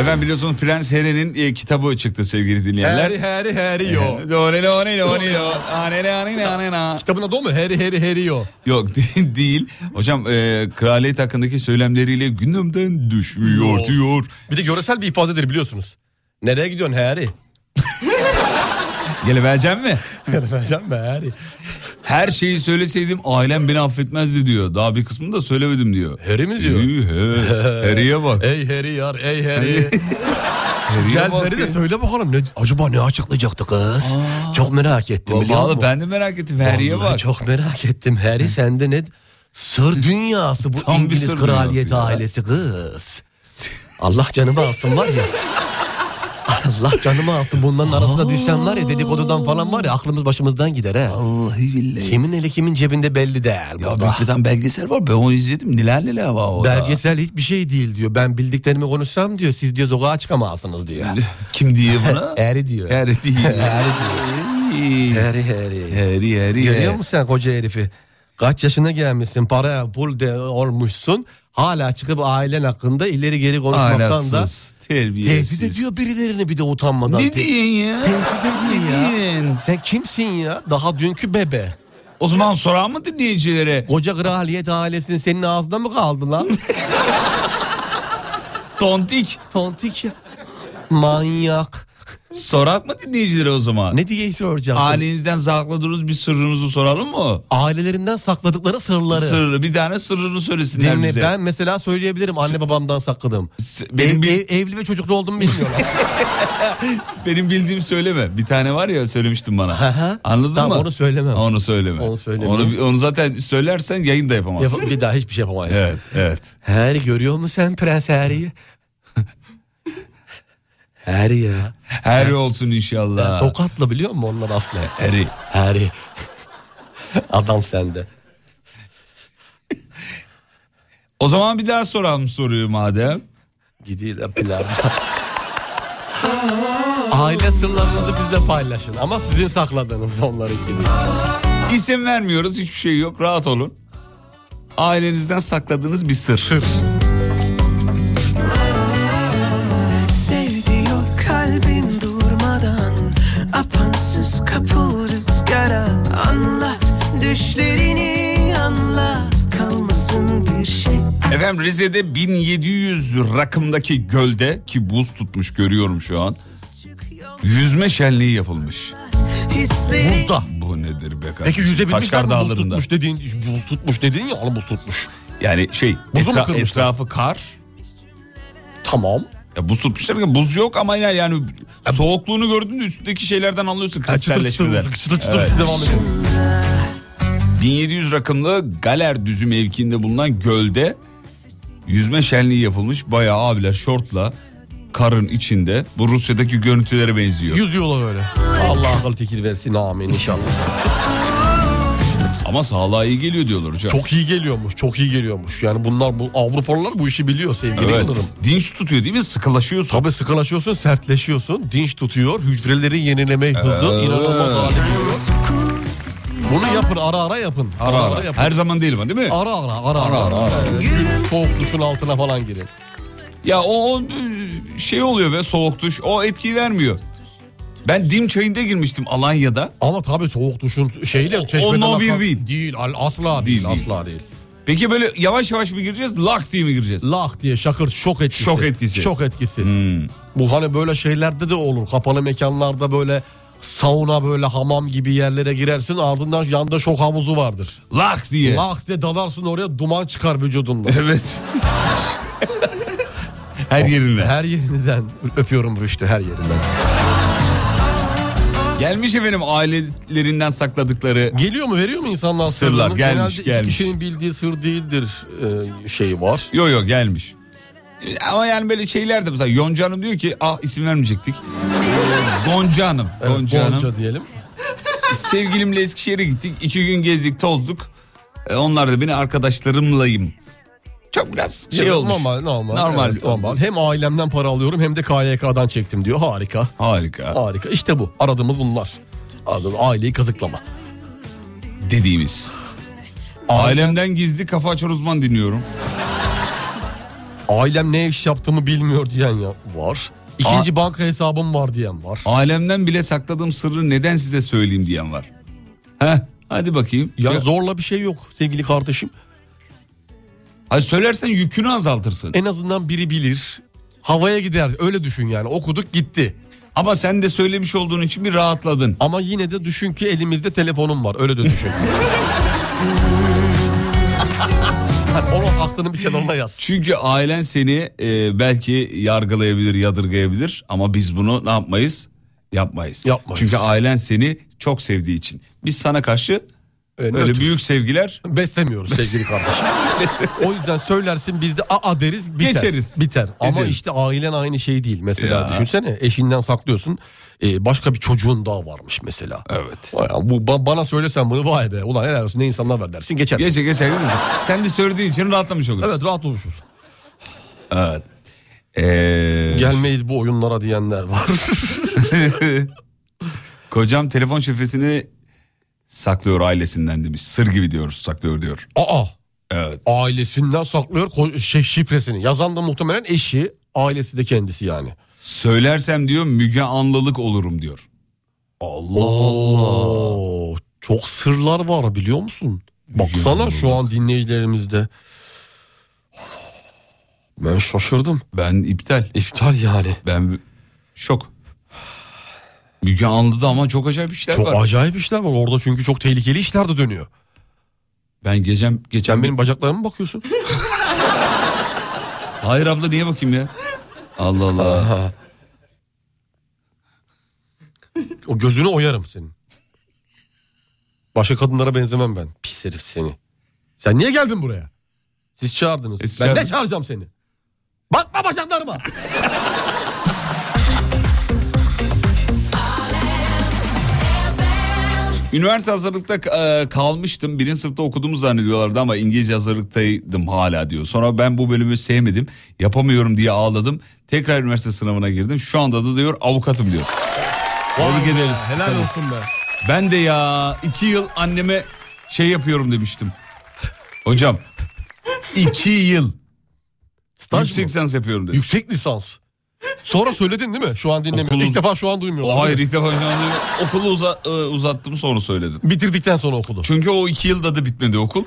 [SPEAKER 4] Efendim biliyorsunuz Prens Harry'nin e, kitabı çıktı sevgili dinleyenler.
[SPEAKER 7] Heri heri heri yo.
[SPEAKER 4] Doğru doğru doğru doğru. Anene anene anene.
[SPEAKER 7] Kitabın adı o mu? Heri heri heri yo.
[SPEAKER 4] Yok değil, değil. Hocam e, kraliyet hakkındaki söylemleriyle gündemden düşmüyor
[SPEAKER 7] Of.
[SPEAKER 4] diyor.
[SPEAKER 7] Bir de göresel bir ifadedir biliyorsunuz. Nereye gidiyorsun heri?
[SPEAKER 4] Gelebileceğim mi?
[SPEAKER 7] Vereceğim be heri.
[SPEAKER 4] Her şeyi söyleseydim ailem beni affetmezdi diyor. Daha bir kısmını da söylemedim diyor.
[SPEAKER 7] Heri mi diyor?
[SPEAKER 4] Yuh, he. Harry'e bak.
[SPEAKER 7] Ey heri yar ey heri.
[SPEAKER 4] Harry'e
[SPEAKER 7] Gel
[SPEAKER 4] bak
[SPEAKER 7] heri
[SPEAKER 4] ya.
[SPEAKER 7] de söyle bakalım. Ne, acaba ne açıklayacaktı kız? Çok merak ettim biliyor musun?
[SPEAKER 4] Vallahi ben de merak ettim. Harry'e
[SPEAKER 7] Vallahi
[SPEAKER 4] bak.
[SPEAKER 7] Çok merak ettim. Harry sende ne? Sır dünyası bu
[SPEAKER 4] Tam bir
[SPEAKER 7] İngiliz
[SPEAKER 4] sır
[SPEAKER 7] kraliyet
[SPEAKER 4] dünyası ya.
[SPEAKER 7] ailesi kız. Allah canımı alsın var ya. Allah canımı alsın bunların arasına düşen var ya dedikodudan falan var ya aklımız başımızdan gider he.
[SPEAKER 4] Vallahi billahi.
[SPEAKER 7] Kimin eli kimin cebinde belli değil
[SPEAKER 4] Ya
[SPEAKER 7] baba.
[SPEAKER 4] Büyük bir tane belgesel var. Ben onu izledim. Neler neler var orada.
[SPEAKER 7] Belgesel hiçbir şey değil diyor. Ben bildiklerimi konuşsam diyor siz diyor sokağa çıkamazsınız diyor.
[SPEAKER 4] Kim diyor buna?
[SPEAKER 7] Eri diyor.
[SPEAKER 4] Harry değil. Harry değil.
[SPEAKER 7] Eri eri.
[SPEAKER 4] Harry Harry.
[SPEAKER 7] Görüyor musun sen koca herifi? Kaç yaşına gelmişsin, para pul de olmuşsun. Hala çıkıp ailen hakkında ileri geri konuşmaktan da
[SPEAKER 4] Ahlaksız. Terbiyesiz.
[SPEAKER 7] tehdit ediyor birilerini bir de utanmadan.
[SPEAKER 4] Ne
[SPEAKER 7] Te-
[SPEAKER 4] diyorsun ya?
[SPEAKER 7] Tehdit ediyor
[SPEAKER 4] Ne
[SPEAKER 7] ya.
[SPEAKER 4] diyorsun?
[SPEAKER 7] Sen kimsin ya? Daha dünkü bebe.
[SPEAKER 4] O zaman sorar mı dinleyicilere?
[SPEAKER 7] Koca kraliyet ailesinin senin ağzına mı kaldı lan?
[SPEAKER 4] Tontik.
[SPEAKER 7] Tontik ya. Manyak.
[SPEAKER 4] Sorak mı dinleyicilere o zaman?
[SPEAKER 7] Ne diye soracaksın?
[SPEAKER 4] Ailenizden sakladığınız bir sırrınızı soralım mı?
[SPEAKER 7] Ailelerinden sakladıkları sırları.
[SPEAKER 4] Sırrı bir tane sırrını söylesinler
[SPEAKER 7] Dinle
[SPEAKER 4] bize.
[SPEAKER 7] ben mesela söyleyebilirim anne babamdan sakladığım.
[SPEAKER 4] S- Benim,
[SPEAKER 7] Ev-
[SPEAKER 4] bil-
[SPEAKER 7] ev- evli ve çocuklu olduğumu bilmiyorlar.
[SPEAKER 4] benim bildiğim söyleme. Bir tane var ya söylemiştin bana.
[SPEAKER 7] Hı hı.
[SPEAKER 4] Anladın
[SPEAKER 7] Tamam,
[SPEAKER 4] mı?
[SPEAKER 7] onu söylemem.
[SPEAKER 4] Onu söyleme.
[SPEAKER 7] Onu söyleme.
[SPEAKER 4] Onu, onu zaten söylersen yayın da yapamazsın.
[SPEAKER 7] Yap- bir daha hiçbir şey yapamayız.
[SPEAKER 4] evet, evet.
[SPEAKER 7] Harry görüyor musun sen Prens Harry'i? Harry ya.
[SPEAKER 4] Harry olsun
[SPEAKER 7] ya.
[SPEAKER 4] inşallah.
[SPEAKER 7] Tokatla biliyor musun onlar asla.
[SPEAKER 4] Harry.
[SPEAKER 7] Harry. Adam sende.
[SPEAKER 4] O zaman bir daha soralım soruyu madem.
[SPEAKER 7] Gidiyor da pilav. Aile sırlarınızı bizle paylaşın ama sizin sakladığınız onların gibi.
[SPEAKER 4] İsim vermiyoruz hiçbir şey yok rahat olun. Ailenizden sakladığınız bir sır.
[SPEAKER 3] Sevdiyor kalbim durmadan Apansız kapı rüzgara Anlat düşlerini anlat Kalmasın bir şey
[SPEAKER 4] Efendim Rize'de 1700 rakımdaki gölde ki buz tutmuş görüyorum şu an. Yüzme şenliği yapılmış.
[SPEAKER 3] Hisleri
[SPEAKER 7] Buzda.
[SPEAKER 4] Bu nedir be kardeşim?
[SPEAKER 7] Peki yüze binmişler
[SPEAKER 4] Kaçkar
[SPEAKER 7] mi buz
[SPEAKER 4] Dağları'nda.
[SPEAKER 7] tutmuş dediğin, buz tutmuş dediğin ya oğlum buz tutmuş.
[SPEAKER 4] Yani şey
[SPEAKER 7] Buzu mu
[SPEAKER 4] etra-
[SPEAKER 7] kırmışlar?
[SPEAKER 4] etrafı kar.
[SPEAKER 7] Tamam.
[SPEAKER 4] Ya buz tutmuşlar ki buz yok ama ya- yani soğukluğunu gördün de üstündeki şeylerden anlıyorsun
[SPEAKER 7] Ha, çıtır çıtır,
[SPEAKER 4] kristelleşmeden.
[SPEAKER 7] buz- çıtır çıtır
[SPEAKER 4] Evet.
[SPEAKER 7] devam ediyor.
[SPEAKER 4] 1700 rakımlı Galer Düzü mevkiinde bulunan gölde yüzme şenliği yapılmış. Bayağı abiler şortla karın içinde. Bu Rusya'daki görüntülere benziyor.
[SPEAKER 7] Yüzüyorlar öyle. Allah akıl fikir versin amin inşallah.
[SPEAKER 4] Ama sağlığa iyi geliyor diyorlar hocam.
[SPEAKER 7] Çok iyi geliyormuş, çok iyi geliyormuş. Yani bunlar bu Avrupalılar bu işi biliyor sevgili
[SPEAKER 4] Evet.
[SPEAKER 7] Yıldırım.
[SPEAKER 4] Dinç tutuyor değil mi? Sıkılaşıyorsun.
[SPEAKER 7] Tabii sıkılaşıyorsun, sertleşiyorsun, dinç tutuyor, hücrelerin yenileme
[SPEAKER 4] Ee.
[SPEAKER 7] hızı
[SPEAKER 4] Evet.
[SPEAKER 7] inanılmaz hale geliyor. Bunu yapın, ara ara yapın.
[SPEAKER 4] Ara ara.
[SPEAKER 7] yapın.
[SPEAKER 4] Her zaman değil ama değil mi?
[SPEAKER 7] Ara ara, ara ara.
[SPEAKER 4] ara,
[SPEAKER 7] ara. Evet, gülün Soğuk duşun altına falan girin.
[SPEAKER 4] Ya o, o şey oluyor be soğuk duş. O etki vermiyor. Ben dim çayında girmiştim Alanya'da.
[SPEAKER 7] Ama tabii soğuk duşun şeyle çeşmeden...
[SPEAKER 4] no bir
[SPEAKER 7] akan-
[SPEAKER 4] değil.
[SPEAKER 7] Değil, al- asla değil,
[SPEAKER 4] Değil, değil.
[SPEAKER 7] asla değil.
[SPEAKER 4] Peki böyle yavaş yavaş mı gireceğiz? Lak diye mi gireceğiz?
[SPEAKER 7] Lak diye şakır şok etkisi.
[SPEAKER 4] Şok etkisi. Hmm.
[SPEAKER 7] Şok etkisi. Bu hani böyle şeylerde de olur. Kapalı mekanlarda böyle sauna böyle hamam gibi yerlere girersin ardından yanda şok havuzu vardır.
[SPEAKER 4] Lak diye.
[SPEAKER 7] Lak diye dalarsın oraya duman çıkar vücudunda.
[SPEAKER 4] Evet. Her yerinde.
[SPEAKER 7] her yerinden öpüyorum Rüştü her yerinden.
[SPEAKER 4] Gelmiş efendim ailelerinden sakladıkları.
[SPEAKER 7] Geliyor mu veriyor mu insanlar
[SPEAKER 4] Sırlar,
[SPEAKER 7] sırlarını?
[SPEAKER 4] gelmiş,
[SPEAKER 7] Genelde iki
[SPEAKER 4] gelmiş.
[SPEAKER 7] kişinin bildiği sır değildir e, şeyi var.
[SPEAKER 4] Yo yo gelmiş. Ama yani böyle şeyler de mesela Yonca Hanım diyor ki ah isim vermeyecektik. Gonca Hanım.
[SPEAKER 7] Evet,
[SPEAKER 4] Gonca Hanım.
[SPEAKER 7] Gonca diyelim.
[SPEAKER 4] Sevgilimle Eskişehir'e gittik. iki gün gezdik tozduk. E, onlar da beni arkadaşlarımlayım. Çok biraz şey
[SPEAKER 7] Ya,
[SPEAKER 4] olmuş.
[SPEAKER 7] Normal normal.
[SPEAKER 4] Normal.
[SPEAKER 7] evet, normal. Hem ailemden para alıyorum hem de KYK'dan çektim diyor. Harika.
[SPEAKER 4] Harika.
[SPEAKER 7] Harika. İşte bu. Aradığımız bunlar. Aradığımız aileyi kazıklama.
[SPEAKER 4] Dediğimiz. Ailemden gizli kafa açar uzman dinliyorum.
[SPEAKER 7] Ailem ne iş yaptığımı bilmiyor diyen ya var. İkinci banka hesabım var diyen var.
[SPEAKER 4] Ailemden bile sakladığım sırrı neden size söyleyeyim diyen var. Heh, hadi bakayım.
[SPEAKER 7] Ya,
[SPEAKER 4] Ya,
[SPEAKER 7] zorla bir şey yok sevgili kardeşim.
[SPEAKER 4] hadi söylersen yükünü azaltırsın.
[SPEAKER 7] En azından biri bilir. Havaya gider öyle düşün yani okuduk gitti.
[SPEAKER 4] Ama sen de söylemiş olduğun için bir rahatladın.
[SPEAKER 7] Ama yine de düşün ki elimizde telefonum var öyle de düşün. Hani onu aklının bir kenarına yaz.
[SPEAKER 4] Çünkü ailen seni e, belki yargılayabilir, yadırgayabilir ama biz bunu ne yapmayız? Yapmayız.
[SPEAKER 7] Yapmayız.
[SPEAKER 4] Çünkü ailen seni çok sevdiği için. Biz sana karşı
[SPEAKER 7] Öyle,
[SPEAKER 4] öyle büyük sevgiler
[SPEAKER 7] Beslemiyoruz sevgili kardeşim. o yüzden söylersin biz de aa deriz biter.
[SPEAKER 4] Geçeriz.
[SPEAKER 7] Biter. Ama
[SPEAKER 4] Geçeriz.
[SPEAKER 7] işte ailen aynı şey değil. Mesela
[SPEAKER 4] Ya.
[SPEAKER 7] düşünsene eşinden saklıyorsun. e, başka bir çocuğun daha varmış mesela.
[SPEAKER 4] Evet.
[SPEAKER 7] Vay, bu ba- bana söylesen bunu vay be ulan helal olsun ne insanlar var dersin geçersin.
[SPEAKER 4] Geçe geçe değil mi? Sen de söylediğin için rahatlamış olursun.
[SPEAKER 7] Evet rahat olmuşuz.
[SPEAKER 4] Evet. Ee,
[SPEAKER 7] Gelmeyiz bu oyunlara diyenler var.
[SPEAKER 4] kocam telefon şifresini saklıyor ailesinden demiş. Sır gibi diyoruz saklıyor diyor.
[SPEAKER 7] Aa
[SPEAKER 4] Evet.
[SPEAKER 7] ailesinden saklıyor ko- şey, şifresini. Yazan da muhtemelen eşi ailesi de kendisi yani.
[SPEAKER 4] Söylersem diyor Müge Anlılık olurum diyor. Allah
[SPEAKER 7] Oo, çok sırlar var biliyor musun? Baksana şu an dinleyicilerimizde. Ben şaşırdım.
[SPEAKER 4] Ben iptal.
[SPEAKER 7] İptal yani.
[SPEAKER 4] Ben şok. Müge Anlı'da ama çok acayip işler
[SPEAKER 7] Çok
[SPEAKER 4] var.
[SPEAKER 7] acayip işler var orada çünkü çok tehlikeli işler de dönüyor.
[SPEAKER 4] ben gecem
[SPEAKER 7] Sen
[SPEAKER 4] geçen benim
[SPEAKER 7] benim bacaklarıma mı bakıyorsun?
[SPEAKER 4] Hayır abla niye bakayım ya? Allah Allah.
[SPEAKER 7] O gözünü oyarım senin. Başka kadınlara benzemem ben. Pis herif seni. Sen niye geldin buraya? Siz çağırdınız.
[SPEAKER 4] E, siz
[SPEAKER 7] ben ne
[SPEAKER 4] çağırdınız.
[SPEAKER 7] çağıracağım seni? Bakma bacaklarıma.
[SPEAKER 4] Üniversite hazırlıkta e, kalmıştım. Birinci sınıfta okuduğumu zannediyorlardı ama İngilizce hazırlıktaydım hala diyor. Sonra ben bu bölümü sevmedim. Yapamıyorum diye ağladım. Tekrar üniversite sınavına girdim. Şu anda da diyor avukatım diyor.
[SPEAKER 7] Vay be,
[SPEAKER 4] ederiz.
[SPEAKER 7] Helal olsun be.
[SPEAKER 4] Ben de ya iki yıl anneme şey yapıyorum demiştim. Hocam iki yıl
[SPEAKER 7] Staj mı?
[SPEAKER 4] yüksek lisans yapıyorum dedim.
[SPEAKER 7] Yüksek lisans. Sonra söyledin değil mi? Şu an dinlemiyor.
[SPEAKER 4] Okulun-
[SPEAKER 7] İlk defa şu an duymuyorlar.
[SPEAKER 4] O hayır
[SPEAKER 7] değil mi?
[SPEAKER 4] ilk defa şu anda okulu uza- e, uzattım sonra söyledim.
[SPEAKER 7] Bitirdikten sonra okulu.
[SPEAKER 4] Çünkü o iki yılda da bitmedi okul.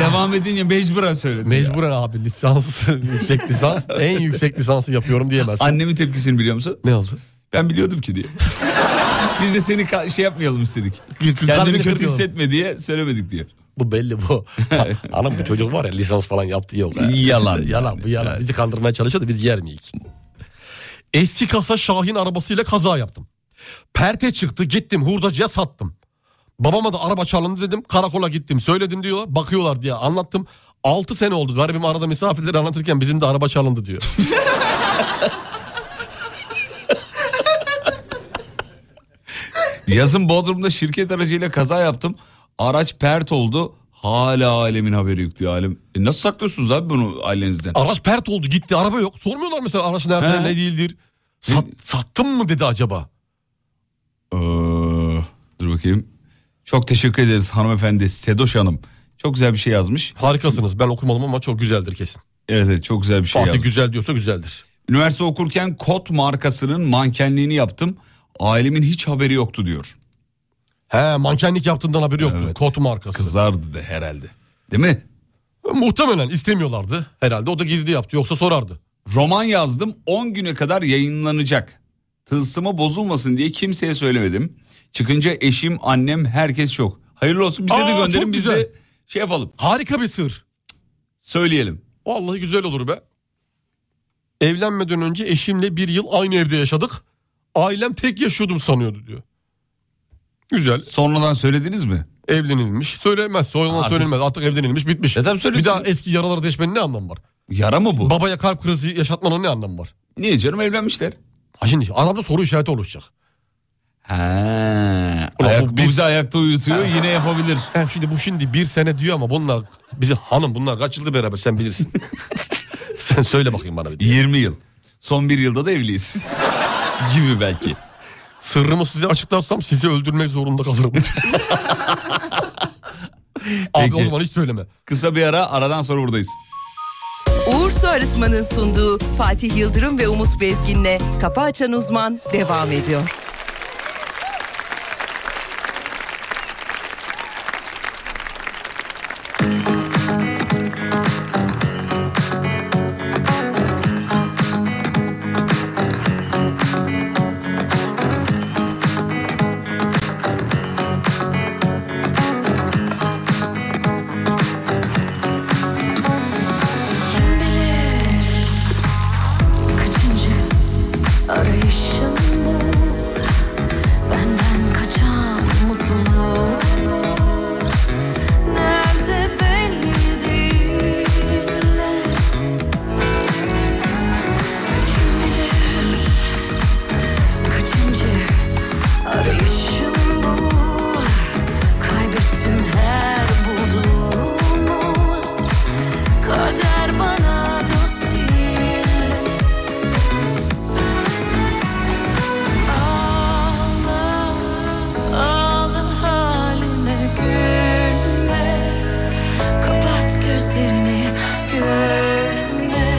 [SPEAKER 4] Devam edince mecburen söyledim. ya.
[SPEAKER 7] Mecburen abi lisans, yüksek lisans. En yüksek lisansı yapıyorum diyemezsin.
[SPEAKER 4] Annemin tepkisini biliyor musun?
[SPEAKER 7] ne oldu?
[SPEAKER 4] Ben biliyordum ki diye. Biz de seni ka- şey yapmayalım istedik.
[SPEAKER 7] kalbini
[SPEAKER 4] Kendini kötü
[SPEAKER 7] kırmayalım.
[SPEAKER 4] hissetme diye söylemedik diye.
[SPEAKER 7] Bu belli bu. Ha, Anam bu çocuk var ya lisans falan yaptı yok. ha.
[SPEAKER 4] Yalan
[SPEAKER 7] yalan
[SPEAKER 4] yani,
[SPEAKER 7] bu yalan.
[SPEAKER 4] evet.
[SPEAKER 7] Bizi kandırmaya çalışıyor da biz yer miyik? Eski kasa Şahin arabasıyla kaza yaptım. Perte çıktı gittim hurdacıya sattım. Babama da araba çalındı dedim karakola gittim söyledim diyor bakıyorlar diye anlattım. 6 sene oldu garibim arada misafirleri anlatırken bizim de araba çalındı diyor.
[SPEAKER 4] Yazın Bodrum'da şirket aracıyla kaza yaptım. Araç pert oldu. Hala alemin haberi yok diyor alem. E nasıl saklıyorsunuz abi bunu ailenizden?
[SPEAKER 7] Araç pert oldu gitti araba yok sormuyorlar mesela araç nerede
[SPEAKER 4] He.
[SPEAKER 7] ne değildir. Sat, sattım mı dedi acaba?
[SPEAKER 4] Ee, dur bakayım. Çok teşekkür ederiz hanımefendi Sedoş Hanım. Çok güzel bir şey yazmış.
[SPEAKER 7] Harikasınız ben okumadım ama çok güzeldir kesin.
[SPEAKER 4] Evet, evet çok güzel bir şey
[SPEAKER 7] Fatih
[SPEAKER 4] yazmış.
[SPEAKER 7] güzel diyorsa güzeldir.
[SPEAKER 4] Üniversite okurken kot markasının mankenliğini yaptım. Ailemin hiç haberi yoktu diyor.
[SPEAKER 7] He mankenlik yaptığından haberi yoktu.
[SPEAKER 4] Evet.
[SPEAKER 7] Kot markası.
[SPEAKER 4] Kızardı da herhalde. Değil mi?
[SPEAKER 7] Muhtemelen istemiyorlardı. Herhalde o da gizli yaptı. Yoksa sorardı.
[SPEAKER 4] Roman yazdım 10 güne kadar yayınlanacak. Tılsımı bozulmasın diye kimseye söylemedim. Çıkınca eşim, annem, herkes şok. Hayırlı olsun bize
[SPEAKER 7] Aa,
[SPEAKER 4] de
[SPEAKER 7] çok
[SPEAKER 4] gönderin biz
[SPEAKER 7] güzel.
[SPEAKER 4] de şey yapalım.
[SPEAKER 7] Harika bir sır.
[SPEAKER 4] Söyleyelim.
[SPEAKER 7] Vallahi güzel olur be. Evlenmeden önce eşimle bir yıl aynı evde yaşadık. Ailem tek yaşıyordum sanıyordu diyor. Güzel.
[SPEAKER 4] Sonradan söylediniz mi?
[SPEAKER 7] Evlenilmiş. Söylemez. Sonradan
[SPEAKER 4] Artık-
[SPEAKER 7] söylenmez. Artık evlenilmiş bitmiş.
[SPEAKER 4] E tabii
[SPEAKER 7] bir
[SPEAKER 4] söylesin.
[SPEAKER 7] daha eski yaraları deşmenin ne anlamı var?
[SPEAKER 4] Yara mı bu?
[SPEAKER 7] Babaya kalp krizi yaşatmanın ne anlamı var?
[SPEAKER 4] Niye canım evlenmişler?
[SPEAKER 7] Ha şimdi anamda soru işareti oluşacak.
[SPEAKER 4] Ha.
[SPEAKER 7] Ulan
[SPEAKER 4] Ayak,
[SPEAKER 7] bu
[SPEAKER 4] bu
[SPEAKER 7] bir-
[SPEAKER 4] bizi ayakta uyutuyor yine yapabilir.
[SPEAKER 7] Ha, şimdi bu şimdi bir sene diyor ama bunlar bizi hanım bunlar kaç yıldır beraber sen bilirsin. sen söyle bakayım bana bir. de.
[SPEAKER 4] 20 yıl. Son bir yılda da evliyiz. Gibi belki.
[SPEAKER 7] Sırrımı size açıklarsam sizi öldürmek zorunda kalırım. Abi
[SPEAKER 4] Peki.
[SPEAKER 7] o zaman hiç söyleme.
[SPEAKER 4] Kısa bir ara aradan sonra buradayız.
[SPEAKER 1] Uğur Su Arıtma'nın sunduğu Fatih Yıldırım ve Umut Bezgin'le Kafa Açan Uzman devam ediyor.
[SPEAKER 3] Kim bilir kaçıncı arayışım bu Benden kaçan mutluluğumu Nerede belli değil Kim bilir kaçıncı arayışım bu Kaybettim her bulduğumu Kader bana dost değil Ağla, ağla haline gülme Kapat gözlerini görme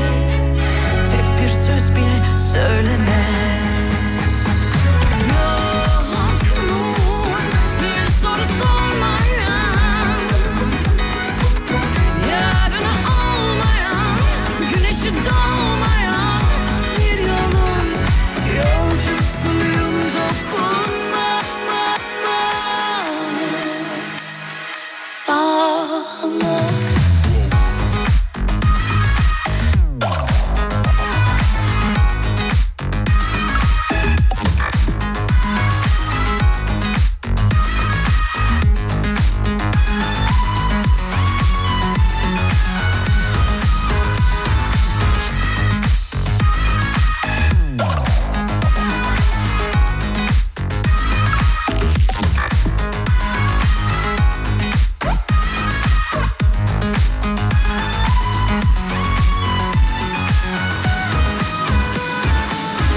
[SPEAKER 3] Tek bir söz bile söyleme Yok mu bir soru sormayan Yarını olmayan, güneşi doğmayan bir yolun yolcusuyum dokunma. Ağla.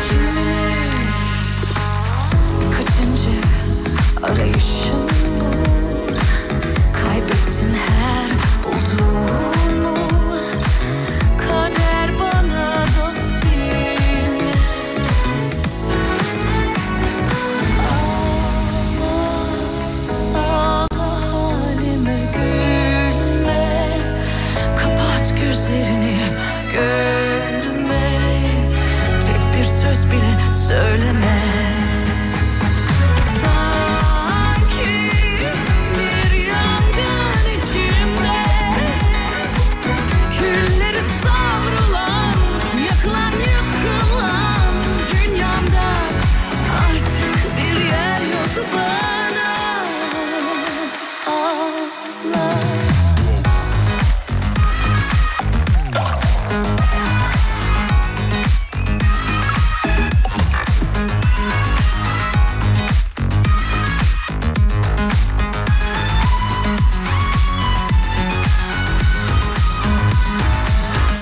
[SPEAKER 3] Kim bilir kaçıncı arayışım bu Kaybettim her bulduğumu Kader bana dost değil Ağla, ağla halime gülme Kapat gözlerini görme Tek bir söz bile söyleme Sanki bir yangın içimde Külleri savrulan, yakılan yıkılan Dünyamda artık bir yer yok bana Ağla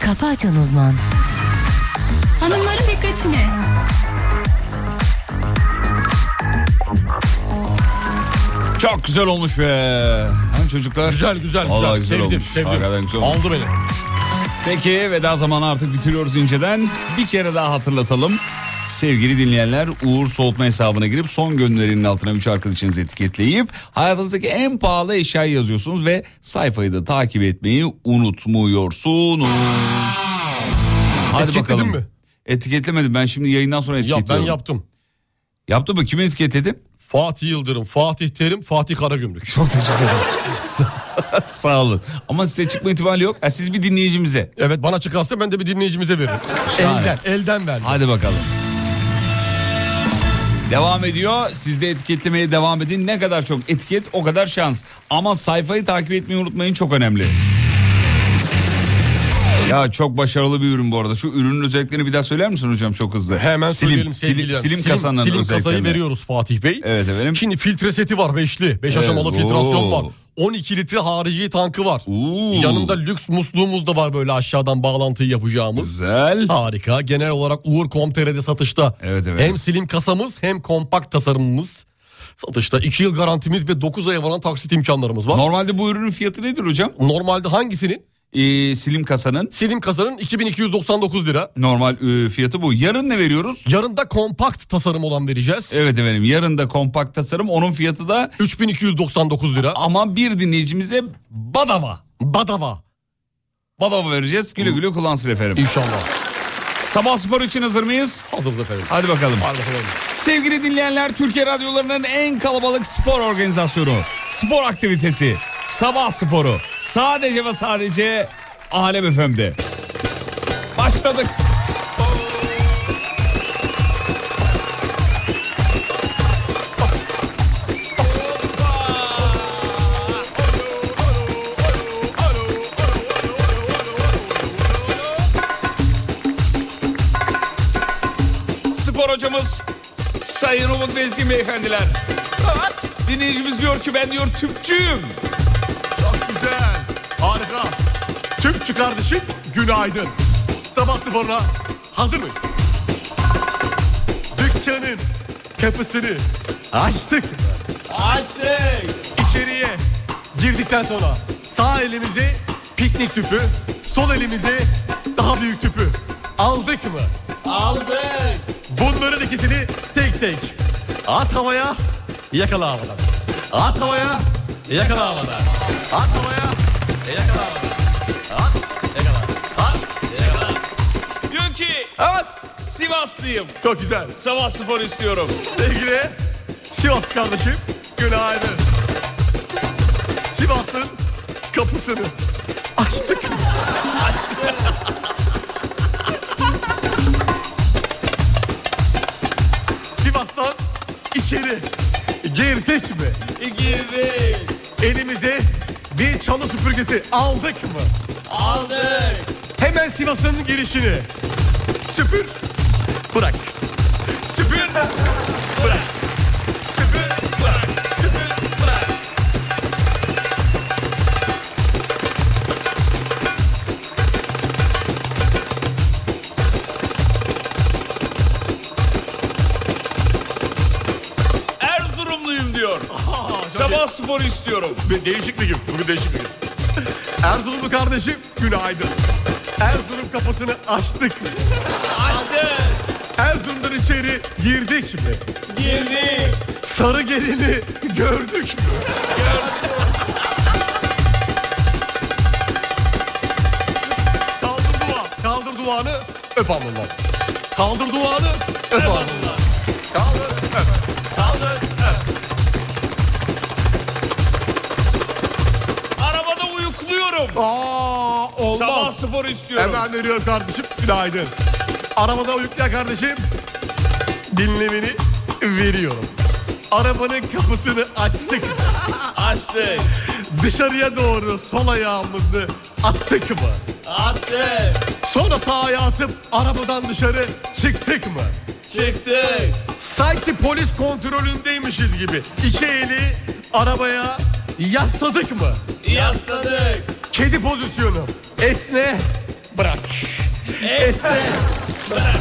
[SPEAKER 8] Kafa Açan Uzman.
[SPEAKER 10] Hanımların dikkatine.
[SPEAKER 4] Çok güzel olmuş be. Ha, çocuklar.
[SPEAKER 7] Güzel güzel güzel.
[SPEAKER 4] Vallahi güzel
[SPEAKER 7] sevdim,
[SPEAKER 4] olmuş.
[SPEAKER 7] sevdim.
[SPEAKER 4] Hakikaten güzel olmuş.
[SPEAKER 7] Aldı beni.
[SPEAKER 4] Peki veda zamanı artık bitiriyoruz inceden. Bir kere daha hatırlatalım. Sevgili dinleyenler Uğur Soğutma hesabına girip son gönderinin altına 3 arkadaşınızı etiketleyip hayatınızdaki en pahalı eşyayı yazıyorsunuz ve sayfayı da takip etmeyi unutmuyorsunuz. Hadi
[SPEAKER 7] Etiketledin
[SPEAKER 4] bakalım.
[SPEAKER 7] mi?
[SPEAKER 4] Etiketlemedim ben şimdi yayından sonra
[SPEAKER 7] Ya ben
[SPEAKER 4] etiketliyorum.
[SPEAKER 7] yaptım.
[SPEAKER 4] Yaptın mı? Kimi etiketledin?
[SPEAKER 7] Fatih Yıldırım, Fatih Terim, Fatih Karagümrük.
[SPEAKER 4] Çok teşekkür ederim. Sağ olun. Ama size çıkma ihtimali yok. Ha, siz bir dinleyicimize.
[SPEAKER 7] Evet bana çıkarsa ben de bir dinleyicimize veririm.
[SPEAKER 4] Şahane.
[SPEAKER 7] Elden, elden verdim.
[SPEAKER 4] Hadi bakalım. Devam ediyor. Siz de etiketlemeye devam edin. Ne kadar çok etiket o kadar şans. Ama sayfayı takip etmeyi unutmayın çok önemli. Ya çok başarılı bir ürün bu arada. Şu ürünün özelliklerini bir daha söyler misin hocam çok hızlı?
[SPEAKER 5] Hemen söyleyelim sevgili
[SPEAKER 4] silim,
[SPEAKER 5] yani.
[SPEAKER 4] silim kasanın
[SPEAKER 5] silim kasayı
[SPEAKER 4] özelliklerini.
[SPEAKER 5] veriyoruz Fatih Bey.
[SPEAKER 4] Evet efendim.
[SPEAKER 5] Şimdi filtre seti var beşli. Beş
[SPEAKER 4] Evet,
[SPEAKER 5] aşamalı filtrasyon
[SPEAKER 4] oo.
[SPEAKER 5] var. 12 litre harici tankı var.
[SPEAKER 4] Oo.
[SPEAKER 5] Yanında lüks musluğumuz da var böyle aşağıdan bağlantıyı yapacağımız.
[SPEAKER 4] Güzel.
[SPEAKER 5] Harika. Genel olarak Uğur.com.tr'de satışta.
[SPEAKER 4] Evet, evet.
[SPEAKER 5] Hem slim kasamız hem kompakt tasarımımız. Satışta 2 yıl garantimiz ve 9 aya varan taksit imkanlarımız var.
[SPEAKER 4] Normalde bu ürünün fiyatı nedir hocam?
[SPEAKER 5] Normalde hangisinin?
[SPEAKER 4] Ee, silim kasanın
[SPEAKER 5] Slim kasanın 2299 lira.
[SPEAKER 4] normal e, fiyatı bu. Yarın ne veriyoruz?
[SPEAKER 5] Yarın da kompakt tasarım olan vereceğiz.
[SPEAKER 4] Evet efendim yarın da kompakt tasarım onun fiyatı da
[SPEAKER 5] 3299 lira.
[SPEAKER 4] ama bir dinleyicimize badava.
[SPEAKER 5] Badava.
[SPEAKER 4] Badava vereceğiz güle güle kullansın efendim.
[SPEAKER 5] İnşallah.
[SPEAKER 4] Sabah spor için hazır mıyız?
[SPEAKER 5] Hazırız efendim.
[SPEAKER 4] Hadi bakalım.
[SPEAKER 5] Hadi bakalım.
[SPEAKER 4] Sevgili dinleyenler Türkiye radyolarının en kalabalık spor organizasyonu, spor aktivitesi, sabah sporu sadece ve sadece Alem FM'de. Başladık. Spor hocamız Sayın Umut Bezgin beyefendiler. Dinleyicimiz diyor ki ben diyor tüpçüyüm.
[SPEAKER 5] Çok güzel. Harika. Tüpçü kardeşim günaydın. Sabah sporuna hazır mı? Dükkanın kapısını açtık. Açtık. İçeriye girdikten sonra sağ elimizi piknik tüpü, sol elimizi daha büyük tüpü aldık mı? Aldık. Bunların ikisini tek tek at havaya, yakala havada. At havaya, yakala havada. At havaya, yakala havada. At, yakala. At, yakala.
[SPEAKER 4] Diyor ki
[SPEAKER 5] Evet,
[SPEAKER 4] Sivaslıyım.
[SPEAKER 5] çok güzel.
[SPEAKER 4] Sabah spor istiyorum.
[SPEAKER 5] Sevgili Sivas kardeşim günaydın. Sivas'ın kapısını açtık. Açtık. Sivas'tan içeri girdik mi? Girdik. Elimize bir çalı süpürgesi aldık mı? Aldık. Hemen Sivas'ın girişini süpür bırak. Süpür bırak. Süpür bırak. Süpür bırak.
[SPEAKER 4] Erzurumluyum diyor.
[SPEAKER 5] Aa, çok
[SPEAKER 4] Sabah spor istiyorum.
[SPEAKER 5] iyi. Bir değişik bir gün. Bugün değişik bir gün. Erzurumlu kardeşim günaydın. Erzurum kapısını açtık.
[SPEAKER 4] Açtı.
[SPEAKER 5] Erzurum'dan içeri girdik mi?
[SPEAKER 4] Girdi.
[SPEAKER 5] Sarı gelini gördük mü? kaldır dua. Kaldır duanı öp alnından. Kaldır duanı öp alnından. Kaldır öp. Kaldır öp.
[SPEAKER 4] Arabada uyukluyorum.
[SPEAKER 5] Aa, olmaz.
[SPEAKER 4] Sabah spor istiyorum.
[SPEAKER 5] Hemen veriyor kardeşim. Günaydın. Arabada uyukla kardeşim. Dinlemini veriyorum. Arabanın kapısını açtık.
[SPEAKER 4] Açtı.
[SPEAKER 5] Dışarıya doğru sol ayağımızı attık mı?
[SPEAKER 4] Açtı.
[SPEAKER 5] Sonra sağ ayağı atıp arabadan dışarı çıktık mı?
[SPEAKER 4] Çıktı.
[SPEAKER 5] Sanki polis kontrolündeymişiz gibi. İki eli arabaya yasladık mı?
[SPEAKER 4] Yasladık.
[SPEAKER 5] Kedi pozisyonu. Esne, bırak. Esne, bırak.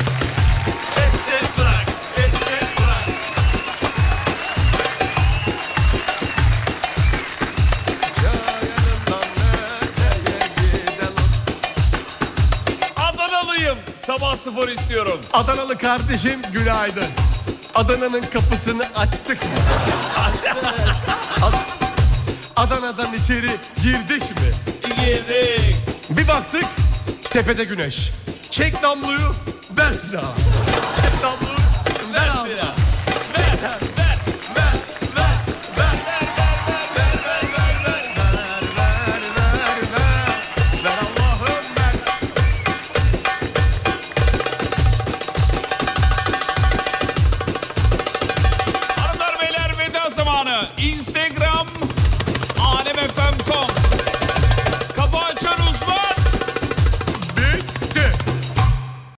[SPEAKER 5] Esne, bırak. Esne, bırak.
[SPEAKER 4] Adanalıyım. Sabah spor istiyorum.
[SPEAKER 5] Adanalı kardeşim günaydın. Adana'nın kapısını açtık mı? Açtık. Adana'dan içeri girdik mi?
[SPEAKER 4] Girdik.
[SPEAKER 5] Bir baktık tepede güneş. Çek namluyu ver silahı. Çek namluyu ver
[SPEAKER 4] Ver
[SPEAKER 5] abi.
[SPEAKER 4] silahı.
[SPEAKER 5] Ver, ver, ver, ver, ver, ver, ver, ver, ver, ver, ver, ver, ver, ver Allah'ım ver.
[SPEAKER 4] Hanımlar beyler veda zamanı.